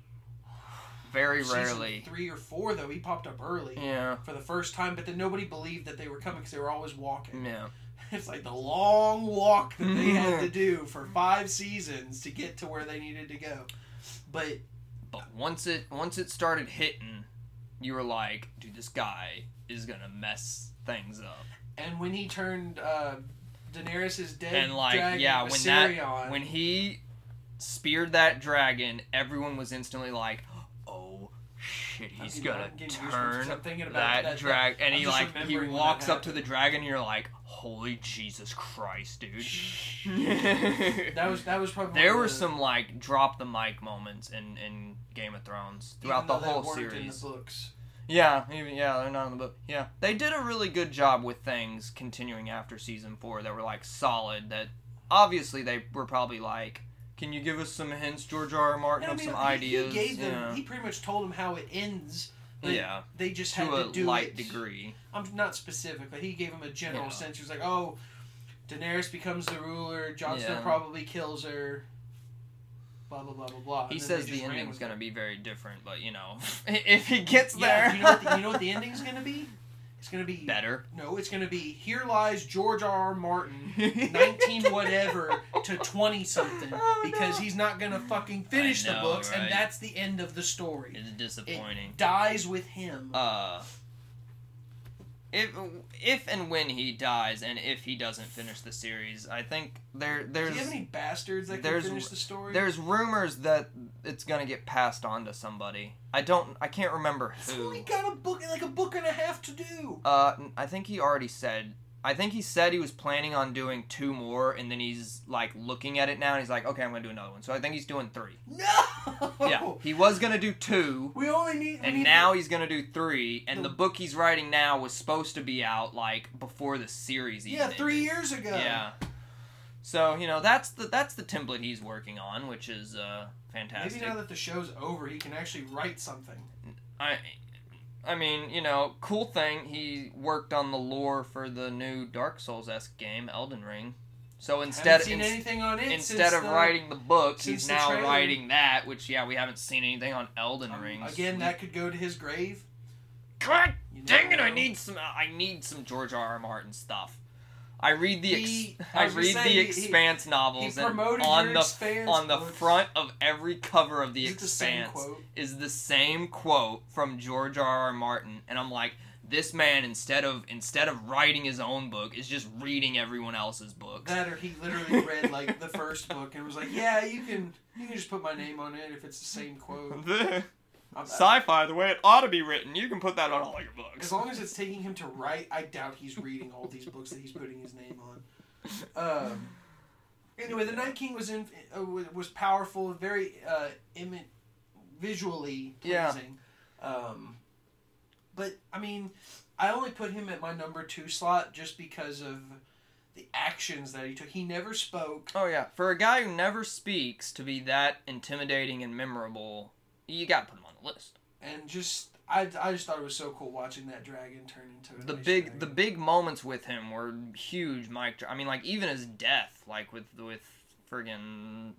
Speaker 2: very
Speaker 1: season
Speaker 2: rarely.
Speaker 1: three or four though. He popped up early
Speaker 2: Yeah,
Speaker 1: for the first time, but then nobody believed that they were coming because they were always walking.
Speaker 2: yeah.
Speaker 1: It's like the long walk that they had to do for five seasons to get to where they needed to go. But
Speaker 2: But once it once it started hitting, you were like, dude, this guy is gonna mess things up.
Speaker 1: And when he turned uh, Daenerys' dead
Speaker 2: And like,
Speaker 1: dragon,
Speaker 2: yeah, when that-
Speaker 1: Viserion,
Speaker 2: When he speared that dragon, everyone was instantly like, oh shit,
Speaker 1: I'm
Speaker 2: he's
Speaker 1: getting-
Speaker 2: gonna
Speaker 1: I'm getting goosebumps 'cause
Speaker 2: turn
Speaker 1: I'm thinking about
Speaker 2: that, dragon. And
Speaker 1: I'm
Speaker 2: he
Speaker 1: just
Speaker 2: like, he
Speaker 1: remembering when
Speaker 2: walks
Speaker 1: that
Speaker 2: up to the dragon, and you're like, holy Jesus Christ, dude.
Speaker 1: That was that was probably
Speaker 2: There
Speaker 1: the-
Speaker 2: were some like drop the mic moments in in Game of Thrones
Speaker 1: even
Speaker 2: throughout the
Speaker 1: though they
Speaker 2: whole
Speaker 1: weren't in the
Speaker 2: series.
Speaker 1: books.
Speaker 2: Yeah, even yeah, they're not in the book. Yeah, they did a really good job with things continuing after season four that were like solid. That obviously they were probably like, can you give us some hints, George R. R. Martin,
Speaker 1: And I
Speaker 2: of
Speaker 1: mean,
Speaker 2: some
Speaker 1: he-
Speaker 2: ideas?
Speaker 1: He gave them.
Speaker 2: yeah,
Speaker 1: He pretty much told them how it ends. They,
Speaker 2: yeah,
Speaker 1: They just had
Speaker 2: to a
Speaker 1: to, do
Speaker 2: light
Speaker 1: it.
Speaker 2: degree.
Speaker 1: I'm not specific, but he gave him a general
Speaker 2: Yeah.
Speaker 1: sense. He was like, "Oh, Daenerys becomes the ruler. Jon Snow
Speaker 2: Yeah.
Speaker 1: probably kills her." Blah blah blah blah blah.
Speaker 2: He
Speaker 1: And then they
Speaker 2: says the
Speaker 1: just ran
Speaker 2: ending's
Speaker 1: with
Speaker 2: gonna be very different, but you know, if he gets
Speaker 1: it.
Speaker 2: there,
Speaker 1: Yeah, you know, what the, you know what the ending's gonna be? It's gonna be
Speaker 2: better.
Speaker 1: No, it's gonna be here lies George R. R. Martin, nineteen whatever to twenty something,
Speaker 2: Oh,
Speaker 1: because
Speaker 2: no.
Speaker 1: he's not gonna fucking finish
Speaker 2: know,
Speaker 1: the books,
Speaker 2: right?
Speaker 1: and that's the end of the story.
Speaker 2: It's disappointing.
Speaker 1: dies with him.
Speaker 2: uh if if and when he dies and if he doesn't finish the series, I think there
Speaker 1: Do
Speaker 2: there's
Speaker 1: you have any bastards that can
Speaker 2: there's-
Speaker 1: finish the story?
Speaker 2: there's rumors that it's going to get passed on to somebody. I don't I can't remember
Speaker 1: He's only
Speaker 2: who.
Speaker 1: got a book, like a book and a half to do.
Speaker 2: Uh I think he already said I think he said he was planning on doing two more and then he's like looking at it now and he's like okay, I'm going to do another one. So I think he's doing 3.
Speaker 1: No.
Speaker 2: Yeah. He was going to do 2
Speaker 1: We only need. we
Speaker 2: and
Speaker 1: need-
Speaker 2: now he's going to do 3 and
Speaker 1: The-
Speaker 2: the book he's writing now was supposed to be out like before the series even
Speaker 1: Yeah, three
Speaker 2: ended.
Speaker 1: years ago.
Speaker 2: Yeah. So you know that's the that's the template he's working on, which is uh, fantastic.
Speaker 1: Maybe now that the show's over, he can actually write something.
Speaker 2: I, I mean, you know, cool thing he worked on the lore for the new Dark Souls esque game, Elden Ring. So instead,
Speaker 1: Haven't seen
Speaker 2: ins-
Speaker 1: anything on it
Speaker 2: instead
Speaker 1: since
Speaker 2: of
Speaker 1: the-
Speaker 2: writing the book,
Speaker 1: since
Speaker 2: he's
Speaker 1: the
Speaker 2: now
Speaker 1: trailer.
Speaker 2: writing that. Which yeah, we haven't seen anything on Elden
Speaker 1: um,
Speaker 2: Ring.
Speaker 1: again,
Speaker 2: Sweet.
Speaker 1: that could go to his grave.
Speaker 2: God
Speaker 1: You
Speaker 2: dang it!
Speaker 1: never
Speaker 2: I
Speaker 1: know.
Speaker 2: need some. I need some George R. R. Martin stuff. I read the ex-
Speaker 1: He- I
Speaker 2: I
Speaker 1: was gonna
Speaker 2: read
Speaker 1: say,
Speaker 2: the
Speaker 1: he- he-
Speaker 2: Expanse novels
Speaker 1: he
Speaker 2: and
Speaker 1: promoted
Speaker 2: on
Speaker 1: your
Speaker 2: the
Speaker 1: Expanse
Speaker 2: on the
Speaker 1: books.
Speaker 2: front of every cover of the
Speaker 1: Is it the same
Speaker 2: Expanse
Speaker 1: quote?
Speaker 2: is the same quote from George R. R. Martin, and I'm like, this man instead of instead of writing his own book is just reading everyone else's books.
Speaker 1: That or he literally read like the first book and was like, "Yeah, you can, you can just put my name on it if it's the same quote." I'm-
Speaker 2: Sci-fi, the way it ought to be written, you can put that on all your
Speaker 1: As
Speaker 2: books.
Speaker 1: long as it's taking him to write, I doubt he's reading all these books that he's putting his name on. Um, anyway, the Night King was in, uh, wa- was powerful, very uh, imi- visually
Speaker 2: Yeah.
Speaker 1: pleasing. Um, but I mean, I only put him at my number two slot just because of the actions that he took. He never spoke.
Speaker 2: Oh yeah, for a guy who never speaks to be that intimidating and memorable, you got to put him on the list.
Speaker 1: and just I, I just thought it was so cool watching that dragon turn into an
Speaker 2: The
Speaker 1: ice
Speaker 2: big the
Speaker 1: dragon.
Speaker 2: big moments with him were huge. Mike, Dr- I mean, like even his death, like with with friggin'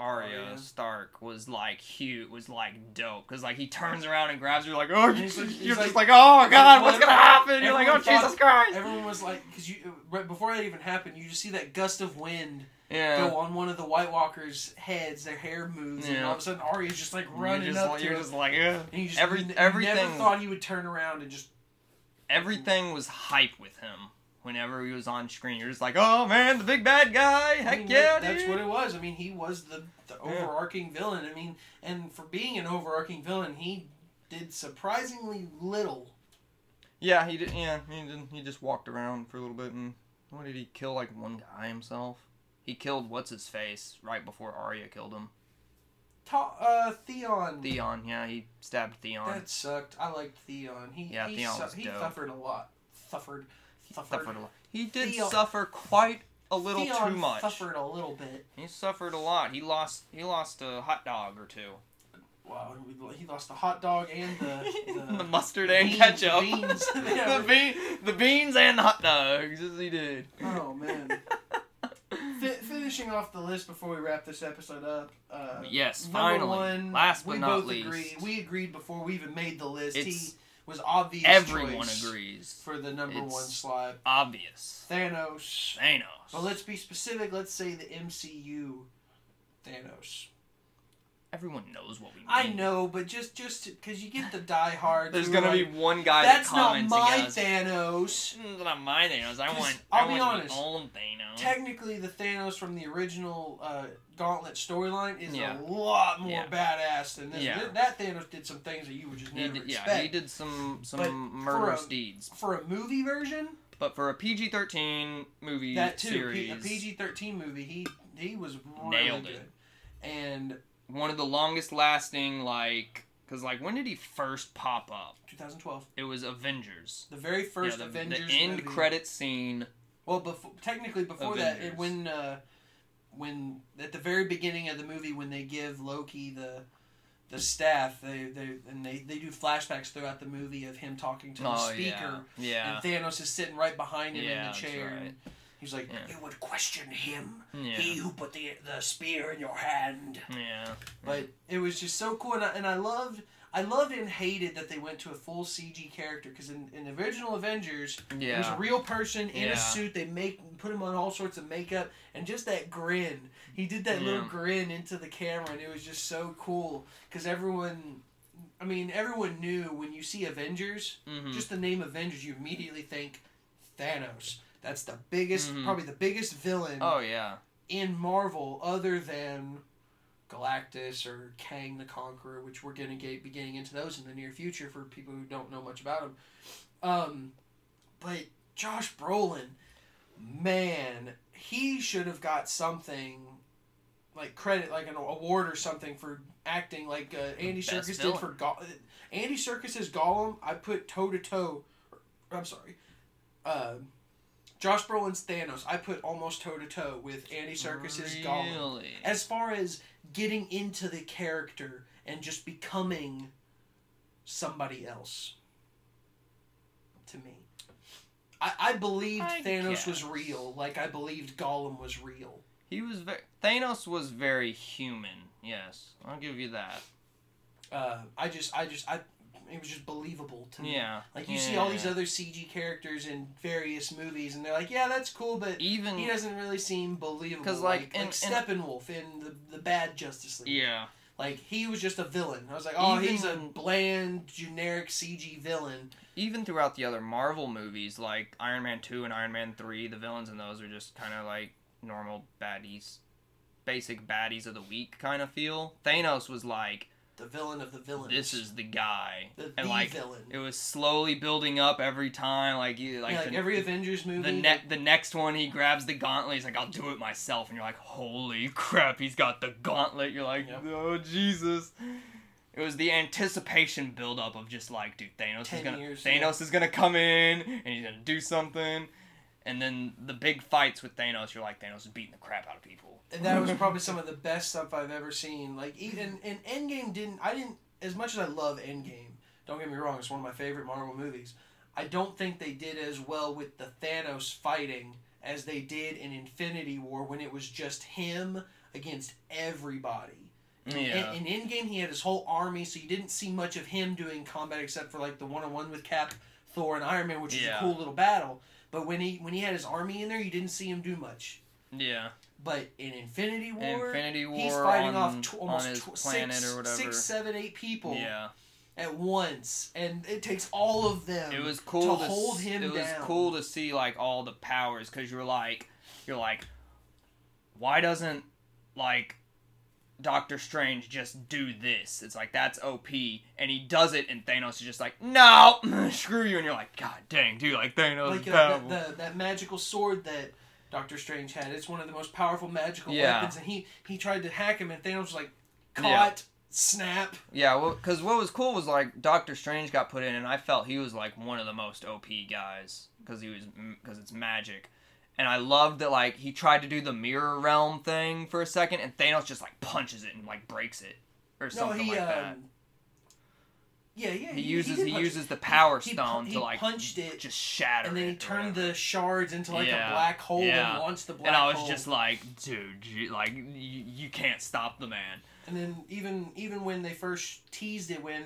Speaker 2: Arya
Speaker 1: Arya.
Speaker 2: Stark was like huge, was like dope because like he turns around and grabs you like oh
Speaker 1: And he's like- he's
Speaker 2: you're just
Speaker 1: like-
Speaker 2: like oh
Speaker 1: like,
Speaker 2: god what's gonna
Speaker 1: well,
Speaker 2: happen you're like oh
Speaker 1: everyone thought-
Speaker 2: Jesus Christ
Speaker 1: everyone was like because you right before that even happened you just see that gust of wind
Speaker 2: yeah
Speaker 1: go on one of the White Walkers' heads their hair moves and
Speaker 2: Yeah.
Speaker 1: all of a sudden Arya's just like
Speaker 2: you're
Speaker 1: running
Speaker 2: just,
Speaker 1: up
Speaker 2: like-
Speaker 1: to
Speaker 2: you're
Speaker 1: him
Speaker 2: just like yeah.
Speaker 1: and you just
Speaker 2: every-
Speaker 1: you never
Speaker 2: everything-
Speaker 1: thought he would turn around and just
Speaker 2: everything was hype with him whenever he was on screen you're just like oh man the big bad guy
Speaker 1: I
Speaker 2: heck
Speaker 1: mean,
Speaker 2: yeah
Speaker 1: that- that's
Speaker 2: dude."
Speaker 1: what it was I mean he was the, the overarching villain I mean and for being an overarching villain he did surprisingly little
Speaker 2: Yeah, he did. Yeah, he didn't. He just walked around for a little bit, and what did he kill? Like one guy himself. He killed what's his face right before Arya killed him.
Speaker 1: Ta- uh, Theon
Speaker 2: Theon. Yeah, he stabbed Theon.
Speaker 1: That sucked. I liked Theon. He
Speaker 2: Yeah,
Speaker 1: he,
Speaker 2: Theon
Speaker 1: su-
Speaker 2: was
Speaker 1: he
Speaker 2: dope.
Speaker 1: suffered a lot. Suffered. Suffered.
Speaker 2: Suffered a lot. He did
Speaker 1: Theo-
Speaker 2: suffer quite a little
Speaker 1: Theon
Speaker 2: too much.
Speaker 1: Suffered a little bit.
Speaker 2: He suffered a lot. He lost. He lost a hot dog or two.
Speaker 1: Wow, he lost the hot dog and the
Speaker 2: the,
Speaker 1: the,
Speaker 2: mustard
Speaker 1: the
Speaker 2: and
Speaker 1: beans-
Speaker 2: ketchup.
Speaker 1: beans.
Speaker 2: the, bean, the beans and the hot dogs. Yes, he did.
Speaker 1: Oh, man. Fi- finishing off the list before we wrap this episode up. Uh,
Speaker 2: yes,
Speaker 1: number
Speaker 2: finally.
Speaker 1: one,
Speaker 2: Last but
Speaker 1: we
Speaker 2: not
Speaker 1: both
Speaker 2: least.
Speaker 1: Agree, we agreed before we even made the list. he
Speaker 2: It's-
Speaker 1: was obvious.
Speaker 2: Everyone
Speaker 1: choice
Speaker 2: agrees.
Speaker 1: for the number
Speaker 2: It's-
Speaker 1: one slot.
Speaker 2: Obvious.
Speaker 1: Thanos.
Speaker 2: Thanos.
Speaker 1: But let's be specific. Let's say the MCU Thanos.
Speaker 2: Everyone knows what we mean.
Speaker 1: I know, but just just because you get the diehard.
Speaker 2: There's
Speaker 1: who
Speaker 2: gonna
Speaker 1: are
Speaker 2: be
Speaker 1: like,
Speaker 2: one guy
Speaker 1: That's
Speaker 2: that
Speaker 1: not
Speaker 2: comments
Speaker 1: my
Speaker 2: against-
Speaker 1: Thanos.
Speaker 2: It's not my Thanos. I
Speaker 1: 'Cause
Speaker 2: want.
Speaker 1: I'll
Speaker 2: I
Speaker 1: be
Speaker 2: want
Speaker 1: honest,
Speaker 2: The old Thanos.
Speaker 1: Technically, the Thanos from the original uh, Gauntlet storyline is a
Speaker 2: Yeah.
Speaker 1: lot more
Speaker 2: Yeah.
Speaker 1: badass than this.
Speaker 2: Yeah.
Speaker 1: Th- That Thanos did some things that you would just
Speaker 2: he
Speaker 1: never
Speaker 2: did,
Speaker 1: expect.
Speaker 2: yeah, he did some some
Speaker 1: But for
Speaker 2: murderous
Speaker 1: a-
Speaker 2: deeds.
Speaker 1: For a movie version,
Speaker 2: But for a PG-13 movie
Speaker 1: that too, P-
Speaker 2: series,
Speaker 1: a PG thirteen movie, he he was really
Speaker 2: Nailed
Speaker 1: good.
Speaker 2: it.
Speaker 1: And
Speaker 2: one of the longest lasting, like, because like when did he first pop up?
Speaker 1: 2012,
Speaker 2: It was Avengers.
Speaker 1: the very first
Speaker 2: yeah, the,
Speaker 1: Avengers
Speaker 2: the end
Speaker 1: movie.
Speaker 2: credit scene.
Speaker 1: Well, before, technically before that, it,
Speaker 2: Avengers.
Speaker 1: when uh, when at the very beginning of the movie, when they give Loki the the staff, they, they and they, they do flashbacks throughout the movie of him talking to the
Speaker 2: oh
Speaker 1: speaker,
Speaker 2: yeah,
Speaker 1: and Thanos is sitting right behind him
Speaker 2: Yeah,
Speaker 1: in the
Speaker 2: that's
Speaker 1: chair. and
Speaker 2: right.
Speaker 1: He's like,
Speaker 2: Yeah.
Speaker 1: "You would question him,
Speaker 2: yeah, yeah.
Speaker 1: he who put the the spear in your hand."
Speaker 2: yeah.
Speaker 1: But it was just so cool, and I, and I loved. I loved and hated that they went to a full CG character because in, in the original Avengers, it was a real person in
Speaker 2: Yeah.
Speaker 1: a suit. They make put him on all sorts of makeup and just that grin. He did that
Speaker 2: Yeah.
Speaker 1: little grin into the camera, and it was just so cool because everyone. I mean, everyone knew when you see Avengers,
Speaker 2: Mhm.
Speaker 1: just the name Avengers, you immediately think Thanos. That's the biggest,
Speaker 2: Mhm.
Speaker 1: probably the biggest villain
Speaker 2: oh yeah.
Speaker 1: in Marvel, other than Galactus or Kang the Conqueror, which we're going to get be getting into those in the near future for people who don't know much about him. Um, but Josh Brolin, man, he should have got something like credit, like an award or something for acting, like uh, Andy
Speaker 2: Best
Speaker 1: Circus did
Speaker 2: villain.
Speaker 1: for Go- Andy Circus's Gollum. I put toe to toe. I'm sorry. Uh, Josh Brolin's Thanos, I put almost toe to toe with Andy Serkis's Gollum.
Speaker 2: really?
Speaker 1: As far as getting into the character and just becoming somebody else, to me, I, I believed
Speaker 2: I
Speaker 1: Thanos
Speaker 2: guess.
Speaker 1: was real. Like I believed Gollum was real.
Speaker 2: He was very Thanos was very human. Yes, I'll give you that.
Speaker 1: Uh, I just, I just, I. It was just believable to me.
Speaker 2: Yeah,
Speaker 1: Like you see all these
Speaker 2: Yeah.
Speaker 1: other CG characters in various movies, and they're like, "Yeah, that's cool," but
Speaker 2: even
Speaker 1: He doesn't really seem believable.
Speaker 2: 'Cause,
Speaker 1: Because
Speaker 2: like,
Speaker 1: like, like,
Speaker 2: in-
Speaker 1: Steppenwolf in the the bad Justice League.
Speaker 2: yeah
Speaker 1: Like he was just a villain. I was like, oh, he's a
Speaker 2: Even-
Speaker 1: bland, generic CG villain.
Speaker 2: even throughout the other Marvel movies like Iron Man two and Iron Man three, the villains in those are just kind of like normal baddies, basic baddies of the week kind of feel. Thanos was like,
Speaker 1: The villain of the villains.
Speaker 2: this is the guy,
Speaker 1: the, the
Speaker 2: and like
Speaker 1: villain.
Speaker 2: it was slowly building up every time. Like you like,
Speaker 1: Yeah, like
Speaker 2: the,
Speaker 1: every Avengers movie.
Speaker 2: the ne- the next one he grabs the gauntlet he's like i'll do it myself and you're like holy crap he's got the gauntlet you're like
Speaker 1: Yep.
Speaker 2: oh jesus it was the anticipation buildup of just like dude thanos is
Speaker 1: Ten
Speaker 2: gonna
Speaker 1: years,
Speaker 2: thanos is gonna come in and he's gonna do something and then the big fights with thanos you're like thanos is beating the crap out of people
Speaker 1: And that was probably some of the best stuff I've ever seen. Like even and Endgame didn't. I didn't as much as I love Endgame. Don't get me wrong; it's one of my favorite Marvel movies. I don't think they did as well with the Thanos fighting as they did in Infinity War when it was just him against everybody.
Speaker 2: yeah
Speaker 1: In, in Endgame, he had his whole army, so you didn't see much of him doing combat except for like the one on one with Cap, Thor, and Iron Man, which was
Speaker 2: Yeah.
Speaker 1: a cool little battle. But when he when he had his army in there, you didn't see him do much.
Speaker 2: yeah
Speaker 1: But in Infinity War,
Speaker 2: infinity war
Speaker 1: he's fighting
Speaker 2: on,
Speaker 1: off tw-
Speaker 2: on his
Speaker 1: almost tw-
Speaker 2: planet
Speaker 1: six,
Speaker 2: or whatever
Speaker 1: six, seven, eight people
Speaker 2: yeah
Speaker 1: at once, and it takes all of them.
Speaker 2: it was cool
Speaker 1: to
Speaker 2: to
Speaker 1: hold
Speaker 2: s-
Speaker 1: him
Speaker 2: It was
Speaker 1: down.
Speaker 2: cool to see like all the powers because you're like, you're like, why doesn't like Doctor Strange just do this? It's like that's OP, and he does it, and Thanos is just like, no, screw you, and you're like, god dang, dude, like Thanos,
Speaker 1: like
Speaker 2: is
Speaker 1: uh,
Speaker 2: powerful."
Speaker 1: that, the, that magical sword that Doctor Strange had. It's one of the most powerful magical
Speaker 2: Yeah.
Speaker 1: weapons, and he he tried to hack him, and Thanos was like caught.
Speaker 2: Yeah.
Speaker 1: Snap!
Speaker 2: yeah, well, because what was cool was like Doctor Strange got put in, and I felt he was like one of the most OP guys because he was because it's magic. And I loved that, like he tried to do the mirror realm thing for a second, and Thanos just like punches it and like breaks it or
Speaker 1: No,
Speaker 2: something
Speaker 1: he
Speaker 2: like
Speaker 1: um,
Speaker 2: that.
Speaker 1: yeah, yeah.
Speaker 2: He uses
Speaker 1: did
Speaker 2: he,
Speaker 1: punch it.
Speaker 2: uses the power
Speaker 1: he pu-
Speaker 2: stone
Speaker 1: he
Speaker 2: to like
Speaker 1: punched it,
Speaker 2: just shatter,
Speaker 1: and then
Speaker 2: it
Speaker 1: he
Speaker 2: or
Speaker 1: turned
Speaker 2: whatever.
Speaker 1: the shards into like
Speaker 2: Yeah.
Speaker 1: a black hole
Speaker 2: Yeah.
Speaker 1: and launched the black
Speaker 2: And I was
Speaker 1: hole.
Speaker 2: just like, dude, you, like you, you can't stop the man.
Speaker 1: And then even even when they first teased it, when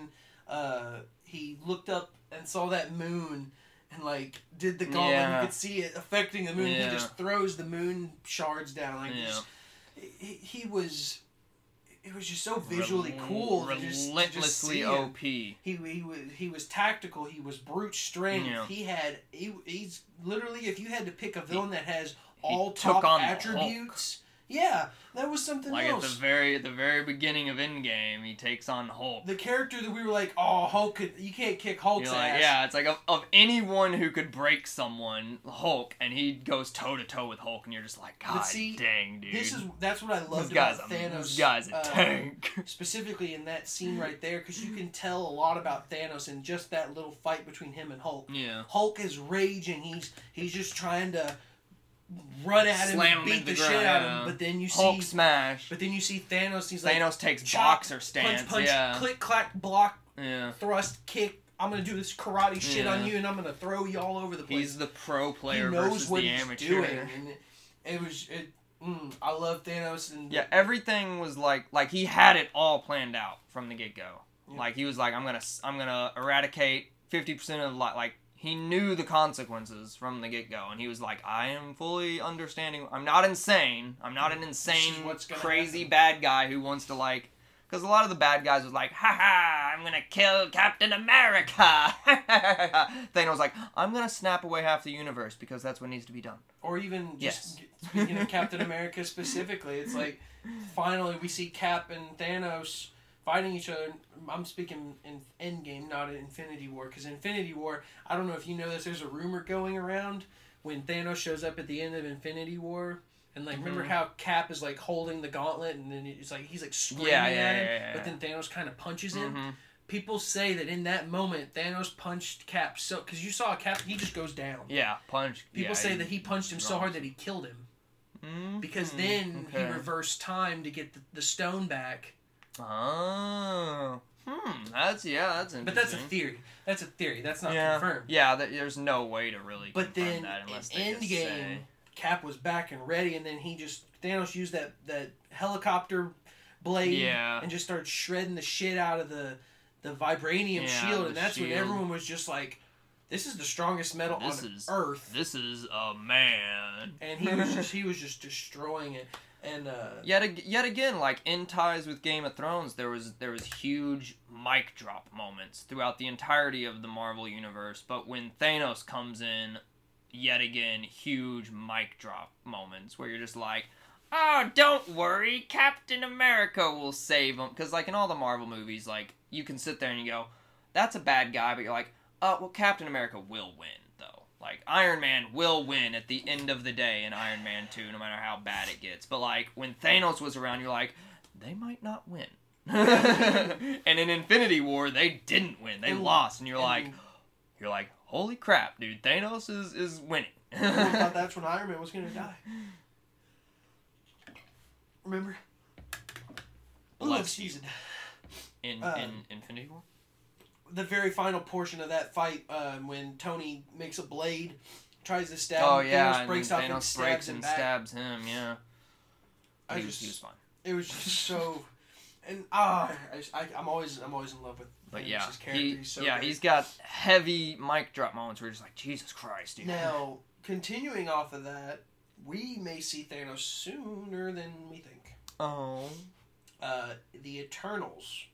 Speaker 1: uh, he looked up and saw that moon and like did the gauntlet,
Speaker 2: Yeah.
Speaker 1: you could see it affecting the moon.
Speaker 2: Yeah.
Speaker 1: He just throws the moon shards down. Like
Speaker 2: Yeah.
Speaker 1: just, he, he was it was just so visually cool. to just- to just
Speaker 2: relentlessly
Speaker 1: see him.
Speaker 2: OP.
Speaker 1: He, he was he was tactical. He was brute strength.
Speaker 2: Yeah.
Speaker 1: He had he, he's literally if you had to pick a villain that has all
Speaker 2: took
Speaker 1: top
Speaker 2: on the
Speaker 1: attributes, yeah, that was something
Speaker 2: Like at
Speaker 1: else.
Speaker 2: the very at the very beginning of Endgame, he takes on Hulk.
Speaker 1: the character that we were like, oh Hulk, could, you can't kick Hulk's
Speaker 2: You're like,
Speaker 1: ass.
Speaker 2: yeah, it's like of, of anyone who could break someone, Hulk, and he goes toe to toe with Hulk, and you're just like, God
Speaker 1: see,
Speaker 2: dang, dude,
Speaker 1: This is that's what I
Speaker 2: this
Speaker 1: loved
Speaker 2: guy's a
Speaker 1: about Thanos.
Speaker 2: this guy's a
Speaker 1: uh,
Speaker 2: tank.
Speaker 1: Specifically in that scene right there, because you can tell a lot about Thanos in just that little fight between him and Hulk.
Speaker 2: yeah,
Speaker 1: Hulk is raging. He's he's just trying to run at him,
Speaker 2: Slam
Speaker 1: and
Speaker 2: him
Speaker 1: beat
Speaker 2: into
Speaker 1: the
Speaker 2: the
Speaker 1: shit
Speaker 2: ground,
Speaker 1: out
Speaker 2: yeah.
Speaker 1: of him. But then you
Speaker 2: Hulk
Speaker 1: see,
Speaker 2: smash.
Speaker 1: but then you see Thanos. He's like
Speaker 2: Thanos takes
Speaker 1: chop,
Speaker 2: boxer stance.
Speaker 1: punch, punch,
Speaker 2: yeah,
Speaker 1: click, clack, block,
Speaker 2: yeah.
Speaker 1: thrust, kick. I'm gonna do this karate shit
Speaker 2: Yeah.
Speaker 1: on you, and I'm gonna throw you all over the place.
Speaker 2: He's the pro
Speaker 1: he
Speaker 2: player
Speaker 1: knows
Speaker 2: versus
Speaker 1: what
Speaker 2: the
Speaker 1: he's
Speaker 2: amateur.
Speaker 1: doing. And it, it was it. Mm, I love Thanos and
Speaker 2: Yeah, everything was like like he had it all planned out from the get go.
Speaker 1: Yeah.
Speaker 2: Like he was like, I'm gonna s- I'm gonna eradicate fifty percent of the lot. Like he knew the consequences from the get go, and he was like, I am fully understanding. I'm not insane. I'm not an insane
Speaker 1: what's gonna
Speaker 2: crazy
Speaker 1: happen."
Speaker 2: bad guy who wants to like. Because a lot of the bad guys was like, ha ha, I'm gonna kill Captain America. Thanos was like, I'm gonna snap away half the universe because that's what needs to be done.
Speaker 1: or even just
Speaker 2: Yes.
Speaker 1: speaking of Captain America specifically, it's like finally we see Cap and Thanos fighting each other. I'm speaking in Endgame, not in Infinity War, because Infinity War, I don't know if you know this, there's a rumor going around when Thanos shows up at the end of Infinity War. And like, remember
Speaker 2: Mhm.
Speaker 1: how Cap is like holding the gauntlet, and then it's like he's like screaming
Speaker 2: Yeah, yeah,
Speaker 1: at him,
Speaker 2: yeah, yeah,
Speaker 1: but
Speaker 2: yeah.
Speaker 1: then Thanos kind of punches him.
Speaker 2: Mhm.
Speaker 1: People say that in that moment, Thanos punched Cap so because you saw Cap, he just goes down.
Speaker 2: Yeah, punch.
Speaker 1: People
Speaker 2: yeah,
Speaker 1: say
Speaker 2: he-
Speaker 1: that he punched him so
Speaker 2: drops.
Speaker 1: hard that he killed him
Speaker 2: Mm,
Speaker 1: because then
Speaker 2: okay.
Speaker 1: he reversed time to get the, the stone back.
Speaker 2: Oh, hmm. That's yeah. That's interesting.
Speaker 1: But that's a theory. That's a theory. That's not
Speaker 2: Mm-hmm. yeah.
Speaker 1: confirmed.
Speaker 2: Yeah. That, there's no way to really.
Speaker 1: But
Speaker 2: confirm
Speaker 1: then
Speaker 2: that unless
Speaker 1: in
Speaker 2: they just
Speaker 1: Endgame,
Speaker 2: say-
Speaker 1: Cap was back and ready, and then he just Thanos used that that helicopter blade
Speaker 2: Yeah.
Speaker 1: and just started shredding the shit out of the the vibranium
Speaker 2: Yeah,
Speaker 1: shield,
Speaker 2: the
Speaker 1: and that's when
Speaker 2: shield.
Speaker 1: everyone was just like, "This is the strongest metal
Speaker 2: This
Speaker 1: on
Speaker 2: is-
Speaker 1: Earth,"
Speaker 2: This is a man.
Speaker 1: and he was just he was just destroying it. And uh,
Speaker 2: Yet, ag- yet again, like in ties with Game of Thrones, there was there was huge mic drop moments throughout the entirety of the Marvel universe. But when Thanos comes in, yet again, huge mic drop moments where you're just like, "Oh, don't worry, Captain America will save him." Because like in all the Marvel movies, like you can sit there and you go, "That's a bad guy," but you're like, "Oh, well, Captain America will win." though. Like Iron Man will win at the end of the day in Iron Man 2 no matter how bad it gets. But like when Thanos was around you're like they might not win. and in Infinity War they didn't win. They
Speaker 1: And-
Speaker 2: lost and you're
Speaker 1: and-
Speaker 2: like you're like holy crap dude Thanos is is winning.
Speaker 1: Everyone thought that's when Iron Man was gonna die. Remember?
Speaker 2: Well,
Speaker 1: Ooh,
Speaker 2: that's-
Speaker 1: excuse me.
Speaker 2: in in
Speaker 1: Um,
Speaker 2: Infinity War.
Speaker 1: The very final portion of that fight, um, when Tony makes a blade, tries to stab,
Speaker 2: Oh
Speaker 1: him,
Speaker 2: yeah,
Speaker 1: Thanos breaks
Speaker 2: and
Speaker 1: off
Speaker 2: then
Speaker 1: and
Speaker 2: Thanos
Speaker 1: stabs
Speaker 2: breaks
Speaker 1: him
Speaker 2: and
Speaker 1: back.
Speaker 2: stabs him, yeah.
Speaker 1: I
Speaker 2: he, was, he was
Speaker 1: just,
Speaker 2: fine.
Speaker 1: it was just so, and ah, I just- I, I'm always, I'm always in love with.
Speaker 2: But
Speaker 1: Thanos'
Speaker 2: yeah,
Speaker 1: character.
Speaker 2: he,
Speaker 1: he's so
Speaker 2: yeah,
Speaker 1: great.
Speaker 2: he's got heavy mic drop moments where you're just like, Jesus Christ, dude.
Speaker 1: Now, continuing off of that, we may see Thanos sooner than we think.
Speaker 2: oh.
Speaker 1: Uh, the Eternals.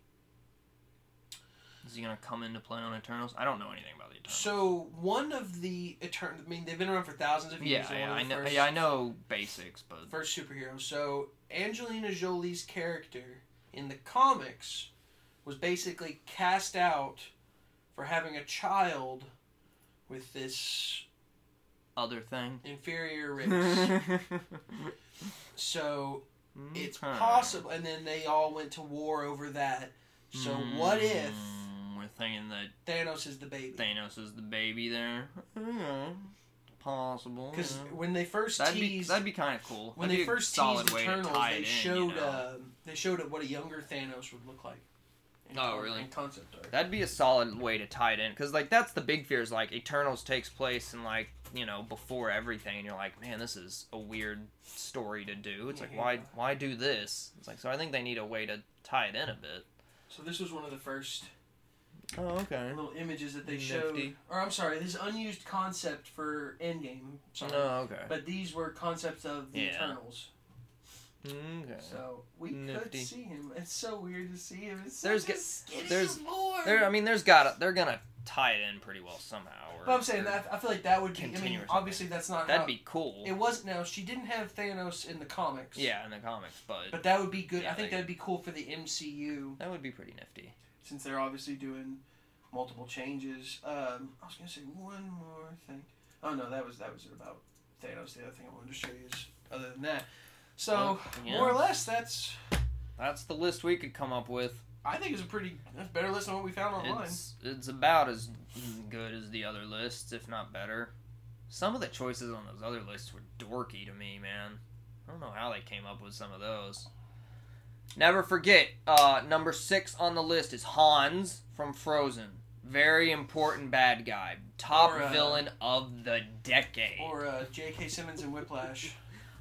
Speaker 2: Is he gonna come into play on Eternals? I don't know anything about the Eternals.
Speaker 1: So one of the eternal, I mean, they've been around for thousands of years.
Speaker 2: yeah,
Speaker 1: They're
Speaker 2: yeah,
Speaker 1: one
Speaker 2: I
Speaker 1: of the
Speaker 2: know.
Speaker 1: first,
Speaker 2: Yeah, I know basics, but
Speaker 1: First superheroes. So Angelina Jolie's character in the comics was basically cast out for having a child with this
Speaker 2: other thing.
Speaker 1: inferior race. so it's possible, and then they all went to war over that. So what if
Speaker 2: Mm, we're thinking that
Speaker 1: Thanos is the baby?
Speaker 2: Thanos is the baby there? Yeah, possible.
Speaker 1: Because
Speaker 2: yeah.
Speaker 1: when they 1st
Speaker 2: that'd be
Speaker 1: teased
Speaker 2: that'd be kind of cool.
Speaker 1: when
Speaker 2: That'd
Speaker 1: they
Speaker 2: be a
Speaker 1: first
Speaker 2: solid
Speaker 1: teased
Speaker 2: way
Speaker 1: Eternals,
Speaker 2: to tie
Speaker 1: they
Speaker 2: it
Speaker 1: showed
Speaker 2: in, you know?
Speaker 1: uh, they showed what a younger Thanos would look like. in
Speaker 2: Oh,
Speaker 1: con-
Speaker 2: really?
Speaker 1: In concept art.
Speaker 2: That'd be a solid way to tie it in, because like that's the big fear is like Eternals takes place and like you know before everything, and you're like, man, this is a weird story to do. It's like why
Speaker 1: Yeah.
Speaker 2: why do this? It's like so I think they need a way to tie it in a bit.
Speaker 1: So this was one of the first
Speaker 2: Oh okay.
Speaker 1: little images that they showed,
Speaker 2: Nifty.
Speaker 1: or I'm sorry, this is unused concept for Endgame. Sorry,
Speaker 2: Oh okay.
Speaker 1: but these were concepts of the
Speaker 2: Yeah.
Speaker 1: Eternals.
Speaker 3: Okay.
Speaker 1: So we
Speaker 3: Nifty.
Speaker 1: could see him. It's so weird to see him. It's
Speaker 2: There's
Speaker 1: there's
Speaker 2: g-
Speaker 1: a skinny
Speaker 2: there's-
Speaker 1: lord.
Speaker 2: There, um, I mean, there's got. They're gonna tie it in pretty well somehow. or-
Speaker 1: but I'm saying
Speaker 2: or-
Speaker 1: that I feel like that would be. I
Speaker 2: Continue or
Speaker 1: mean,
Speaker 2: something.
Speaker 1: obviously that's not.
Speaker 2: that'd
Speaker 1: how-
Speaker 2: be cool.
Speaker 1: It was now. She didn't have Thanos in the comics.
Speaker 2: yeah, in the comics, but,
Speaker 1: But that would be good.
Speaker 2: Yeah,
Speaker 1: I think
Speaker 2: they-
Speaker 1: that'd be cool for the MCU
Speaker 2: that would be pretty nifty.
Speaker 1: since they're obviously doing multiple changes. Um, I was gonna say one more thing. Oh no, that was that was it about Thanos. The other thing I wanted to show you is other than that. So
Speaker 2: Well, yeah.
Speaker 1: more or less, that's
Speaker 2: That's the list we could come up with.
Speaker 1: I think it's a pretty that's a better list than what we found online.
Speaker 2: It's it's about as good as the other lists, if not better. Some of the choices on those other lists were dorky to me, man. I don't know how they came up with some of those. Never forget, uh, number six on the list is Hans from Frozen. Very important bad guy. Top
Speaker 1: Or, uh,
Speaker 2: villain of the decade.
Speaker 1: Or uh, J.K. Simmons and Whiplash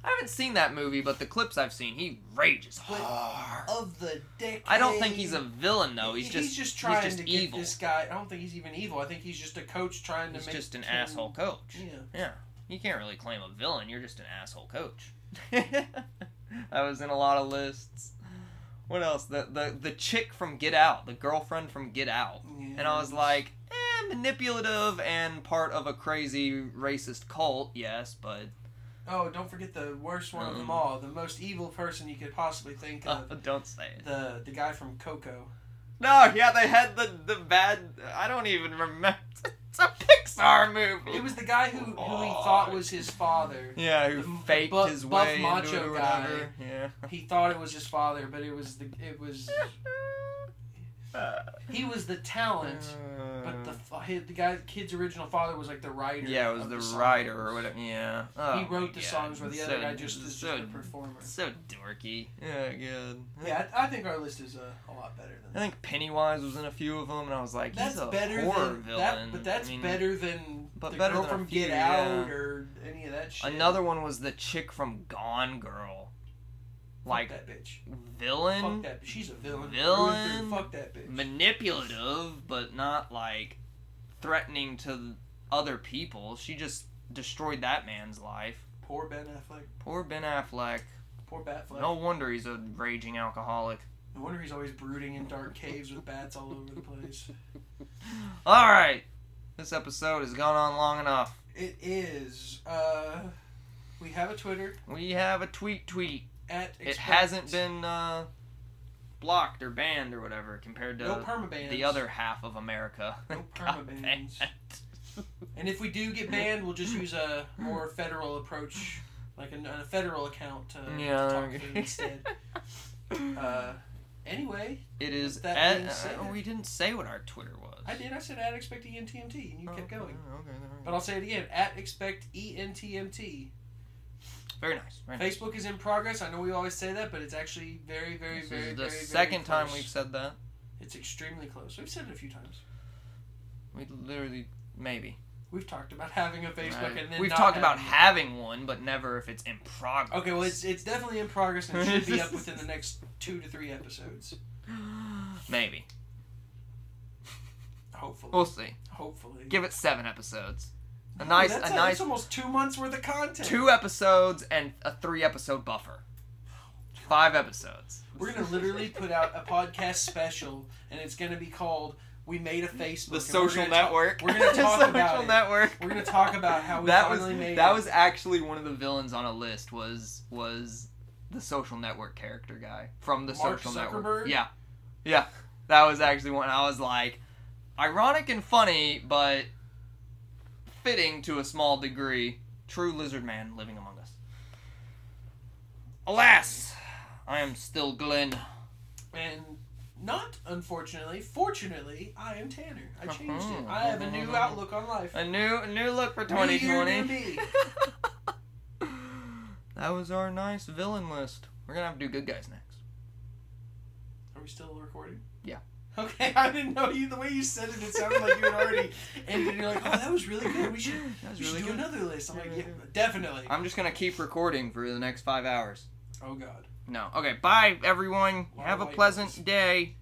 Speaker 2: I haven't seen that movie, but the clips I've seen, he rages
Speaker 1: But-
Speaker 2: hard.
Speaker 1: of the decade.
Speaker 2: I don't think he's a villain, though. He's just,
Speaker 1: trying
Speaker 2: just
Speaker 1: to
Speaker 2: evil.
Speaker 1: get this guy. I don't think he's even evil. I think he's just a coach trying to
Speaker 2: he's
Speaker 1: make.
Speaker 2: just an
Speaker 1: him-
Speaker 2: asshole coach.
Speaker 1: Yeah.
Speaker 2: Yeah. You can't really claim a villain, you're just an asshole coach. I was in a lot of lists. What else? The the the chick from Get Out, the girlfriend from Get Out. And I was
Speaker 1: Yeah.
Speaker 2: like, eh, manipulative and part of a crazy racist cult, yes, but
Speaker 1: Oh, don't forget the worst one of them
Speaker 2: Um,
Speaker 1: all. The most evil person you could possibly think of.
Speaker 2: uh, don't say it.
Speaker 1: the the guy from Coco.
Speaker 2: No, yeah, they had the the bad I don't even remember it's a Pixar movie.
Speaker 1: It was the guy who, who he
Speaker 2: Oh.
Speaker 1: thought was his father.
Speaker 2: yeah, who
Speaker 1: the m-
Speaker 2: faked
Speaker 1: bu-
Speaker 2: his
Speaker 1: buff
Speaker 2: way into it
Speaker 1: macho
Speaker 2: or
Speaker 1: guy.
Speaker 2: whatever. Yeah.
Speaker 1: He thought it was his father, but it was the it was
Speaker 2: Uh,
Speaker 1: he was the talent. But the f- hi- the guy kid's original father was like the writer.
Speaker 2: yeah, it was
Speaker 1: of
Speaker 2: the,
Speaker 1: songs.
Speaker 2: writer or whatever. Yeah, oh,
Speaker 1: He wrote the
Speaker 2: yeah.
Speaker 1: songs, where the
Speaker 2: So-
Speaker 1: other guy just is
Speaker 2: so
Speaker 1: just the performer.
Speaker 2: so dorky. Yeah, good.
Speaker 1: Yeah, I, I think our list is uh, a lot better than
Speaker 2: I think Pennywise was in a few of them, and I was like,
Speaker 1: That's
Speaker 2: he's a
Speaker 1: better
Speaker 2: horror
Speaker 1: than
Speaker 2: villain.
Speaker 1: that, but that's
Speaker 2: I mean,
Speaker 1: better than
Speaker 2: but
Speaker 1: the
Speaker 2: better
Speaker 1: girl
Speaker 2: than a
Speaker 1: from
Speaker 2: few,
Speaker 1: Get
Speaker 2: yeah.
Speaker 1: Out or any of that shit.
Speaker 2: Another one was the chick from Gone Girl,
Speaker 1: Fuck
Speaker 2: like
Speaker 1: that bitch. Fuck
Speaker 2: villain,
Speaker 1: that. She's a villain. through and
Speaker 2: Villain.
Speaker 1: through. Fuck that bitch.
Speaker 2: manipulative, but not like threatening to other people. She just destroyed that man's life.
Speaker 1: Poor Ben Affleck.
Speaker 2: Poor Ben Affleck.
Speaker 1: Poor Batfleck.
Speaker 2: No wonder he's a raging alcoholic.
Speaker 1: No wonder he's always brooding in dark caves with bats all over the place.
Speaker 2: All right, this episode has gone on long enough.
Speaker 1: It is. Uh, we have a Twitter
Speaker 2: We have a tweet tweet.
Speaker 1: at.
Speaker 2: It
Speaker 1: expect-
Speaker 2: hasn't been uh, blocked or banned or whatever compared to
Speaker 1: no permabans.
Speaker 2: uh, the other half of America.
Speaker 1: No Uh,
Speaker 2: Got
Speaker 1: permabans.
Speaker 2: banned.
Speaker 1: And if we do get banned, we'll just use a more federal approach, like a, a federal account to,
Speaker 2: Yeah,
Speaker 1: to talk
Speaker 2: okay.
Speaker 1: to instead. Uh, anyway,
Speaker 2: it is.
Speaker 1: that
Speaker 2: at-
Speaker 1: being said-
Speaker 2: uh, we didn't say what our Twitter was.
Speaker 1: I did. I said at expect E ENTMT, and you
Speaker 2: Oh,
Speaker 1: kept going.
Speaker 2: Okay, okay, there we
Speaker 1: But
Speaker 2: go.
Speaker 1: I'll say it again at expect E ENTMT.
Speaker 2: very nice. Very nice.
Speaker 1: Facebook is in progress. I know we always say that, but it's actually very, very,
Speaker 2: This
Speaker 1: very,
Speaker 2: is the
Speaker 1: very, very
Speaker 2: second time
Speaker 1: close.
Speaker 2: we've said that.
Speaker 1: It's extremely close. We've said it a few times.
Speaker 2: We literally maybe.
Speaker 1: We've talked about having a Facebook,
Speaker 2: Right.
Speaker 1: and then
Speaker 2: We've
Speaker 1: not
Speaker 2: talked about
Speaker 1: having
Speaker 2: having one, but never if it's in
Speaker 1: it.
Speaker 2: progress.
Speaker 1: okay, well, it's it's definitely in progress and it should be up within the next two to three episodes,
Speaker 2: maybe
Speaker 1: hopefully.
Speaker 2: we'll see.
Speaker 1: hopefully,
Speaker 2: Give it seven episodes. A
Speaker 1: Ooh,
Speaker 2: nice,
Speaker 1: Oh, that's
Speaker 2: a nice
Speaker 1: That's almost two months worth of content.
Speaker 2: two episodes and a three episode buffer. Five episodes.
Speaker 1: We're gonna literally put out a podcast special, and it's gonna be called "We Made a Facebook."
Speaker 2: the
Speaker 1: and
Speaker 2: social
Speaker 1: we're gonna talk-
Speaker 2: network.
Speaker 1: we're gonna talk
Speaker 2: social
Speaker 1: about it.
Speaker 2: network.
Speaker 1: We're gonna talk about how we
Speaker 2: that
Speaker 1: finally
Speaker 2: was
Speaker 1: made
Speaker 2: that
Speaker 1: it.
Speaker 2: was actually one of the villains on a list was was the social network character guy from the
Speaker 1: Mark
Speaker 2: social
Speaker 1: Zuckerberg?
Speaker 2: network. Yeah, yeah, that was actually one. I was like, ironic and funny, but fitting to a small degree. True lizard man living among us. Alas, I am still Glenn.
Speaker 1: And not unfortunately, fortunately, I am Tanner. I changed it. I have a
Speaker 2: Uh-huh.
Speaker 1: new outlook on life.
Speaker 2: A new a new look for
Speaker 1: New year,
Speaker 2: 2020.
Speaker 1: new me.
Speaker 2: that was our nice villain list. We're gonna have to do good guys next.
Speaker 1: Are we still recording?
Speaker 2: Yeah.
Speaker 1: Okay, I didn't know you. The way you said it, it sounded like you had already. And you're like, oh, that was really good. We should,
Speaker 2: That was
Speaker 1: we should
Speaker 2: really
Speaker 1: do
Speaker 2: good.
Speaker 1: another list. I'm like,
Speaker 2: Yeah,
Speaker 1: yeah,
Speaker 2: yeah, yeah.
Speaker 1: definitely.
Speaker 2: I'm just gonna keep recording for the next five hours.
Speaker 1: Oh God.
Speaker 2: No. Okay. Bye, everyone.
Speaker 1: Why
Speaker 2: have a
Speaker 1: white
Speaker 2: pleasant
Speaker 1: noise?
Speaker 2: day.